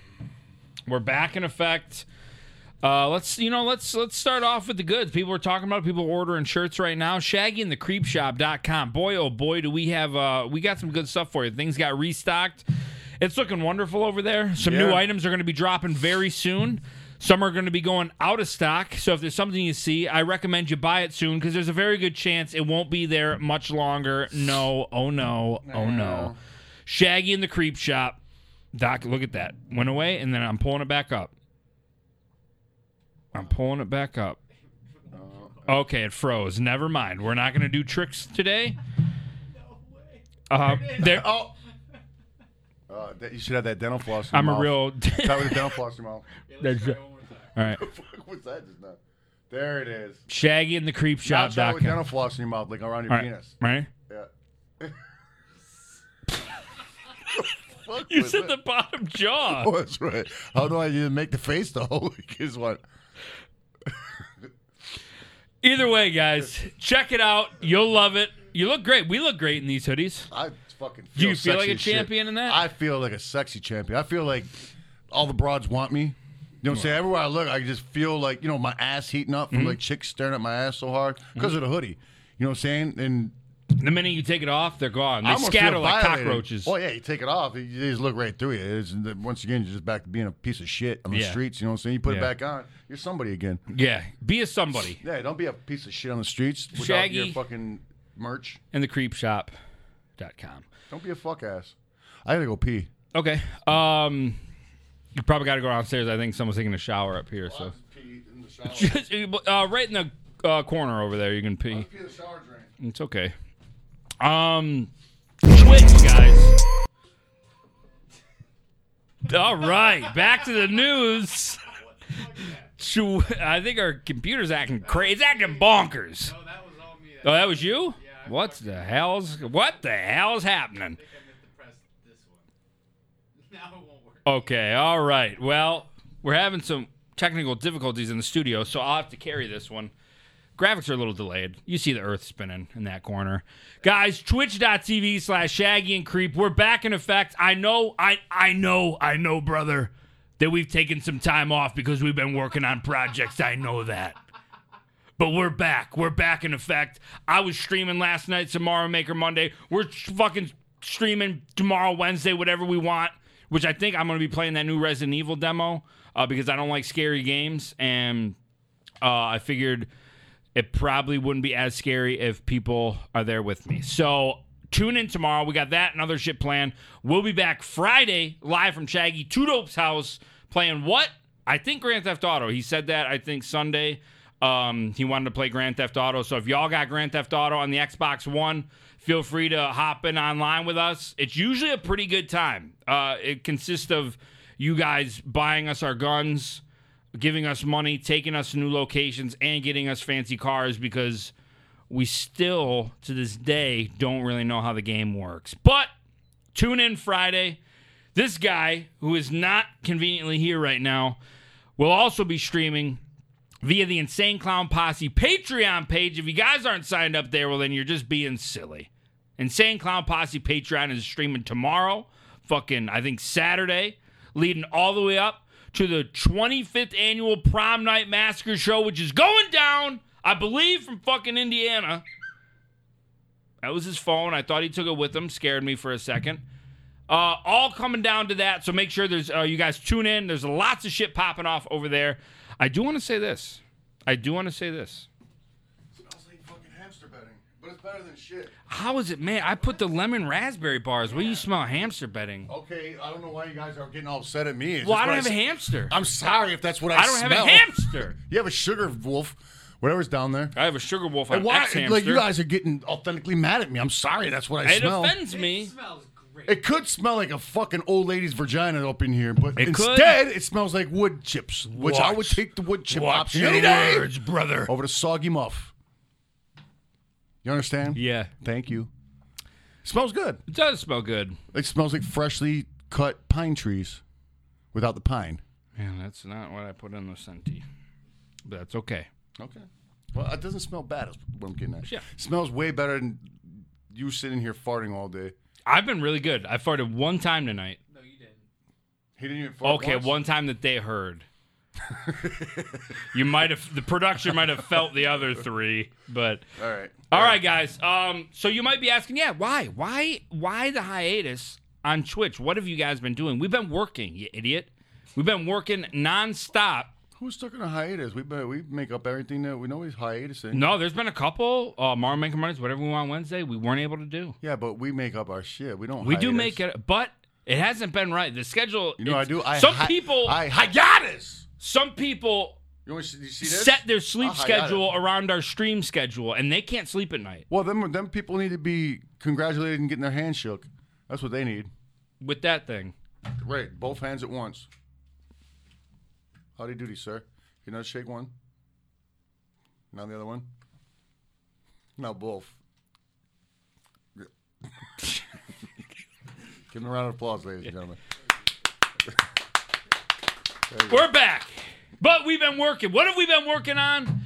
[SPEAKER 1] We're back in effect. Uh, let's you know let's let's start off with the goods. People are talking about it. people ordering shirts right now. Shaggy and the creepshop.com. Boy oh boy, do we have uh we got some good stuff for you. Things got restocked. It's looking wonderful over there. Some new
[SPEAKER 2] Yeah.
[SPEAKER 1] items are going to be dropping very soon. Some are going to be going out of stock. So if there's something you see, I recommend you buy it soon because there's a very good chance it won't be there much longer. No, oh no, oh no. Shaggy and the creep shop. Doc, look at that. Went away and then I'm pulling it back up. I'm pulling it back up. Okay, it froze. Never mind. We're not going to do tricks today. Uh, there,
[SPEAKER 2] Oh. Uh, that you should have that dental floss. In your
[SPEAKER 1] I'm a
[SPEAKER 2] mouth.
[SPEAKER 1] real.
[SPEAKER 2] That with a dental floss in your mouth.
[SPEAKER 5] Yeah, let's
[SPEAKER 1] That's-
[SPEAKER 5] try it one more time.
[SPEAKER 1] All right.
[SPEAKER 2] Fuck, What's that just now? There it is.
[SPEAKER 1] Shaggy and the Creep
[SPEAKER 2] Now
[SPEAKER 1] Shop.
[SPEAKER 2] try it with dental floss in your mouth, like around your
[SPEAKER 1] All right.
[SPEAKER 2] penis.
[SPEAKER 1] Right?
[SPEAKER 2] Yeah. Fuck
[SPEAKER 1] You
[SPEAKER 2] was
[SPEAKER 1] said the
[SPEAKER 2] that?
[SPEAKER 1] bottom jaw.
[SPEAKER 2] Oh, that's right. How do I even make the face though? Is what?
[SPEAKER 1] Either way, guys, check it out. You'll love it. You look great. We look great in these hoodies.
[SPEAKER 2] I fucking. Feel
[SPEAKER 1] Do you feel
[SPEAKER 2] sexy
[SPEAKER 1] like a
[SPEAKER 2] as shit.
[SPEAKER 1] champion in that?
[SPEAKER 2] I feel like a sexy champion. I feel like all the broads want me. You know what I'm saying? Everywhere I look, I just feel like, you know, my ass heating up from
[SPEAKER 1] Mm-hmm.
[SPEAKER 2] like chicks staring at my ass so hard because of the hoodie. You know what I'm saying? And
[SPEAKER 1] the minute you take it off, they're gone.
[SPEAKER 2] I
[SPEAKER 1] They
[SPEAKER 2] almost
[SPEAKER 1] scatter
[SPEAKER 2] feel
[SPEAKER 1] like
[SPEAKER 2] violated.
[SPEAKER 1] cockroaches.
[SPEAKER 2] Oh, yeah, you take it off, you just look right through you. It's, once again, you're just back to being a piece of shit on the
[SPEAKER 1] Yeah.
[SPEAKER 2] streets. You know what I'm saying? You put
[SPEAKER 1] Yeah.
[SPEAKER 2] it back on, you're somebody again.
[SPEAKER 1] Yeah. Be a somebody
[SPEAKER 2] Yeah, don't be a piece of shit on the streets without your
[SPEAKER 1] Shaggy.
[SPEAKER 2] fucking merch.
[SPEAKER 1] in the creepshop.com.
[SPEAKER 2] Don't be a fuck ass. I gotta go pee.
[SPEAKER 1] Okay. Um you probably got to go downstairs. I think someone's taking a shower up here, so
[SPEAKER 2] pee in the shower.
[SPEAKER 1] just uh, right in the uh, corner over there you can pee.
[SPEAKER 2] pee in the shower drain.
[SPEAKER 1] It's okay. Um, Twitch, guys. All right, back to the news. Tw- I think our computer's acting crazy. It's acting bonkers.
[SPEAKER 5] No, that was all me.
[SPEAKER 1] Oh,
[SPEAKER 5] That
[SPEAKER 1] that was you? What's the hell's what the hell's happening?
[SPEAKER 5] I think I meant to press this one. Now it won't work.
[SPEAKER 1] Okay, all right. Well, we're having some technical difficulties in the studio, so I'll have to carry this one. Graphics are a little delayed. You see the earth spinning in that corner. Guys, twitch.tv slash shaggy and creep. We're back in effect. I know, I I know, I know, brother, that we've taken some time off because we've been working on projects. I know that. But we're back. We're back in effect. I was streaming last night, tomorrow Maker Monday. We're sh- fucking streaming tomorrow, Wednesday, whatever we want, which I think I'm going to be playing that new Resident Evil demo uh, because I don't like scary games. And uh, I figured it probably wouldn't be as scary if people are there with me. So tune in tomorrow. We got that and other shit planned. We'll be back Friday live from Shaggy Two Dope's house playing what? I think Grand Theft Auto. He said that I think Sunday. Um, he wanted to play Grand Theft Auto. So if y'all got Grand Theft Auto on the Xbox One, feel free to hop in online with us. It's usually a pretty good time. Uh, it consists of you guys buying us our guns giving us money, taking us to new locations, and getting us fancy cars because we still, to this day, don't really know how the game works. But tune in Friday. This guy, who is not conveniently here right now, will also be streaming via the Insane Clown Posse Patreon page. If you guys aren't signed up there, well, then you're just being silly. Insane Clown Posse Patreon is streaming tomorrow, fucking, I think Saturday, leading all the way up to the 25th annual Prom Night Massacre show, which is going down, I believe, from fucking Indiana. That was his phone. I thought he took it with him. Scared me for a second. Uh, all coming down to that. So make sure there's uh, you guys tune in. There's lots of shit popping off over there. I do want to say this. I do want to say this.
[SPEAKER 2] Smells like fucking hamster bedding, but it's better than shit.
[SPEAKER 1] How is it, man? I put the lemon raspberry bars. What do you smell? Hamster bedding.
[SPEAKER 2] Okay, I don't know why you guys are getting all upset at me. It's
[SPEAKER 1] well,
[SPEAKER 2] just
[SPEAKER 1] I don't
[SPEAKER 2] what
[SPEAKER 1] have a
[SPEAKER 2] s-
[SPEAKER 1] hamster.
[SPEAKER 2] I'm sorry if that's what I.
[SPEAKER 1] I don't have
[SPEAKER 2] smell.
[SPEAKER 1] a hamster.
[SPEAKER 2] You have a sugar wolf, whatever's down there.
[SPEAKER 1] I have a sugar wolf. I'm
[SPEAKER 2] And why?
[SPEAKER 1] ex-hamster.
[SPEAKER 2] Like you guys are getting authentically mad at me. I'm sorry. That's what I
[SPEAKER 1] it
[SPEAKER 2] smell.
[SPEAKER 1] offends me.
[SPEAKER 5] It smells great.
[SPEAKER 2] It could smell like a fucking old lady's vagina up in here, but
[SPEAKER 1] It could.
[SPEAKER 2] instead it smells like wood chips, which I would
[SPEAKER 1] Watch.
[SPEAKER 2] take the wood chip
[SPEAKER 1] Watch
[SPEAKER 2] option
[SPEAKER 1] your
[SPEAKER 2] any day
[SPEAKER 1] words, brother.
[SPEAKER 2] over the soggy muff. You understand?
[SPEAKER 1] Yeah,
[SPEAKER 2] Thank you. Smells good.
[SPEAKER 1] it does smell good.
[SPEAKER 2] It smells like freshly cut pine trees without the pine.
[SPEAKER 1] Man, that's not what I put in the scenty. But that's okay.
[SPEAKER 2] Okay. Well, it doesn't smell bad, is what I'm getting at.
[SPEAKER 1] Yeah.
[SPEAKER 2] smells way better than you sitting here farting all day.
[SPEAKER 1] I've been really good. I farted one time tonight.
[SPEAKER 5] no, you didn't.
[SPEAKER 2] He didn't even fart.
[SPEAKER 1] Okay,
[SPEAKER 2] once?
[SPEAKER 1] one time that they heard. you might have the production might have felt the other three, but
[SPEAKER 2] All right.
[SPEAKER 1] all right, guys. Um, so you might be asking, yeah, why, why, why the hiatus on Twitch? What have you guys been doing? We've been working, you idiot. We've been working nonstop.
[SPEAKER 2] Who's stuck in a hiatus? We better, we make up everything that we know he's hiatusing.
[SPEAKER 1] No, there's been a couple uh, Marvel Maker Mondays, whatever we want Wednesday, we weren't able to do.
[SPEAKER 2] Yeah, but we make up our shit. We don't.
[SPEAKER 1] We do
[SPEAKER 2] hiatus.
[SPEAKER 1] make it, but it hasn't been right. The schedule.
[SPEAKER 2] You know, I
[SPEAKER 1] it's-
[SPEAKER 2] do. I
[SPEAKER 1] some
[SPEAKER 2] hi-
[SPEAKER 1] people,
[SPEAKER 2] I hiatus.
[SPEAKER 1] some people
[SPEAKER 2] You want to see, you see this?
[SPEAKER 1] set their sleep
[SPEAKER 2] I hiatus.
[SPEAKER 1] schedule around our stream schedule, and they can't sleep at night.
[SPEAKER 2] Well, them them people need to be congratulated and getting their hands shook. That's what they need.
[SPEAKER 1] with that thing.
[SPEAKER 2] Right, both hands at once. Howdy doody, sir. You know, shake one. Now the other one. Now both. Give him a round of applause, ladies and gentlemen.
[SPEAKER 1] We're back. But we've been working. What have we been working on?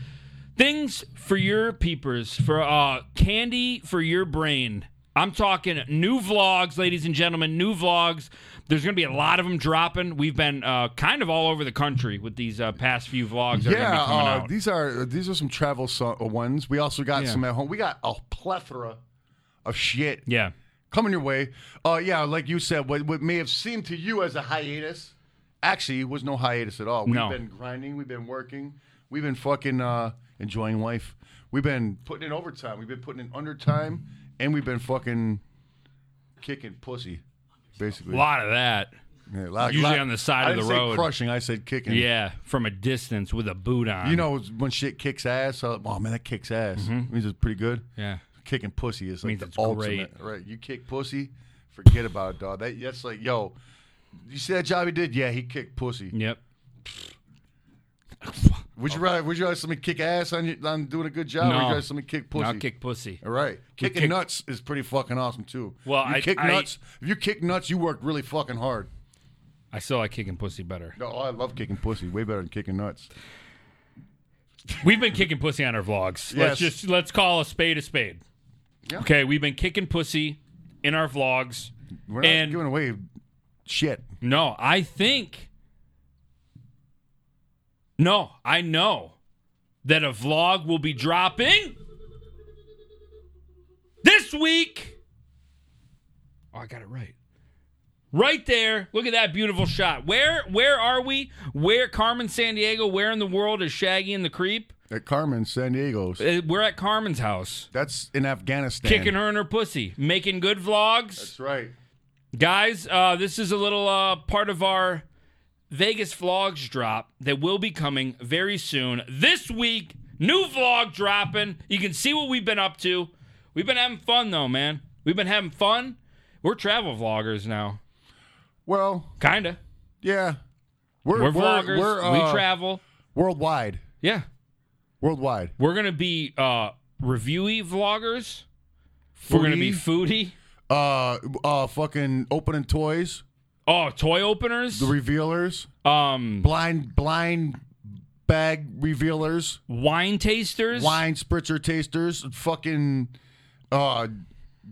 [SPEAKER 1] Things for your peepers, for uh candy for your brain. I'm talking new vlogs, ladies and gentlemen, new vlogs. There's going to be a lot of them dropping. We've been uh, kind of all over the country with these uh, past few vlogs that are
[SPEAKER 2] Yeah,
[SPEAKER 1] going to be coming
[SPEAKER 2] uh,
[SPEAKER 1] out.
[SPEAKER 2] these are these are some travel so- uh, ones. We also got
[SPEAKER 1] Yeah.
[SPEAKER 2] some at home. We got a plethora of shit
[SPEAKER 1] yeah.
[SPEAKER 2] coming your way. Uh, yeah, like you said, what, what may have seemed to you as a hiatus actually was no hiatus at all. We've
[SPEAKER 1] No.
[SPEAKER 2] been grinding, we've been working, we've been fucking uh, enjoying life. We've been putting in overtime, we've been putting in undertime, and we've been fucking kicking pussy,
[SPEAKER 1] A
[SPEAKER 2] basically.
[SPEAKER 1] lot of that.
[SPEAKER 2] Yeah, lot-
[SPEAKER 1] Usually
[SPEAKER 2] lot-
[SPEAKER 1] on the side
[SPEAKER 2] I
[SPEAKER 1] of the
[SPEAKER 2] didn't say
[SPEAKER 1] road.
[SPEAKER 2] crushing, I said kicking.
[SPEAKER 1] Yeah, from a distance with a boot on.
[SPEAKER 2] You know, when shit kicks ass, uh, oh man, that kicks ass.
[SPEAKER 1] Mm-hmm.
[SPEAKER 2] means it's pretty good.
[SPEAKER 1] Yeah.
[SPEAKER 2] kicking pussy is like
[SPEAKER 1] Means
[SPEAKER 2] the
[SPEAKER 1] it's
[SPEAKER 2] ultimate, right? You kick pussy, forget about it, dog. That that's like, yo, you see that job he did? Yeah, he kicked pussy.
[SPEAKER 1] Yep.
[SPEAKER 2] Would you rather? Would you rather somebody kick ass on you on doing a good job, or would
[SPEAKER 1] No.
[SPEAKER 2] you rather somebody kick pussy?
[SPEAKER 1] Now kick pussy.
[SPEAKER 2] All right, kicking
[SPEAKER 1] kick-
[SPEAKER 2] nuts is pretty fucking awesome too.
[SPEAKER 1] Well,
[SPEAKER 2] you
[SPEAKER 1] I-
[SPEAKER 2] kick
[SPEAKER 1] I-
[SPEAKER 2] nuts. If you kick nuts, you work really fucking hard.
[SPEAKER 1] I still like kicking pussy better.
[SPEAKER 2] No, I love kicking pussy way better than kicking nuts.
[SPEAKER 1] We've been kicking pussy on our vlogs.
[SPEAKER 2] Yes.
[SPEAKER 1] Let's just let's call a spade a spade.
[SPEAKER 2] Yeah.
[SPEAKER 1] Okay, we've been kicking pussy in our vlogs.
[SPEAKER 2] We're not
[SPEAKER 1] And-
[SPEAKER 2] giving away shit.
[SPEAKER 1] No, I think No, I know that a vlog will be dropping this week. Oh, I got it right. Right there. Look at that beautiful shot. Where where are we? Where Carmen San Diego? Where in the world is Shaggy and the Creep?
[SPEAKER 2] At Carmen San Diego's.
[SPEAKER 1] Uh, We're at Carmen's house.
[SPEAKER 2] That's in Afghanistan.
[SPEAKER 1] Kicking her in her pussy, making good vlogs.
[SPEAKER 2] That's right.
[SPEAKER 1] Guys, uh, this is a little uh, part of our Vegas vlogs drop that will be coming very soon. This week, new vlog dropping. You can see what we've been up to. We've been having fun though, man. We've been having fun. We're travel vloggers now,
[SPEAKER 2] Well,
[SPEAKER 1] kinda.
[SPEAKER 2] Yeah, we're,
[SPEAKER 1] We're, vloggers.
[SPEAKER 2] We're, uh,
[SPEAKER 1] we travel.
[SPEAKER 2] worldwide.
[SPEAKER 1] Yeah,
[SPEAKER 2] Worldwide.
[SPEAKER 1] we're gonna be uh, reviewy vloggers. We're gonna be
[SPEAKER 2] Foodie,
[SPEAKER 1] foodie.
[SPEAKER 2] uh uh fucking opening toys,
[SPEAKER 1] Oh, toy openers.
[SPEAKER 2] the revealers,
[SPEAKER 1] Um,
[SPEAKER 2] blind blind bag revealers,
[SPEAKER 1] wine tasters.
[SPEAKER 2] wine spritzer tasters, fucking uh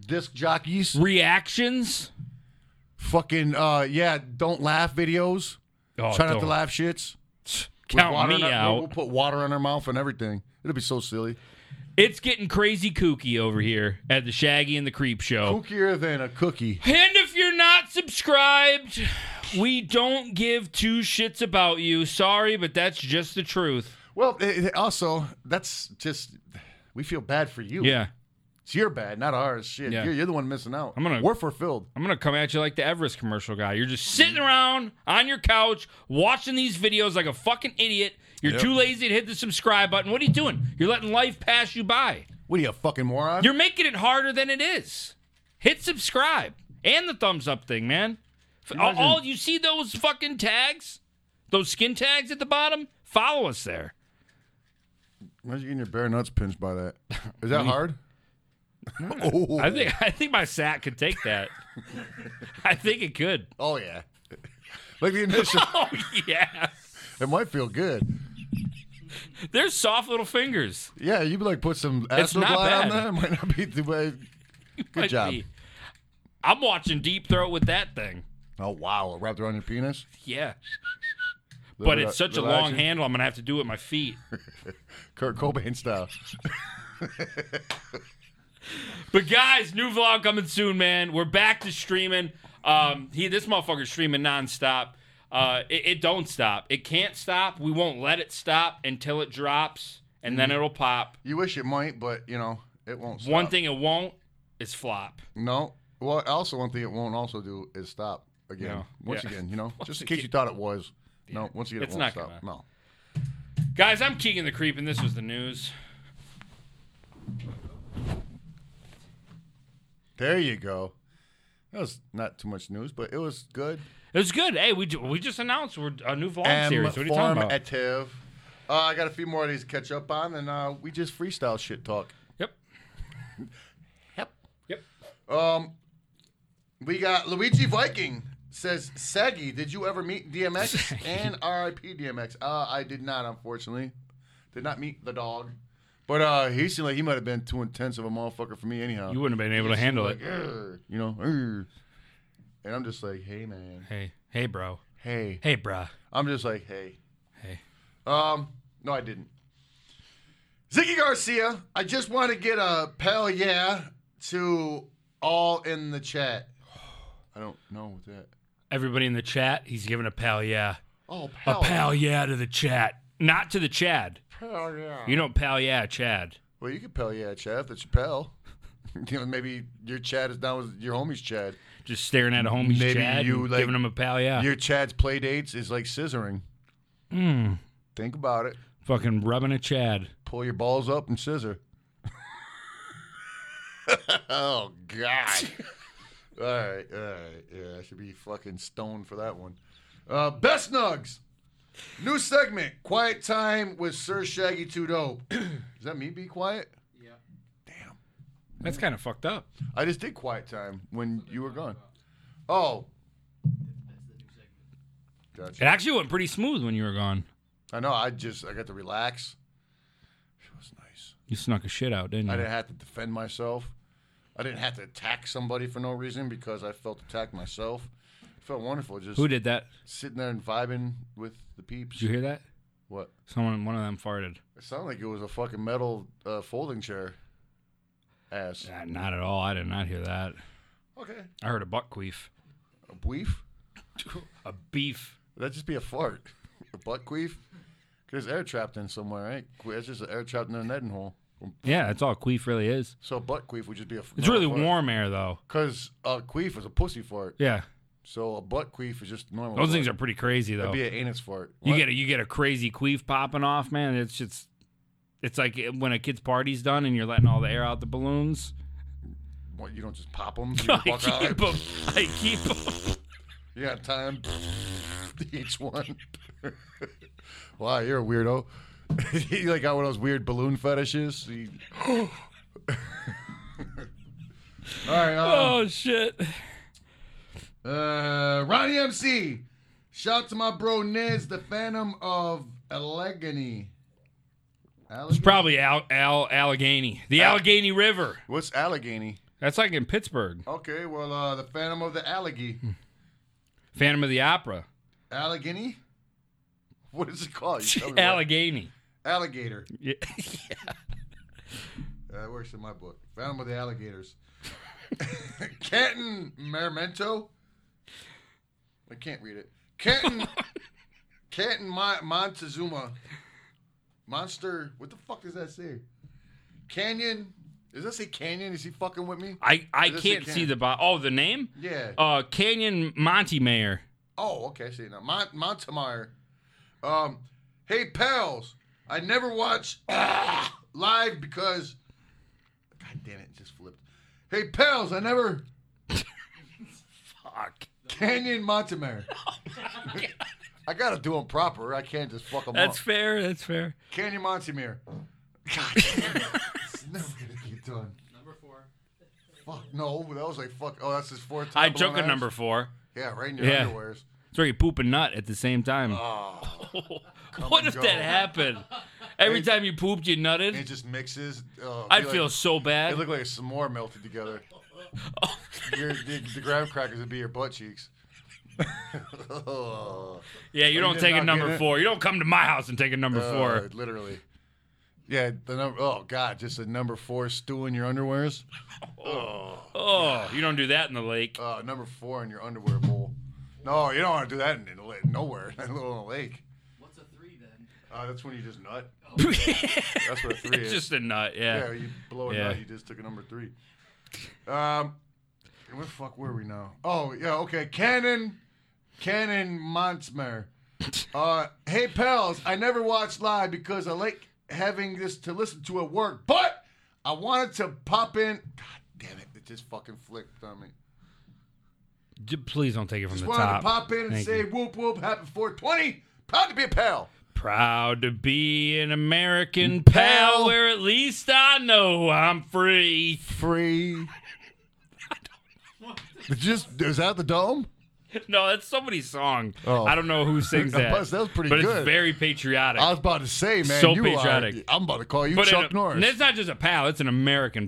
[SPEAKER 2] disc jockeys,
[SPEAKER 1] reactions.
[SPEAKER 2] fucking uh yeah, don't laugh videos.
[SPEAKER 1] Oh,
[SPEAKER 2] Try not to
[SPEAKER 1] don't-
[SPEAKER 2] laugh shits. With
[SPEAKER 1] Count
[SPEAKER 2] water in
[SPEAKER 1] me
[SPEAKER 2] our-
[SPEAKER 1] out.
[SPEAKER 2] We'll put water in our mouth and everything. It'll be so silly.
[SPEAKER 1] It's getting crazy kooky over here at the Shaggy and the Creep Show.
[SPEAKER 2] Kookier than a cookie.
[SPEAKER 1] And if you're not subscribed, we don't give two shits about you. Sorry, but that's just the truth.
[SPEAKER 2] Well, it, it- also that's just we feel bad for you.
[SPEAKER 1] Yeah.
[SPEAKER 2] it's your bad, not ours. Shit,
[SPEAKER 1] Yeah.
[SPEAKER 2] you're, you're the one missing out.
[SPEAKER 1] I'm gonna-
[SPEAKER 2] we're fulfilled.
[SPEAKER 1] I'm going to come at you like the Everest commercial guy. You're just sitting around on your couch watching these videos like a fucking idiot. You're
[SPEAKER 2] Yep.
[SPEAKER 1] too lazy to hit the subscribe button. What are you doing? You're letting life pass you by.
[SPEAKER 2] What are you a fucking moron?
[SPEAKER 1] You're making it harder than it is. Hit subscribe and the thumbs up thing, man. F- All, all- you see those fucking tags, those skin tags at the bottom. Follow us there.
[SPEAKER 2] Imagine getting your bare nuts pinched by that. Is that hard? oh,
[SPEAKER 1] I think I think my sack could take that. I think it could.
[SPEAKER 2] oh yeah. Like the initial,
[SPEAKER 1] Oh yeah,
[SPEAKER 2] it might feel good.
[SPEAKER 1] they're soft little fingers.
[SPEAKER 2] Yeah, you'd be like put some
[SPEAKER 1] It's not
[SPEAKER 2] Astroglide on
[SPEAKER 1] bad.
[SPEAKER 2] there. It might not be the way.
[SPEAKER 1] Might
[SPEAKER 2] job.
[SPEAKER 1] be. I'm watching deep throat with that thing.
[SPEAKER 2] Oh wow, wrapped around your penis.
[SPEAKER 1] Yeah,
[SPEAKER 2] Little
[SPEAKER 1] but
[SPEAKER 2] bit
[SPEAKER 1] it's
[SPEAKER 2] of-
[SPEAKER 1] such a
[SPEAKER 2] little
[SPEAKER 1] long
[SPEAKER 2] action.
[SPEAKER 1] handle. I'm gonna have to do it with my feet.
[SPEAKER 2] Kurt Cobain style.
[SPEAKER 1] But guys, new vlog coming soon, man. We're back to streaming. Um, he this motherfucker's streaming nonstop. Uh, it, it don't stop. It can't stop. We won't let it stop until it drops, and then it'll pop.
[SPEAKER 2] You wish it might, but you know it won't. Stop.
[SPEAKER 1] One thing it won't is flop.
[SPEAKER 2] No. Well, also one thing it won't also do is stop again.
[SPEAKER 1] No.
[SPEAKER 2] Once
[SPEAKER 1] Yeah.
[SPEAKER 2] again, you know, just in case you thought it was. No, once again,
[SPEAKER 1] It's
[SPEAKER 2] it won't
[SPEAKER 1] not
[SPEAKER 2] stop.
[SPEAKER 1] gonna.
[SPEAKER 2] No.
[SPEAKER 1] Guys, I'm Keegan the Creep, and this was the news.
[SPEAKER 2] There you go. That was not too much news, but it was good.
[SPEAKER 1] It was good. Hey, we ju- we just announced we're a new vlog series. What are you talking about?
[SPEAKER 2] Informative. Uh, I got a few more of these to catch up on, and uh, we just freestyle shit talk.
[SPEAKER 1] yep.
[SPEAKER 2] Yep.
[SPEAKER 1] Yep.
[SPEAKER 2] Um, we got Luigi Viking says, Saggy, did you ever meet DMX and RIP DMX? Uh, I did not, unfortunately. Did not meet the dog. But uh, he seemed like he might have been too intense of a motherfucker for me, anyhow.
[SPEAKER 1] You wouldn't have been able to handle it.
[SPEAKER 2] like, "Arr," you know, "Arr." and I'm just like, hey, man,
[SPEAKER 1] Hey, hey, bro.
[SPEAKER 2] hey.
[SPEAKER 1] Hey, bruh.
[SPEAKER 2] I'm just like, hey.
[SPEAKER 1] Hey.
[SPEAKER 2] Um, no, I didn't. Ziggy Garcia, I just want to get a pal yeah to all in the chat. I don't know what that.
[SPEAKER 1] Everybody in the chat, he's giving a pal yeah.
[SPEAKER 2] Oh,
[SPEAKER 1] A
[SPEAKER 2] pal.
[SPEAKER 1] pal yeah to the chat. Not to the Chad.
[SPEAKER 3] Hell yeah.
[SPEAKER 1] You know pal yeah, Chad.
[SPEAKER 2] Well, you could pal yeah, Chad. if That's your pal. you know, maybe your Chad is down with your homie's Chad.
[SPEAKER 1] Just staring at a homie's
[SPEAKER 2] Maybe
[SPEAKER 1] Chad
[SPEAKER 2] you,
[SPEAKER 1] and
[SPEAKER 2] like,
[SPEAKER 1] giving him a pal yeah.
[SPEAKER 2] Your Chad's play dates is like scissoring.
[SPEAKER 1] Mm,
[SPEAKER 2] Think about it.
[SPEAKER 1] fucking rubbing a Chad.
[SPEAKER 2] Pull your balls up and scissor. oh God! all right, all right, yeah, I should be fucking stoned for that one. Uh, Best nugs, new segment, quiet time with Sir Shaggy Two Dope. Does that mean be quiet?
[SPEAKER 5] Yeah.
[SPEAKER 1] That's kind of fucked up.
[SPEAKER 2] I just did quiet time when you were gone. Oh,
[SPEAKER 5] That's the new segment.
[SPEAKER 1] It
[SPEAKER 2] gotcha.
[SPEAKER 1] actually went pretty smooth when you were gone.
[SPEAKER 2] I know. I just I got to relax. It was nice.
[SPEAKER 1] You snuck a shit out, didn't you?
[SPEAKER 2] I didn't have to defend myself. I didn't have to attack somebody for no reason because I felt attacked myself. It felt wonderful just
[SPEAKER 1] Who did that?
[SPEAKER 2] sitting there and vibing with the peeps.
[SPEAKER 1] Did you hear that?
[SPEAKER 2] what?
[SPEAKER 1] Someone, one of them farted.
[SPEAKER 2] It sounded like it was a fucking metal uh, folding chair. Ass.
[SPEAKER 1] Ah, not at all. I did not hear that.
[SPEAKER 2] Okay.
[SPEAKER 1] I heard a buck queef.
[SPEAKER 2] A beef?
[SPEAKER 1] A beef.
[SPEAKER 2] That'd just be a fart. a butt queef? There's air trapped in somewhere, right? Que- It's just air trapped in a netting hole.
[SPEAKER 1] Yeah, that's all a queef really is.
[SPEAKER 2] So a butt queef would just be a.
[SPEAKER 1] It's really warm air though.
[SPEAKER 2] Because a queef is a pussy fart.
[SPEAKER 1] Yeah,
[SPEAKER 2] So a butt queef is just normal.
[SPEAKER 1] those
[SPEAKER 2] fart.
[SPEAKER 1] things are pretty crazy though.
[SPEAKER 2] That'd be an anus fart.
[SPEAKER 1] you
[SPEAKER 2] What?
[SPEAKER 1] get a, you get a crazy queef popping off, man. It's just it's like eh, when a kid's party's done and you're letting all the air out the balloons.
[SPEAKER 2] What, you don't just pop them? You
[SPEAKER 1] I
[SPEAKER 2] walk out
[SPEAKER 1] keep
[SPEAKER 2] like,
[SPEAKER 1] them. I keep 'em.
[SPEAKER 2] You got time each one. wow, you're a weirdo. you like got one of those weird balloon fetishes. You- All right, uh,
[SPEAKER 1] Oh shit!
[SPEAKER 2] uh, Ronnie MC. Shout to my bro Nez, the Phantom of Allegheny.
[SPEAKER 1] It's
[SPEAKER 2] Allegheny?
[SPEAKER 1] probably Al, Al Allegheny, the Allegheny River.
[SPEAKER 2] What's Allegheny?
[SPEAKER 1] That's like in Pittsburgh.
[SPEAKER 2] Okay, well, uh, the Phantom of the Allegheny.
[SPEAKER 1] Phantom of the Opera,
[SPEAKER 2] Allegheny? What is it called? You tell me what.
[SPEAKER 1] Allegheny.
[SPEAKER 2] Alligator.
[SPEAKER 1] Yeah.
[SPEAKER 2] That works in my book. Found with the alligators. Canton Mermento. I can't read it. Canton Canton Mon- Montezuma. Monster. What the fuck does that say? Canyon. Does that say canyon? Is he fucking with me?
[SPEAKER 1] I I
[SPEAKER 2] This is
[SPEAKER 1] can't see
[SPEAKER 2] Canyon.
[SPEAKER 1] the bo- oh the name.
[SPEAKER 2] Yeah.
[SPEAKER 1] Uh, Canyon Monty Mayor.
[SPEAKER 2] Oh, okay. I See now, Mont Montemeyer. Um, hey pals, I never watch live because. God damn it, it just flipped. Hey pals, I never
[SPEAKER 1] Fuck.
[SPEAKER 2] Canyon Montemeyer.
[SPEAKER 1] Oh,
[SPEAKER 2] I gotta do them proper. I can't just fuck them
[SPEAKER 1] That's
[SPEAKER 2] up.
[SPEAKER 1] fair. That's fair.
[SPEAKER 2] Canyon Montemeyer. God damn it, it's never gonna get done.
[SPEAKER 5] Number four.
[SPEAKER 2] Fuck no, that was like fuck. Oh, that's his fourth time.
[SPEAKER 1] I
[SPEAKER 2] blown
[SPEAKER 1] joke a
[SPEAKER 2] ass?
[SPEAKER 1] number four.
[SPEAKER 2] Yeah, right in your
[SPEAKER 1] Yeah.
[SPEAKER 2] underwears.
[SPEAKER 1] It's where you poop and nut at the same time. what
[SPEAKER 2] Oh. and
[SPEAKER 1] if
[SPEAKER 2] go.
[SPEAKER 1] that happened? Every
[SPEAKER 2] It-
[SPEAKER 1] time you pooped, you
[SPEAKER 2] And it
[SPEAKER 1] nutted.
[SPEAKER 2] just mixes. Uh,
[SPEAKER 1] I'd
[SPEAKER 2] be
[SPEAKER 1] feel
[SPEAKER 2] like-
[SPEAKER 1] so
[SPEAKER 2] It
[SPEAKER 1] bad.
[SPEAKER 2] looked like a s'more melted together. your, the, the graham crackers would be your butt cheeks. oh,
[SPEAKER 1] Yeah, you
[SPEAKER 2] you
[SPEAKER 1] don't
[SPEAKER 2] did
[SPEAKER 1] take a
[SPEAKER 2] not get
[SPEAKER 1] number
[SPEAKER 2] it.
[SPEAKER 1] four. You don't come to my house and take a number
[SPEAKER 2] uh,
[SPEAKER 1] four.
[SPEAKER 2] literally. Yeah, the number. Oh God, just a number four stew in your underwears.
[SPEAKER 1] Oh, you don't do that in the lake.
[SPEAKER 2] Uh, number four in your underwear bowl. No, you don't want to do that in, in the lake, nowhere. That little in the lake.
[SPEAKER 5] What's a three then?
[SPEAKER 2] Uh, that's when you just nut.
[SPEAKER 1] it's
[SPEAKER 2] That's what a three is.
[SPEAKER 1] just a nut.
[SPEAKER 2] yeah,
[SPEAKER 1] Yeah.
[SPEAKER 2] you blow a
[SPEAKER 1] Yeah.
[SPEAKER 2] nut. You just took a number three. Um, where the fuck were we now? Oh yeah, okay. Cannon, Cannon Monsmer. Uh, hey pals, I never watched live because I like having this to listen to at work, but I wanted to pop in. God damn it! It just fucking flicked on me.
[SPEAKER 1] J- Please don't take it from
[SPEAKER 2] Just
[SPEAKER 1] the
[SPEAKER 2] wanted
[SPEAKER 1] top.
[SPEAKER 2] to pop in and
[SPEAKER 1] Thank
[SPEAKER 2] say
[SPEAKER 1] you.
[SPEAKER 2] whoop whoop, happy 420. Proud to be a pal.
[SPEAKER 1] Proud to be an American Mm, pal,
[SPEAKER 2] Pal.
[SPEAKER 1] where at least I know I'm free.
[SPEAKER 2] Free.
[SPEAKER 5] What the-
[SPEAKER 2] Just is that the dome?
[SPEAKER 1] No, that's somebody's song.
[SPEAKER 2] Oh.
[SPEAKER 1] I don't know who sings that.
[SPEAKER 2] That was- that was pretty
[SPEAKER 1] but
[SPEAKER 2] good.
[SPEAKER 1] it's very patriotic.
[SPEAKER 2] I was about to say, man,
[SPEAKER 1] So
[SPEAKER 2] you
[SPEAKER 1] patriotic.
[SPEAKER 2] are. I'm about to call you
[SPEAKER 1] but
[SPEAKER 2] Chuck
[SPEAKER 1] in a-
[SPEAKER 2] Norris,
[SPEAKER 1] and it's not just a pal; it's an American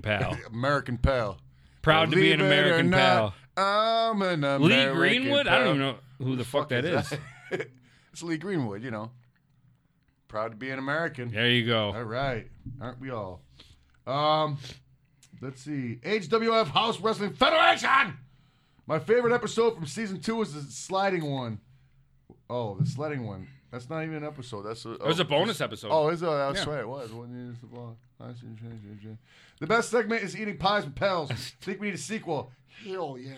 [SPEAKER 1] pal.
[SPEAKER 2] American pal.
[SPEAKER 1] Proud to be an
[SPEAKER 2] Believe it or
[SPEAKER 1] American
[SPEAKER 2] not,
[SPEAKER 1] pal.
[SPEAKER 2] I'm an American
[SPEAKER 1] Lee Greenwood.
[SPEAKER 2] Pal.
[SPEAKER 1] I don't even know who the fuck that is.
[SPEAKER 2] it's Lee Greenwood. You know, proud to be an American.
[SPEAKER 1] There you go.
[SPEAKER 2] All right, aren't we all? Um, let's see. HWF House Wrestling Federation. My favorite episode from season two was the sliding one. Oh, the sledding one. That's not even an episode. That's a,
[SPEAKER 1] It was
[SPEAKER 2] oh,
[SPEAKER 1] a bonus episode.
[SPEAKER 2] Oh, is it? That's
[SPEAKER 1] Yeah.
[SPEAKER 2] right. It was. Wasn't it just the ball? I see, see, see, see. The best segment is eating pies and pals. Think we need a sequel? Hell yeah!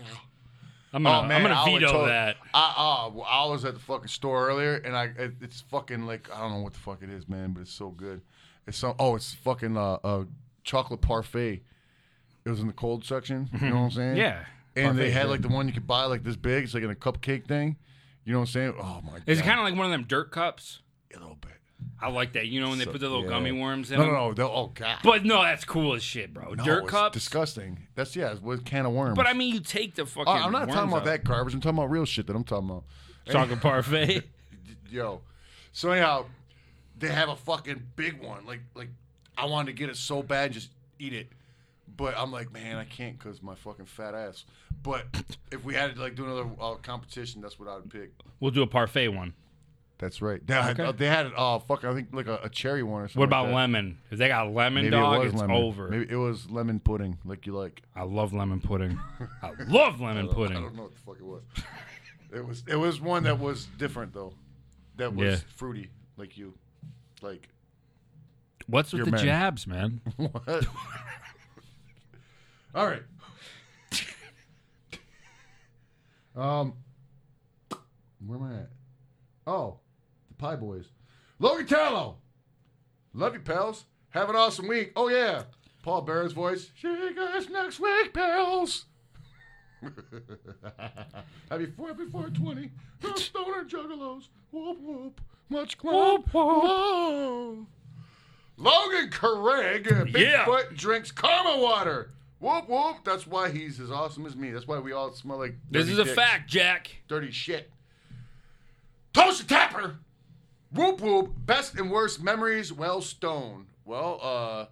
[SPEAKER 1] I'm gonna, I'm gonna
[SPEAKER 2] Oh, I would
[SPEAKER 1] veto
[SPEAKER 2] totally-
[SPEAKER 1] that.
[SPEAKER 2] I, uh, I I was at the fucking store earlier, and I it, it's fucking like I don't know what the fuck it is, man, but it's so good. It's some oh, it's fucking uh, uh chocolate parfait. It was in the cold section. You know what I'm saying?
[SPEAKER 1] Mm-hmm. Yeah.
[SPEAKER 2] And they
[SPEAKER 1] Parfait's
[SPEAKER 2] had
[SPEAKER 1] good.
[SPEAKER 2] like the one you could buy like this big. It's like in a cupcake thing. You know what I'm saying? Oh my god!
[SPEAKER 1] Is it kind of like one of them dirt cups?
[SPEAKER 2] a little bit?
[SPEAKER 1] I like that. You know when they
[SPEAKER 2] So-
[SPEAKER 1] put the little
[SPEAKER 2] yeah.
[SPEAKER 1] gummy worms in
[SPEAKER 2] No,
[SPEAKER 1] them.
[SPEAKER 2] no, no. they'll- Oh god.
[SPEAKER 1] But no, that's cool as shit, bro.
[SPEAKER 2] No,
[SPEAKER 1] dirt
[SPEAKER 2] it's
[SPEAKER 1] cups.
[SPEAKER 2] Disgusting. That's yeah, it's with a can of worms.
[SPEAKER 1] But I mean, you take the fucking.
[SPEAKER 2] Oh, I'm not talking
[SPEAKER 1] worms
[SPEAKER 2] about
[SPEAKER 1] out.
[SPEAKER 2] that garbage. I'm talking about real shit that I'm talking about.
[SPEAKER 1] chocolate parfait.
[SPEAKER 2] Yo, so anyhow, they have a fucking big one. Like like, I wanted to get it so bad, just eat it. But I'm like, man, I can't because my fucking fat ass. But if we had to like do another uh, competition, that's what I would pick.
[SPEAKER 1] we'll do a parfait one.
[SPEAKER 2] That's right. They had,
[SPEAKER 1] Okay.
[SPEAKER 2] they had uh, fuck, I think like a, a cherry one or something.
[SPEAKER 1] What
[SPEAKER 2] like
[SPEAKER 1] about
[SPEAKER 2] that.
[SPEAKER 1] lemon? If they got lemon,
[SPEAKER 2] Maybe
[SPEAKER 1] dog,
[SPEAKER 2] it was
[SPEAKER 1] it's
[SPEAKER 2] lemon.
[SPEAKER 1] over.
[SPEAKER 2] Maybe it was lemon pudding, like you like.
[SPEAKER 1] I love lemon pudding. I love lemon
[SPEAKER 2] I
[SPEAKER 1] pudding.
[SPEAKER 2] don't know what the fuck it was. it was it was one that was different though. That was
[SPEAKER 1] Yeah.
[SPEAKER 2] fruity, like you, like
[SPEAKER 1] What's with
[SPEAKER 2] You're
[SPEAKER 1] the
[SPEAKER 2] man.
[SPEAKER 1] jabs, man?
[SPEAKER 2] what? All right. um, where am I at? Oh, the Pie Boys, Logan Tallow. Love you, pals. Have an awesome week. Oh yeah, Paul Bear's voice. See us next week, pals. Happy four before twenty. No stoner juggalos. Whoop whoop. Much clown. Love. Logan Craig. uh,
[SPEAKER 1] Yeah.
[SPEAKER 2] Bigfoot drinks karma water. Whoop whoop. That's why he's as awesome as me. That's why we all smell like.
[SPEAKER 1] This
[SPEAKER 2] dirty
[SPEAKER 1] is a
[SPEAKER 2] dicks.
[SPEAKER 1] fact, Jack.
[SPEAKER 2] Dirty shit. Toaster Tapper. Whoop whoop. Best and worst memories. Well, Stone. Well, uh,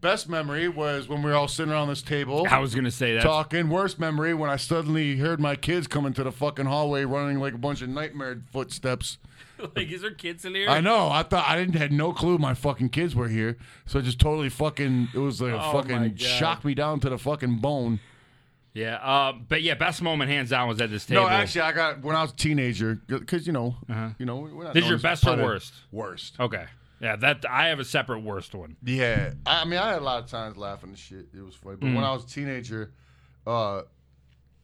[SPEAKER 2] best memory was when we were all sitting around this table
[SPEAKER 1] I was gonna say that.
[SPEAKER 2] talking. Worst memory when I suddenly heard my kids coming to the fucking hallway running like a bunch of nightmare footsteps.
[SPEAKER 1] Like, is there kids in here?
[SPEAKER 2] I know. I thought I didn't had no clue my fucking kids were here. So it just totally fucking it was like
[SPEAKER 1] Oh, my
[SPEAKER 2] fucking
[SPEAKER 1] God.
[SPEAKER 2] shocked me down to the fucking bone.
[SPEAKER 1] Yeah. Uh, but yeah, best moment hands down was at this table. Uh-huh.
[SPEAKER 2] No, actually, I got when I was a teenager because you know, you know, we're not
[SPEAKER 1] This is
[SPEAKER 2] known
[SPEAKER 1] your
[SPEAKER 2] as
[SPEAKER 1] best or
[SPEAKER 2] probably-
[SPEAKER 1] worst?
[SPEAKER 2] Worst.
[SPEAKER 1] Okay. Yeah, that I have a separate worst one.
[SPEAKER 2] Yeah, I I mean, I had a lot of times laughing and shit. It was funny. But
[SPEAKER 1] Mm.
[SPEAKER 2] when I was a teenager, uh,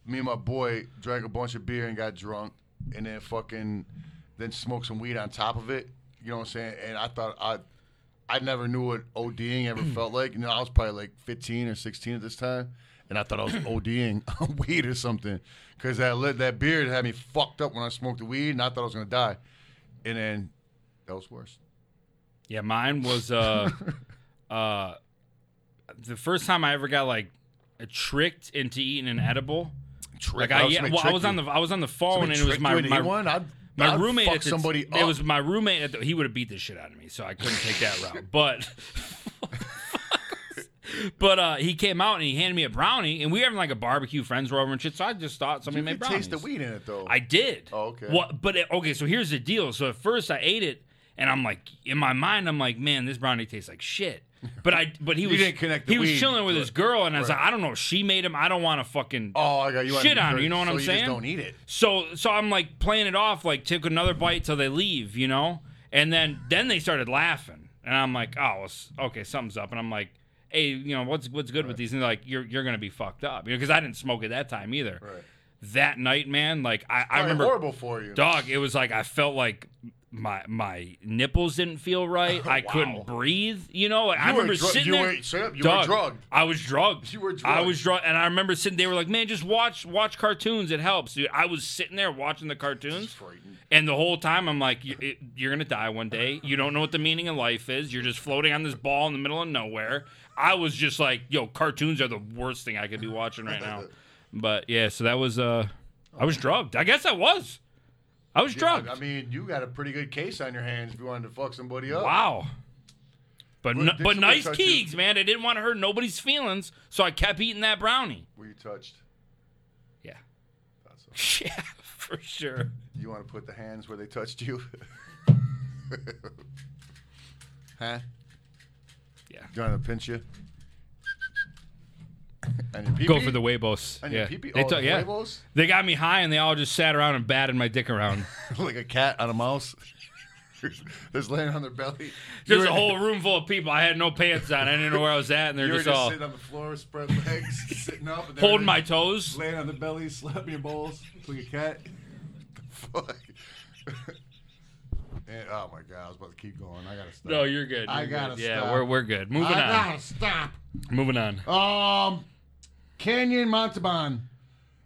[SPEAKER 2] me and my boy drank a bunch of beer and got drunk, and then fucking, then smoked some weed on top of it. You know what I'm saying? And I thought I, I never knew what ODing ever
[SPEAKER 1] Mm.
[SPEAKER 2] felt like. You know, I was probably like 15 or 16 at this time, and I thought I was ODing on weed or something, because that lit that beer had me fucked up when I smoked the weed, and I thought I was gonna die, and then that was worse.
[SPEAKER 1] Yeah, mine was uh, uh, the first time I ever got like tricked into eating an edible. Like I, yeah, well, I was on the I was on the
[SPEAKER 2] Oh,
[SPEAKER 1] phone and it was my my
[SPEAKER 2] one. I'd,
[SPEAKER 1] My
[SPEAKER 2] I'd
[SPEAKER 1] roommate
[SPEAKER 2] fuck
[SPEAKER 1] at the-
[SPEAKER 2] somebody
[SPEAKER 1] It
[SPEAKER 2] up.
[SPEAKER 1] was my roommate. At the, he would have beat the shit out of me, so I couldn't take that route. But, but uh, he came out and he handed me a brownie, and we were having like a barbecue. Friends were over and shit, so I just thought somebody
[SPEAKER 2] you
[SPEAKER 1] made
[SPEAKER 2] could
[SPEAKER 1] brownies.
[SPEAKER 2] taste the weed in it though.
[SPEAKER 1] I did.
[SPEAKER 2] Oh, okay.
[SPEAKER 1] What? But it, okay, so here's the deal. So at first I ate it, and I'm like, in my mind, I'm like, man, this brownie tastes like shit. But I, but he
[SPEAKER 2] You
[SPEAKER 1] was
[SPEAKER 2] didn't connect the
[SPEAKER 1] he was
[SPEAKER 2] weed
[SPEAKER 1] chilling with
[SPEAKER 2] to
[SPEAKER 1] his
[SPEAKER 2] it.
[SPEAKER 1] girl, and I was
[SPEAKER 2] Right.
[SPEAKER 1] like, I don't know, she made him. I don't want to fucking.
[SPEAKER 2] oh, I got you.
[SPEAKER 1] shit on
[SPEAKER 2] her,
[SPEAKER 1] it, you know what
[SPEAKER 2] so
[SPEAKER 1] I'm
[SPEAKER 2] you
[SPEAKER 1] saying?
[SPEAKER 2] Just don't eat it.
[SPEAKER 1] So so I'm like playing it off like took another bite till they leave, you know? And then then they started laughing. And I'm like, "Oh, well, s- okay, something's up." And I'm like, "Hey, you know, what's what's good with these?" And they're like, "You're you're going to be fucked up." You know, cuz I didn't smoke at that time either.
[SPEAKER 2] Right.
[SPEAKER 1] That night, man, like I I
[SPEAKER 2] Probably
[SPEAKER 1] remember
[SPEAKER 2] horrible for you.
[SPEAKER 1] dog, it was like I felt like my my nipples didn't feel right. I couldn't breathe. You know, I
[SPEAKER 2] Oh, You were
[SPEAKER 1] remember
[SPEAKER 2] dru-
[SPEAKER 1] sitting
[SPEAKER 2] you
[SPEAKER 1] there.
[SPEAKER 2] were- shut up, you were
[SPEAKER 1] Doug,
[SPEAKER 2] drugged.
[SPEAKER 1] I was drugged.
[SPEAKER 2] You were
[SPEAKER 1] I
[SPEAKER 2] drugged.
[SPEAKER 1] was drugged, and I remember sitting. They were like, "Man, just watch watch cartoons. It helps." Dude, I was sitting there watching the cartoons, and the whole time I'm like, "You- it- "You're gonna die one day. You don't know what the meaning of life is. You're just floating on this ball in the middle of nowhere." I was just like, "Yo, cartoons are the worst thing I could be watching right now." But yeah, so that was uh, I was drugged. I guess I was. I was drugged.
[SPEAKER 2] I mean, you got a pretty good case on your hands if you wanted to fuck somebody up.
[SPEAKER 1] Wow. But
[SPEAKER 2] Oh. Well,
[SPEAKER 1] no,
[SPEAKER 2] did
[SPEAKER 1] but
[SPEAKER 2] somebody
[SPEAKER 1] nice
[SPEAKER 2] touch you?
[SPEAKER 1] Keegs, man. I didn't want to hurt nobody's feelings, so I kept eating that brownie.
[SPEAKER 2] Were you touched?
[SPEAKER 1] Yeah.
[SPEAKER 2] Thought so.
[SPEAKER 1] Yeah, for sure.
[SPEAKER 2] You want to put the hands where they touched you?
[SPEAKER 4] Huh?
[SPEAKER 1] Yeah.
[SPEAKER 2] Trying to pinch you? And your pee
[SPEAKER 1] Go for the Weibos.
[SPEAKER 2] And
[SPEAKER 1] yeah.
[SPEAKER 2] your pee-pee?
[SPEAKER 1] They
[SPEAKER 2] Oh,
[SPEAKER 1] took-
[SPEAKER 2] the
[SPEAKER 1] yeah.
[SPEAKER 2] Huevos?
[SPEAKER 1] They got me high and they all just sat around and batted my dick around.
[SPEAKER 2] like a cat on a mouse. just laying on their belly.
[SPEAKER 1] There's
[SPEAKER 2] You were-
[SPEAKER 1] a whole room full of people. I had no pants on. I didn't know where I was at, and they're
[SPEAKER 2] You were
[SPEAKER 1] just,
[SPEAKER 2] just,
[SPEAKER 1] all
[SPEAKER 2] sitting on the floor, spread legs, sitting up, and they were
[SPEAKER 1] holding my
[SPEAKER 2] just
[SPEAKER 1] toes.
[SPEAKER 2] laying on the belly, slapping your balls like a cat. Fuck. And- oh my god, I was about to keep going. I gotta stop.
[SPEAKER 1] No, you're good.
[SPEAKER 2] I
[SPEAKER 1] You're
[SPEAKER 2] gotta
[SPEAKER 1] good. Yeah,
[SPEAKER 2] stop.
[SPEAKER 1] we're we're good. Moving
[SPEAKER 2] I
[SPEAKER 1] on.
[SPEAKER 2] gotta stop.
[SPEAKER 1] Moving on.
[SPEAKER 2] Um, Canyon Montalban.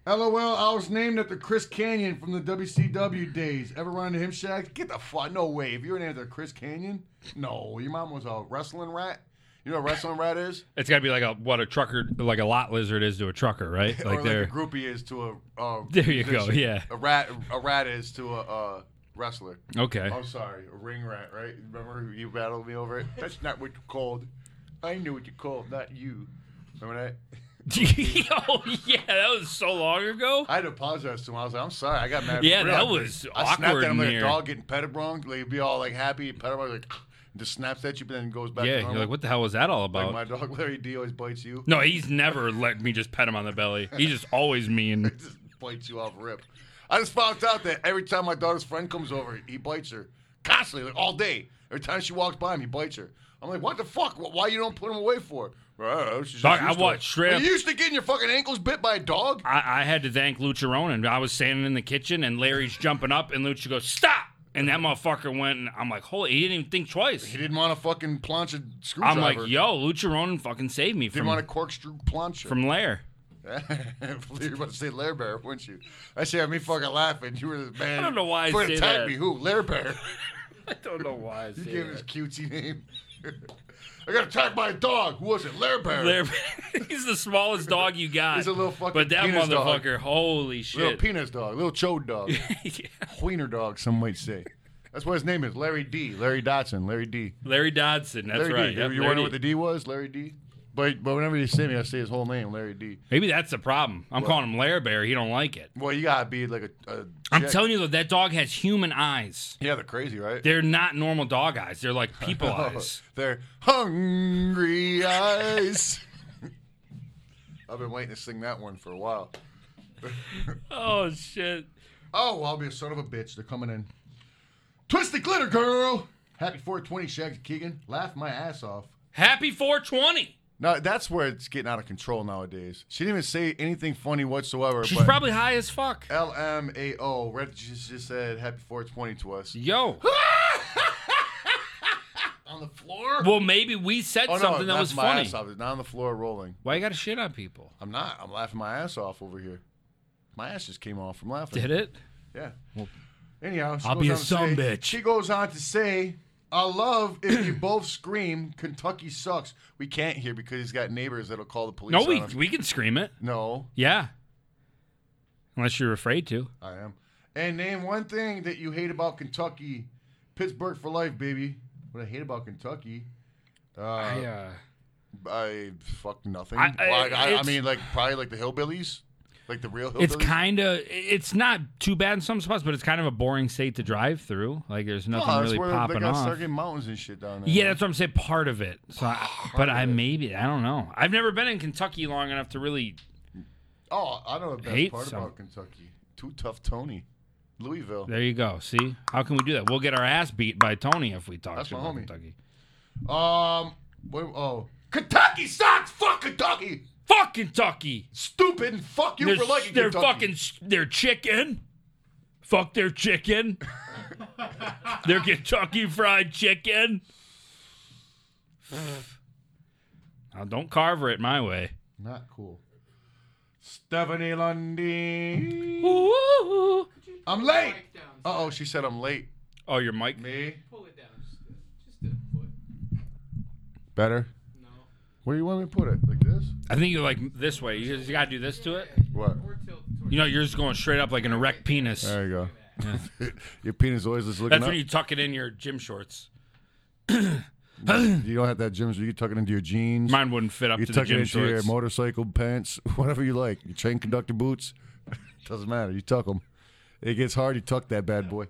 [SPEAKER 2] LOL, I was named after Chris Canyon from the WCW days. Ever run into him, Shaq? Get the fuck. No way. If you were named after Chris Canyon, no. Your mom was a wrestling rat. You know what a wrestling rat is?
[SPEAKER 1] It's got to be like a what a trucker like a lot lizard is to a trucker, right? Like
[SPEAKER 2] or like
[SPEAKER 1] they're
[SPEAKER 2] a groupie is to a. Uh,
[SPEAKER 1] There you go,
[SPEAKER 2] musician.
[SPEAKER 1] yeah.
[SPEAKER 2] A rat, a rat is to a uh, wrestler.
[SPEAKER 1] okay.
[SPEAKER 2] I'm sorry, a ring rat, right? Remember you battled me over it? That's not what you called. I knew what you called, not you. Remember that?
[SPEAKER 1] oh yeah, that was so long ago.
[SPEAKER 2] I had to apologize to him. I was like, I'm sorry. I got mad. for
[SPEAKER 1] Yeah,
[SPEAKER 2] real.
[SPEAKER 1] that was
[SPEAKER 2] I snapped
[SPEAKER 1] awkward
[SPEAKER 2] at him like
[SPEAKER 1] near.
[SPEAKER 2] a dog getting petted wrong. Like, he'd be all like happy, petted wrong, like, "Ah," and just snaps at you, but then goes back.
[SPEAKER 1] yeah,
[SPEAKER 2] to
[SPEAKER 1] you're
[SPEAKER 2] normal.
[SPEAKER 1] like, what the hell was that all about?
[SPEAKER 2] Like, my dog Larry D always bites you.
[SPEAKER 1] no, he's never let me just pet him on the belly. He's just always mean.
[SPEAKER 2] just bites you off rip. I just found out that every time my daughter's friend comes over, he bites her constantly, like all day. Every time she walks by him, he bites her. I'm like, what the fuck? Wh- Why you don't put him away for? Dog,
[SPEAKER 1] Dog, I watched straight up-
[SPEAKER 2] You used to getting your fucking ankles bit by a dog.
[SPEAKER 1] I, I had to thank Lucha Ronan. I was standing in the kitchen and Larry's jumping up and Lucha goes, Stop! And that motherfucker went and I'm like, Holy he didn't even think twice.
[SPEAKER 2] He didn't want to fucking plancha screwdriver.
[SPEAKER 1] I'm like, yo, Lucha Ronan fucking saved me
[SPEAKER 2] Didn't
[SPEAKER 1] from
[SPEAKER 2] want to corkscrew plancha.
[SPEAKER 1] from Lair.
[SPEAKER 2] You're about to say Lair Bear, weren't you? That shit had me fucking laughing. You were the man.
[SPEAKER 1] I don't know why I
[SPEAKER 2] But
[SPEAKER 1] say
[SPEAKER 2] attack
[SPEAKER 1] that.
[SPEAKER 2] me. Who? Lair Bear.
[SPEAKER 1] I don't know why I
[SPEAKER 2] You gave his cutesy name. I got attacked by a dog. Who was it? Lair Bear.
[SPEAKER 1] Lair, he's the smallest dog you got.
[SPEAKER 2] He's a little fucking
[SPEAKER 1] But that
[SPEAKER 2] penis dog.
[SPEAKER 1] motherfucker, holy
[SPEAKER 2] Little
[SPEAKER 1] shit.
[SPEAKER 2] penis dog. Little chode dog. Wiener dog, some might say. That's what his name is. Larry D. Larry Dotson. Larry D.
[SPEAKER 1] Larry Dodson, that's
[SPEAKER 2] Larry
[SPEAKER 1] right.
[SPEAKER 2] D.
[SPEAKER 1] Yep,
[SPEAKER 2] you
[SPEAKER 1] Larry
[SPEAKER 2] wonder
[SPEAKER 1] D.
[SPEAKER 2] what the D was? Larry D. But, but whenever you say me, I say his whole name, Larry D.
[SPEAKER 1] Maybe that's the problem. I'm calling him Lair Bear. He don't like it.
[SPEAKER 2] Well, you gotta be like a. a
[SPEAKER 1] I'm
[SPEAKER 2] Jack-
[SPEAKER 1] telling you though, that dog has human eyes.
[SPEAKER 2] Yeah, they're crazy, right?
[SPEAKER 1] They're not normal dog eyes. They're like people eyes.
[SPEAKER 2] They're hungry eyes. I've been waiting to sing that one for a while.
[SPEAKER 1] Oh shit.
[SPEAKER 2] Oh, well, I'll be a son of a bitch. They're coming in. Twisted Glitter Girl. Happy 420, Shag Keegan. Laugh my ass off.
[SPEAKER 1] Happy 420.
[SPEAKER 2] No, that's where it's getting out of control nowadays. She didn't even say anything funny whatsoever.
[SPEAKER 1] She's
[SPEAKER 2] but
[SPEAKER 1] probably high as fuck.
[SPEAKER 2] LMAO. Red just, just said happy 420 to us.
[SPEAKER 1] Yo.
[SPEAKER 2] On the floor?
[SPEAKER 1] Well, maybe we said
[SPEAKER 2] Oh, no,
[SPEAKER 1] something that
[SPEAKER 2] laugh
[SPEAKER 1] was
[SPEAKER 2] my
[SPEAKER 1] funny.
[SPEAKER 2] Ass off. It's not on the floor rolling.
[SPEAKER 1] Why you got to shit on people?
[SPEAKER 2] I'm not. I'm laughing my ass off over here. My ass just came off from laughing.
[SPEAKER 1] Did it?
[SPEAKER 2] Yeah. Anyhow, she
[SPEAKER 1] I'll
[SPEAKER 2] goes
[SPEAKER 1] be a
[SPEAKER 2] on to
[SPEAKER 1] son
[SPEAKER 2] say-
[SPEAKER 1] bitch.
[SPEAKER 2] She goes on to say, "I love if you both scream Kentucky sucks." We can't hear because he's got neighbors that'll call the police.
[SPEAKER 1] No,
[SPEAKER 2] on
[SPEAKER 1] we
[SPEAKER 2] us.
[SPEAKER 1] we can scream it.
[SPEAKER 2] no,
[SPEAKER 1] Yeah. Unless you're afraid to.
[SPEAKER 2] I am. And name one thing that you hate about Kentucky. Pittsburgh for life, baby. What I hate about Kentucky,
[SPEAKER 1] I,
[SPEAKER 2] uh,
[SPEAKER 1] uh,
[SPEAKER 2] I fuck nothing.
[SPEAKER 1] I-
[SPEAKER 2] I,
[SPEAKER 1] I-
[SPEAKER 2] like, I, I
[SPEAKER 1] it's-
[SPEAKER 2] mean, like probably like the hillbillies, like the real hillbillies.
[SPEAKER 1] it's kind of it's not too bad in some spots, but it's kind of a boring state to drive through. Like there's
[SPEAKER 2] Oh,
[SPEAKER 1] nothing
[SPEAKER 2] that's
[SPEAKER 1] really
[SPEAKER 2] where they
[SPEAKER 1] popping
[SPEAKER 2] got
[SPEAKER 1] off.
[SPEAKER 2] start getting mountains and shit down there.
[SPEAKER 1] Yeah,
[SPEAKER 2] man.
[SPEAKER 1] that's what I'm saying. Part of it. So, I, but I maybe I don't know. I've never been in Kentucky long enough to really.
[SPEAKER 2] Oh, I know the best
[SPEAKER 1] Hate
[SPEAKER 2] part
[SPEAKER 1] some-
[SPEAKER 2] about Kentucky. Too tough, Tony. Louisville.
[SPEAKER 1] There you go. See, how can we do that? We'll get our ass beat by Tony if we talk
[SPEAKER 2] That's
[SPEAKER 1] shit
[SPEAKER 2] my
[SPEAKER 1] about
[SPEAKER 2] homie.
[SPEAKER 1] Kentucky.
[SPEAKER 2] Um. What, oh, Kentucky sucks. Fuck Kentucky.
[SPEAKER 1] Fuck Kentucky.
[SPEAKER 2] Stupid and fuck you
[SPEAKER 1] They're,
[SPEAKER 2] for liking
[SPEAKER 1] they're
[SPEAKER 2] Kentucky.
[SPEAKER 1] fucking s- their chicken. Fuck their chicken. Their Kentucky Fried Chicken. Now don't carver it my way.
[SPEAKER 2] Not cool. Stephanie Lundy.
[SPEAKER 1] Ooh.
[SPEAKER 2] I'm late.
[SPEAKER 5] Mic down.
[SPEAKER 2] Uh oh, she said I'm late.
[SPEAKER 1] Oh, your mic.
[SPEAKER 2] Me?
[SPEAKER 5] Pull it down just a, just a foot.
[SPEAKER 2] Better.
[SPEAKER 5] No.
[SPEAKER 2] Where do you want me to put it? Like this?
[SPEAKER 1] I think you're like this way. You just gotta do this to it.
[SPEAKER 2] What?
[SPEAKER 5] Or tilt towards
[SPEAKER 1] You know, you're just going straight up like an erect penis.
[SPEAKER 2] There you go. Your penis always is looking
[SPEAKER 1] That's
[SPEAKER 2] up.
[SPEAKER 1] when you tuck it in your gym shorts.
[SPEAKER 2] You don't have that gym, so you can tuck it into your jeans.
[SPEAKER 1] Mine wouldn't fit up
[SPEAKER 2] you
[SPEAKER 1] to the
[SPEAKER 2] tuck it
[SPEAKER 1] gym
[SPEAKER 2] into your
[SPEAKER 1] shorts.
[SPEAKER 2] motorcycle pants, whatever you like. Your chain conductor boots. Doesn't matter. You tuck them. It gets hard. You tuck that bad boy.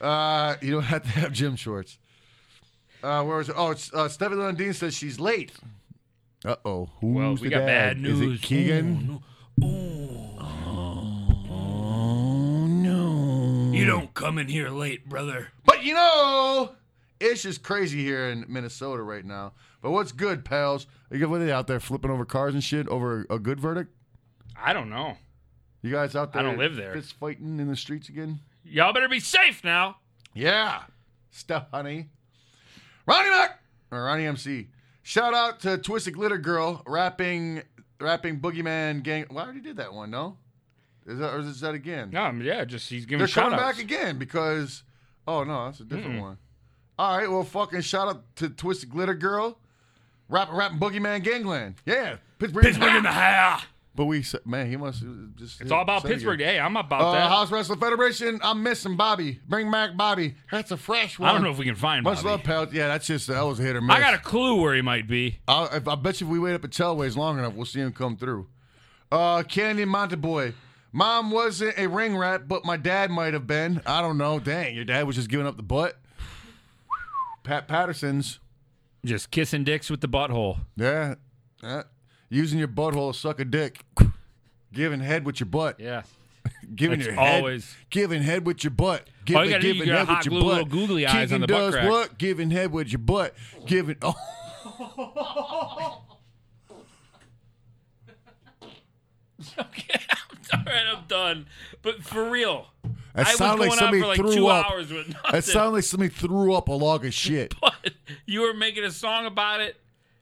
[SPEAKER 2] Uh, you don't have to have gym shorts. Uh, where is it? Oh, it's, uh, Stephanie Lundeen says she's late. Uh oh. Who's
[SPEAKER 1] well, we
[SPEAKER 2] the
[SPEAKER 1] got
[SPEAKER 2] dad?
[SPEAKER 1] bad news.
[SPEAKER 2] Is it Keegan? Oh no.
[SPEAKER 1] You don't come in here late, brother.
[SPEAKER 2] But you know, it's just crazy here in Minnesota right now. But what's good, pals? Are you what are they out there flipping over cars and shit over a good verdict?
[SPEAKER 1] I don't know.
[SPEAKER 2] You guys out there?
[SPEAKER 1] I don't live there.
[SPEAKER 2] Fist fighting in the streets again?
[SPEAKER 1] Y'all better be safe now.
[SPEAKER 2] Yeah. Stuff, honey. Ronnie Mac or Ronnie MC. Shout out to Twisted Glitter Girl rapping rapping Boogeyman Gang. Well, I already did that one, no? Is that or is that again?
[SPEAKER 1] No, I'm- yeah, just he's giving
[SPEAKER 2] They're
[SPEAKER 1] shout
[SPEAKER 2] coming
[SPEAKER 1] outs.
[SPEAKER 2] back again because oh no, that's a different
[SPEAKER 1] Hmm.
[SPEAKER 2] one. All right, well, fucking shout out to Twisted Glitter Girl, rap, rap, Boogeyman Gangland. Yeah, Pittsburgh.
[SPEAKER 1] Pittsburgh in the house.
[SPEAKER 2] But we said- man, he must just.
[SPEAKER 1] It's all about Pittsburgh. Hey, I'm about
[SPEAKER 2] Uh,
[SPEAKER 1] that.
[SPEAKER 2] House Wrestling Federation. I'm missing Bobby. Bring back Bobby. That's a fresh one.
[SPEAKER 1] I don't know if we can find
[SPEAKER 2] Much
[SPEAKER 1] Bobby.
[SPEAKER 2] love, pals. Yeah, that's just that was a hit or miss.
[SPEAKER 1] I got a clue where he might be.
[SPEAKER 2] I'll, if, I bet you if we wait up at Telways long enough, we'll see him come through. Uh, Candy Monteboy. Mom wasn't a ring rat, but my dad might have been. I don't know. Dang, your dad was just giving up the butt. Pat Patterson's.
[SPEAKER 1] Just kissing dicks with the butthole.
[SPEAKER 2] Yeah. yeah. Using your butthole to suck a dick. Giving head with your butt.
[SPEAKER 1] Yeah.
[SPEAKER 2] Giving
[SPEAKER 1] That's
[SPEAKER 2] your head.
[SPEAKER 1] always-
[SPEAKER 2] Giving head with your butt. Giving,
[SPEAKER 1] gotta do, you
[SPEAKER 2] giving
[SPEAKER 1] gotta
[SPEAKER 2] head
[SPEAKER 1] hot
[SPEAKER 2] with your
[SPEAKER 1] glue
[SPEAKER 2] butt.
[SPEAKER 1] little googly eyes
[SPEAKER 2] Kicking
[SPEAKER 1] on the butt
[SPEAKER 2] does
[SPEAKER 1] crack.
[SPEAKER 2] what? Giving head with your butt. Giving. Oh.
[SPEAKER 1] Okay, I'm, all right, I'm done. But for real,
[SPEAKER 2] That
[SPEAKER 1] I was
[SPEAKER 2] sounded like
[SPEAKER 1] going on
[SPEAKER 2] somebody
[SPEAKER 1] for like
[SPEAKER 2] threw
[SPEAKER 1] two
[SPEAKER 2] up.
[SPEAKER 1] hours with nothing.
[SPEAKER 2] That sounded like somebody threw up a log of shit.
[SPEAKER 1] but you were making a song about it.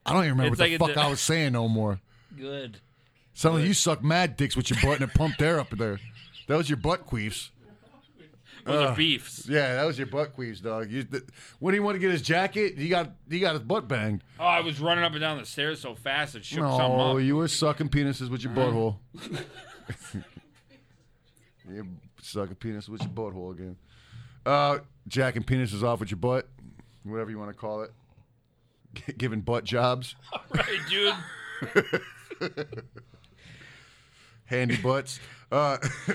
[SPEAKER 2] I don't even remember
[SPEAKER 1] It's
[SPEAKER 2] what
[SPEAKER 1] like
[SPEAKER 2] the
[SPEAKER 1] it
[SPEAKER 2] fuck
[SPEAKER 1] did-
[SPEAKER 2] I was saying no more.
[SPEAKER 1] Good.
[SPEAKER 2] Suddenly you suck mad dicks with your butt and it pumped air up there. That was your butt queefs.
[SPEAKER 1] Those are beefs.
[SPEAKER 2] Yeah, that was your butt queefs, dog. You, th- when he wanted to get his jacket, he got he got his butt banged.
[SPEAKER 1] Oh, I was running up and down the stairs so fast it shook something
[SPEAKER 2] No,
[SPEAKER 1] up.
[SPEAKER 2] you were sucking penises with your butthole. you suck a penis with your butthole again. Uh, jacking penises off with your butt, whatever you want to call it. giving butt jobs,
[SPEAKER 1] Right, dude.
[SPEAKER 2] handy butts. Uh,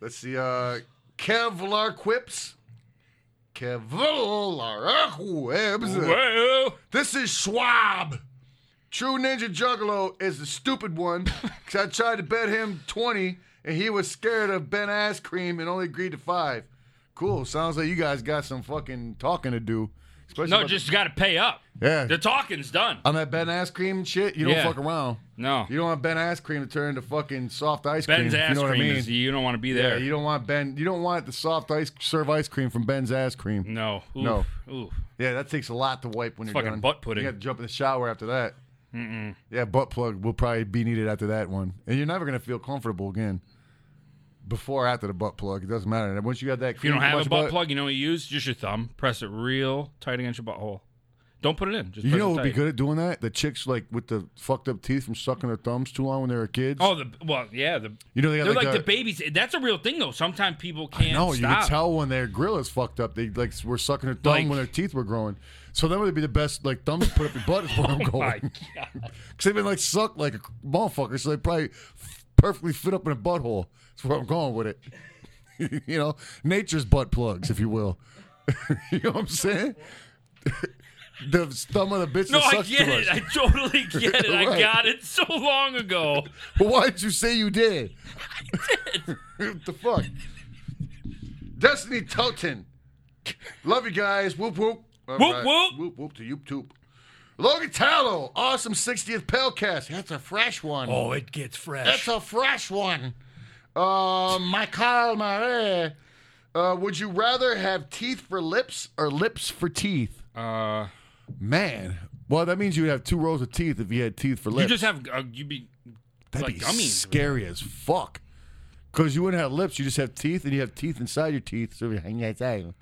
[SPEAKER 2] let's see. Uh, Kevlar quips. Kevlar quips.
[SPEAKER 1] Whoa.
[SPEAKER 2] This is Schwab. True Ninja Juggalo is the stupid one because I tried to bet him 20 and he was scared of Ben Ass Cream and only agreed to five. Cool. Sounds like you guys got some fucking talking to do. Especially
[SPEAKER 1] No,
[SPEAKER 2] about- Uh,
[SPEAKER 1] just got to pay up.
[SPEAKER 2] yeah.
[SPEAKER 1] The talking's done.
[SPEAKER 2] on that Ben Ass Cream shit, you don't
[SPEAKER 1] Yeah.
[SPEAKER 2] fuck around.
[SPEAKER 1] No.
[SPEAKER 2] You don't want Ben Ass Cream to turn into fucking soft ice
[SPEAKER 1] Ben's
[SPEAKER 2] cream. if
[SPEAKER 1] ass
[SPEAKER 2] you know what
[SPEAKER 1] cream
[SPEAKER 2] I mean?
[SPEAKER 1] is you don't want to be
[SPEAKER 2] yeah,
[SPEAKER 1] there.
[SPEAKER 2] you don't want Ben. You don't want the soft ice serve ice cream from Ben's ass cream.
[SPEAKER 1] no. Oof.
[SPEAKER 2] No.
[SPEAKER 1] Oof.
[SPEAKER 2] Yeah, that takes a lot to wipe when you're
[SPEAKER 1] fucking
[SPEAKER 2] done.
[SPEAKER 1] butt pudding.
[SPEAKER 2] You got to jump in the shower after that. Yeah, butt plug will probably be needed after that one, and you're never gonna feel comfortable again. Before or after the butt plug, it doesn't matter. And Once you got that,
[SPEAKER 1] If you don't have a butt plug, you know what you use? Just your thumb. Press it real tight against your butthole. Don't put it in. Just
[SPEAKER 2] You
[SPEAKER 1] press
[SPEAKER 2] know
[SPEAKER 1] it
[SPEAKER 2] what would be
[SPEAKER 1] tight.
[SPEAKER 2] good at doing that? The chicks like with the fucked up teeth from sucking their thumbs too long when they were kids.
[SPEAKER 1] Oh, the well, yeah. The,
[SPEAKER 2] you know they got
[SPEAKER 1] they're like,
[SPEAKER 2] a-
[SPEAKER 1] the babies. That's a real thing though. Sometimes people can't.
[SPEAKER 2] No, you
[SPEAKER 1] stop.
[SPEAKER 2] could tell when their grill is fucked up. They like were sucking their thumb
[SPEAKER 1] Like-
[SPEAKER 2] when their teeth were growing. So that would be the best like thumbs to put up your butt is where I'm
[SPEAKER 1] Oh My
[SPEAKER 2] going.
[SPEAKER 1] God.
[SPEAKER 2] Because they've been like sucked like a motherfucker, so they probably f- perfectly fit up in a butthole. That's where I'm going with it. you know, nature's butt plugs, if you will. you know what I'm saying? the thumb of the bitch
[SPEAKER 1] No,
[SPEAKER 2] that
[SPEAKER 1] I
[SPEAKER 2] sucks
[SPEAKER 1] get
[SPEAKER 2] too
[SPEAKER 1] it.
[SPEAKER 2] much.
[SPEAKER 1] I totally get it. I
[SPEAKER 2] Right.
[SPEAKER 1] got it so long ago.
[SPEAKER 2] But why did you say you did? I did. what the fuck? Destiny Tilton. Love you guys. Whoop whoop. All
[SPEAKER 1] Whoop, whoop.
[SPEAKER 2] Whoop whoop to yoop toop. Logan Tallow. Awesome 60th Pelcast. That's a fresh one.
[SPEAKER 1] Oh, it gets fresh.
[SPEAKER 2] That's a fresh one. Uh, my Carl Marais. Uh, would you rather have teeth for lips or lips for teeth?
[SPEAKER 1] Uh,
[SPEAKER 2] Man, well, that means you would have two rows of teeth if you had teeth for lips.
[SPEAKER 1] you just have uh, you be
[SPEAKER 2] That'd
[SPEAKER 1] like
[SPEAKER 2] be
[SPEAKER 1] gummies.
[SPEAKER 2] scary as fuck. Because you wouldn't have lips, you just have teeth, and you have teeth inside your teeth, so you hang that down.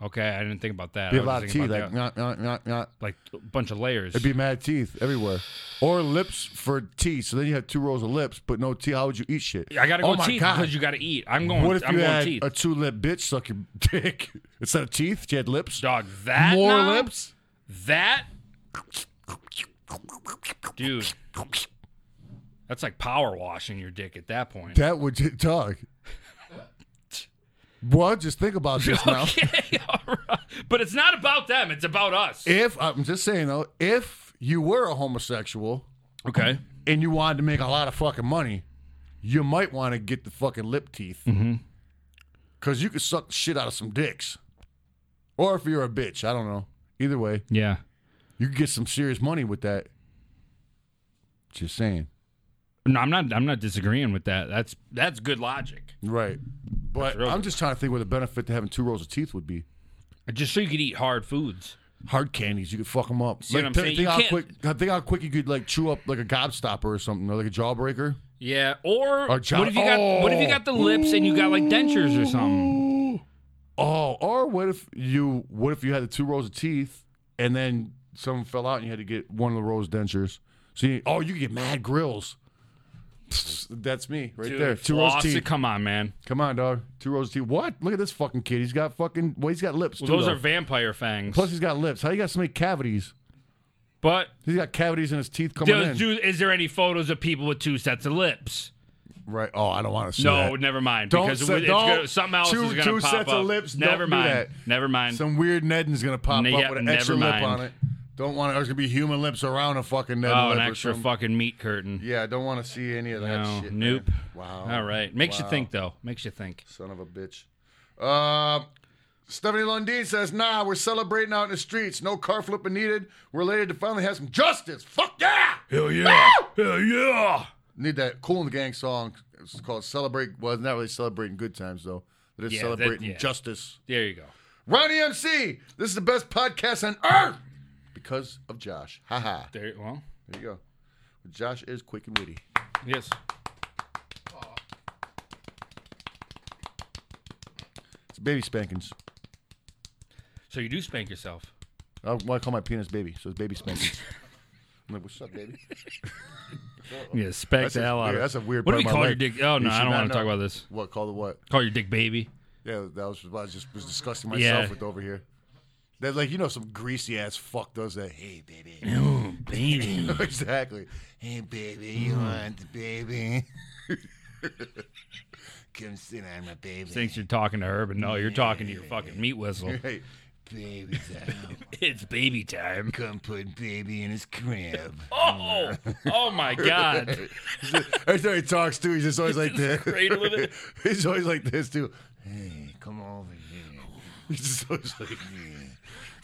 [SPEAKER 1] okay. I didn't think about that.
[SPEAKER 2] Be
[SPEAKER 1] I
[SPEAKER 2] a
[SPEAKER 1] was
[SPEAKER 2] lot of
[SPEAKER 1] just
[SPEAKER 2] teeth,
[SPEAKER 1] thinking
[SPEAKER 2] like
[SPEAKER 1] about that.
[SPEAKER 2] not, not, not, not.
[SPEAKER 1] like a bunch of layers.
[SPEAKER 2] It'd be mad teeth everywhere, or lips for teeth. So then you have two rows of lips, but no teeth. How would you eat shit?
[SPEAKER 1] I gotta go
[SPEAKER 2] oh my
[SPEAKER 1] teeth
[SPEAKER 2] God.
[SPEAKER 1] because you gotta eat. I'm going.
[SPEAKER 2] What if
[SPEAKER 1] I'm
[SPEAKER 2] you
[SPEAKER 1] going
[SPEAKER 2] had
[SPEAKER 1] teeth.
[SPEAKER 2] a two lip bitch suck your dick instead of teeth? She had lips.
[SPEAKER 1] Dog, that
[SPEAKER 2] More
[SPEAKER 1] now?
[SPEAKER 2] lips.
[SPEAKER 1] That, dude, that's like power washing your dick at that point.
[SPEAKER 2] That would just, dog. Well, just think about this now.
[SPEAKER 1] Okay, all right. but it's not about them. It's about us.
[SPEAKER 2] If I'm just saying though, if you were a homosexual
[SPEAKER 1] okay.
[SPEAKER 2] and you wanted to make a lot of fucking money, you might want to get the fucking lip teeth. Cause you could suck the shit out of some dicks. Or if you're a bitch, I don't know. Either way,
[SPEAKER 1] Yeah.
[SPEAKER 2] you could get some serious money with that. Just saying.
[SPEAKER 1] No, I'm not. I'm not disagreeing with that. That's that's good logic.
[SPEAKER 2] Right. But
[SPEAKER 1] real
[SPEAKER 2] I'm
[SPEAKER 1] good.
[SPEAKER 2] just trying to think what the benefit to having two rows of teeth would be.
[SPEAKER 1] Just so you could eat hard foods.
[SPEAKER 2] Hard candies, you could fuck them up.
[SPEAKER 1] See what I'm
[SPEAKER 2] think-
[SPEAKER 1] saying?
[SPEAKER 2] Think
[SPEAKER 1] You
[SPEAKER 2] how
[SPEAKER 1] can't-
[SPEAKER 2] quick, think how quick you could like chew up like a gobstopper or something, or like a jawbreaker.
[SPEAKER 1] Yeah. Or,
[SPEAKER 2] Or jo-
[SPEAKER 1] what if you got what if you
[SPEAKER 2] Oh.
[SPEAKER 1] got the lips and you got like dentures or something?
[SPEAKER 2] Oh, or what if you what if you had the two rows of teeth and then some fell out and you had to get one of the rows dentures? So you, oh, you could get mad grills. Psst, That's me right
[SPEAKER 1] Dude,
[SPEAKER 2] there. Two rows of
[SPEAKER 1] floss it.
[SPEAKER 2] teeth.
[SPEAKER 1] Come on, man.
[SPEAKER 2] Come on, dog. Two rows of teeth. What? Look at this fucking kid. He's got fucking. Well, he's got lips.
[SPEAKER 1] Well,
[SPEAKER 2] too,
[SPEAKER 1] those
[SPEAKER 2] though.
[SPEAKER 1] are vampire fangs.
[SPEAKER 2] Plus, he's got lips. How you got so many cavities?
[SPEAKER 1] but
[SPEAKER 2] He's got cavities in his teeth coming
[SPEAKER 1] does,
[SPEAKER 2] in.
[SPEAKER 1] do, is there any photos of people with two sets of lips?
[SPEAKER 2] Right. Oh, I don't want to see
[SPEAKER 1] no,
[SPEAKER 2] that.
[SPEAKER 1] never mind.
[SPEAKER 2] Don't
[SPEAKER 1] because it
[SPEAKER 2] say-
[SPEAKER 1] would- it's
[SPEAKER 2] don't.
[SPEAKER 1] gonna, something else
[SPEAKER 2] Two-
[SPEAKER 1] is going to
[SPEAKER 2] two
[SPEAKER 1] pop
[SPEAKER 2] sets
[SPEAKER 1] up.
[SPEAKER 2] of lips, don't
[SPEAKER 1] Never
[SPEAKER 2] do
[SPEAKER 1] mind.
[SPEAKER 2] that.
[SPEAKER 1] Never mind.
[SPEAKER 2] Some weird Nedden's gonna pop
[SPEAKER 1] N-
[SPEAKER 2] up
[SPEAKER 1] yeah,
[SPEAKER 2] with an
[SPEAKER 1] never
[SPEAKER 2] extra
[SPEAKER 1] mind.
[SPEAKER 2] lip on it. Don't want it. There's gonna be human lips around a fucking Nedden
[SPEAKER 1] oh,
[SPEAKER 2] lip
[SPEAKER 1] an
[SPEAKER 2] or
[SPEAKER 1] extra
[SPEAKER 2] something.
[SPEAKER 1] fucking meat curtain.
[SPEAKER 2] Yeah, I don't want to see any of that
[SPEAKER 1] No,
[SPEAKER 2] shit. man.
[SPEAKER 1] nope.
[SPEAKER 2] Wow.
[SPEAKER 1] All right. Makes you think though. Makes you think.
[SPEAKER 2] Son of a bitch. Uh, Stephanie Lundeen says, "Nah, we're celebrating out in the streets. No car flipping needed. We're elated to finally have some justice. Fuck yeah!
[SPEAKER 1] Hell yeah. Hell yeah.
[SPEAKER 2] Need that Cool and the Gang song. It's called "Celebrate." Well, it's not really celebrating good times though. It is
[SPEAKER 1] Yeah, that-
[SPEAKER 2] celebrating
[SPEAKER 1] yeah.
[SPEAKER 2] justice.
[SPEAKER 1] There you go.
[SPEAKER 2] Ronnie MC, this is the best podcast on earth because of Josh. Ha ha.
[SPEAKER 1] There well.
[SPEAKER 2] There you go. Josh is quick and witty.
[SPEAKER 1] Yes.
[SPEAKER 2] It's baby spankings.
[SPEAKER 1] So you do spank yourself.
[SPEAKER 2] I want to call my penis baby, so it's baby spankings. I'm like, what's up, baby?
[SPEAKER 1] Yeah, spank
[SPEAKER 2] That's a- yeah, that's a weird
[SPEAKER 1] What do
[SPEAKER 2] part of
[SPEAKER 1] we
[SPEAKER 2] my
[SPEAKER 1] call your
[SPEAKER 2] leg.
[SPEAKER 1] dick? Oh
[SPEAKER 2] You
[SPEAKER 1] no,
[SPEAKER 2] should
[SPEAKER 1] I don't
[SPEAKER 2] not
[SPEAKER 1] want to talk
[SPEAKER 2] know.
[SPEAKER 1] about this.
[SPEAKER 2] What? Call the what?
[SPEAKER 1] Call your dick baby.
[SPEAKER 2] Yeah, that was what I was just was discussing myself
[SPEAKER 1] Yeah.
[SPEAKER 2] with over here. That like you know some greasy ass fuck does that. Hey baby.
[SPEAKER 1] Oh, baby.
[SPEAKER 2] exactly.
[SPEAKER 4] Hey, baby, you want the baby? Come sit on my baby.
[SPEAKER 1] Thinks you're talking to her, but no, you're talking to your fucking meat whistle.
[SPEAKER 2] Hey,
[SPEAKER 4] Baby time.
[SPEAKER 1] it's baby time.
[SPEAKER 4] Come put baby in his crib.
[SPEAKER 1] Oh, oh my God.
[SPEAKER 2] every time he talks too, he's just always like this.
[SPEAKER 1] cradle with it.
[SPEAKER 2] he's always like this too.
[SPEAKER 4] Hey, come over here.
[SPEAKER 2] He's just always like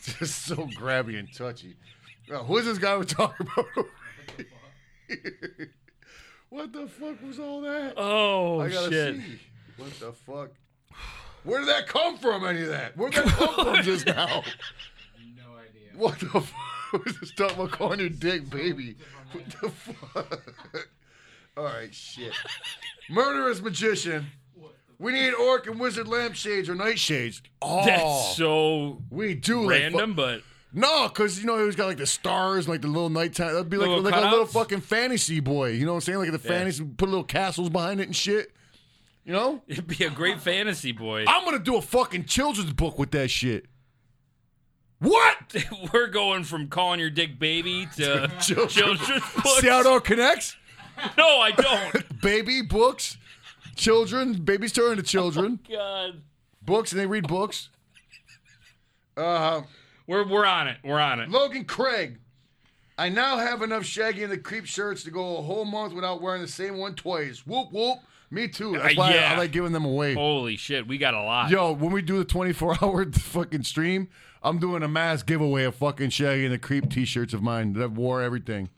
[SPEAKER 2] just so grabby and touchy. Now, who is this guy we're talking about? what the fuck was all that?
[SPEAKER 1] Oh
[SPEAKER 2] I gotta
[SPEAKER 1] shit.
[SPEAKER 2] see. What the fuck? Where did that come from? Any of that? Where did that come from just now?
[SPEAKER 5] No idea.
[SPEAKER 2] What the fuck? was this talking about calling your dick baby? What the fuck? All right, shit. Murderous magician. We need orc and wizard lampshades or nightshades. Oh,
[SPEAKER 1] That's so
[SPEAKER 2] we do like, fu-
[SPEAKER 1] random, but
[SPEAKER 2] no, because you know it was got like the stars, and, like the little nighttime. That'd be like
[SPEAKER 1] Little
[SPEAKER 2] like a little
[SPEAKER 1] cutouts?
[SPEAKER 2] fucking fantasy boy. You know what I'm saying? Like the fantasy, put little castles behind it and shit. You know?
[SPEAKER 1] it'd be a great fantasy boy.
[SPEAKER 2] I'm gonna do a fucking children's book with that shit. What?
[SPEAKER 1] We're going from calling your dick baby to
[SPEAKER 2] Children's-
[SPEAKER 1] children's books.
[SPEAKER 2] See how it all connects?
[SPEAKER 1] no, I don't.
[SPEAKER 2] Baby books, children. Babies turn into children.
[SPEAKER 1] God.
[SPEAKER 2] Books, and they read books. Uh,
[SPEAKER 1] We're, we're on it. We're on it.
[SPEAKER 2] Logan Craig. I now have enough Shaggy and the Creep shirts to go a whole month without wearing the same one twice. Whoop whoop. Me too. That's
[SPEAKER 1] Uh,
[SPEAKER 2] why I- I,
[SPEAKER 1] yeah.
[SPEAKER 2] like giving them away.
[SPEAKER 1] Holy shit, we got a lot.
[SPEAKER 2] Yo, when we do the 24 hour fucking stream, I'm doing a mass giveaway of fucking Shaggy and the Creep t shirts of mine that I've wore everything.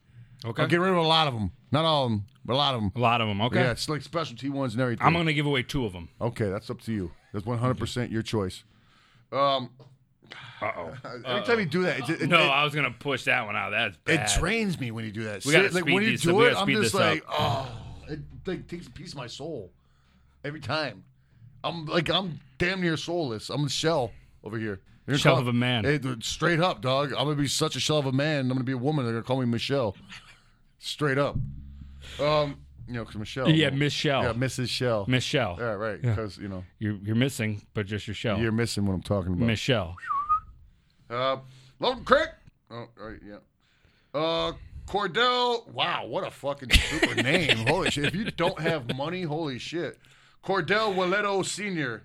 [SPEAKER 1] okay.
[SPEAKER 2] I'll get rid of a lot of them. Not all of them, but a lot of them.
[SPEAKER 1] A lot of them. Okay.
[SPEAKER 2] Yeah, it's like specialty ones and everything.
[SPEAKER 1] I'm going to give away two of them.
[SPEAKER 2] okay, that's up to you. That's 100% your choice. Um,
[SPEAKER 1] Uh-oh.
[SPEAKER 2] every time you do that, it, it,
[SPEAKER 1] No,
[SPEAKER 2] it-
[SPEAKER 1] I was going to push that one out. That's
[SPEAKER 2] it,
[SPEAKER 1] bad.
[SPEAKER 2] drains me when you do that.
[SPEAKER 1] We gotta
[SPEAKER 2] Shit, like
[SPEAKER 1] speed
[SPEAKER 2] when you
[SPEAKER 1] these up.
[SPEAKER 2] do it,
[SPEAKER 1] We gotta
[SPEAKER 2] I'm
[SPEAKER 1] speed
[SPEAKER 2] just
[SPEAKER 1] this up.
[SPEAKER 2] like, oh, it like, takes a piece of my soul every time. I'm like, I'm damn near soulless. I'm a shell over here. They're gonna
[SPEAKER 1] Shell
[SPEAKER 2] call-
[SPEAKER 1] of a man.
[SPEAKER 2] Hey, dude, straight up, dog. I'm gonna be such a shell of a man. I'm gonna be a woman. They're gonna call me Michelle. Straight up. Um, you know, 'cause Michelle.
[SPEAKER 1] yeah, Miss Shell.
[SPEAKER 2] Yeah, Mrs. Shell.
[SPEAKER 1] Miss Shell.
[SPEAKER 2] Yeah, right. Because you know
[SPEAKER 1] You're, you're missing, but just your shell.
[SPEAKER 2] you're missing what I'm talking about.
[SPEAKER 1] Miss Shell.
[SPEAKER 2] Uh, Lone Creek. Oh, right, yeah. Uh, Cordell. Wow, what a fucking super name. Holy shit. If you don't have money, holy shit. Cordell Waleto Sr.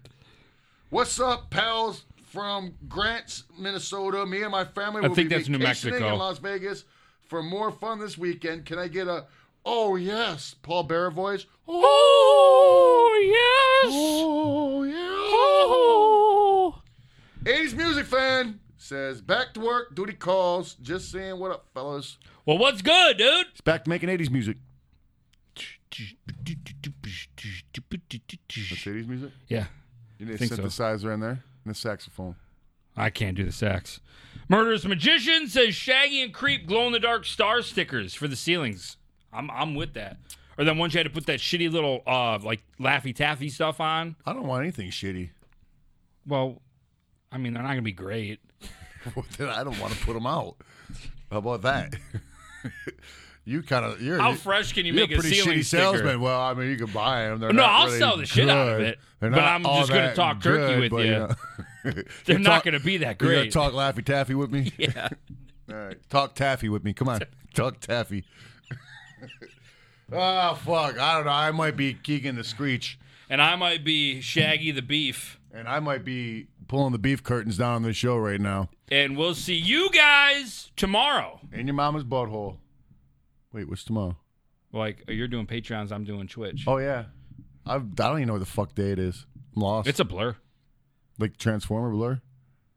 [SPEAKER 2] What's up, pals from Grants, Minnesota? Me and my family will
[SPEAKER 1] think
[SPEAKER 2] be
[SPEAKER 1] that's New
[SPEAKER 2] vacationing
[SPEAKER 1] Mexico.
[SPEAKER 2] in Las Vegas for more fun this weekend. Can I get a, oh, yes, Paul Bearer voice?
[SPEAKER 1] Oh, yes. Oh.
[SPEAKER 2] Oh, yeah. 80s music fan says, back to work, duty calls. Just saying, what up, fellas?
[SPEAKER 1] Well, what's good, dude?
[SPEAKER 2] It's back to making 80s music. That's 80s music?
[SPEAKER 1] Yeah.
[SPEAKER 2] You need a
[SPEAKER 1] Think so.
[SPEAKER 2] synthesizer in there and a saxophone.
[SPEAKER 1] I can't do the sax. Murderous Magician says Shaggy and Creep glow in the dark star stickers for the ceilings. I'm I'm with that. Or then once you had to put that shitty little uh like Laffy Taffy stuff on.
[SPEAKER 2] I don't want anything shitty.
[SPEAKER 1] Well, I mean they're not gonna be great.
[SPEAKER 2] then I don't want to put them out. How about that? you kind of you're
[SPEAKER 1] How fresh can you
[SPEAKER 2] you're
[SPEAKER 1] make
[SPEAKER 2] a pretty
[SPEAKER 1] ceiling
[SPEAKER 2] shitty
[SPEAKER 1] sticker?
[SPEAKER 2] salesman. Well, I mean, you can buy them.
[SPEAKER 1] No, I'll sell the shit out of it, but I'm just gonna
[SPEAKER 2] going to
[SPEAKER 1] talk turkey with you. They're not gonna be that
[SPEAKER 2] You're
[SPEAKER 1] great.
[SPEAKER 2] gonna talk Laffy Taffy with me.
[SPEAKER 1] Yeah.
[SPEAKER 2] All right, talk taffy with me. Come on, talk taffy. oh fuck! I don't know. I might be Keegan the Screech,
[SPEAKER 1] And I might be Shaggy the Beef.
[SPEAKER 2] and I might be pulling the beef curtains down on this show right now.
[SPEAKER 1] And we'll see you guys tomorrow.
[SPEAKER 2] In your mama's butthole. Wait, what's tomorrow?
[SPEAKER 1] Like you're doing Patreons, I'm doing Twitch.
[SPEAKER 2] Oh yeah, I've, I don't even know what the fuck day it is. I'm lost.
[SPEAKER 1] It's a blur.
[SPEAKER 2] like Transformer Blur.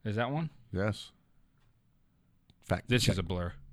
[SPEAKER 1] Is that one?
[SPEAKER 2] Yes. Fact.
[SPEAKER 1] This
[SPEAKER 2] check.
[SPEAKER 1] is a blur.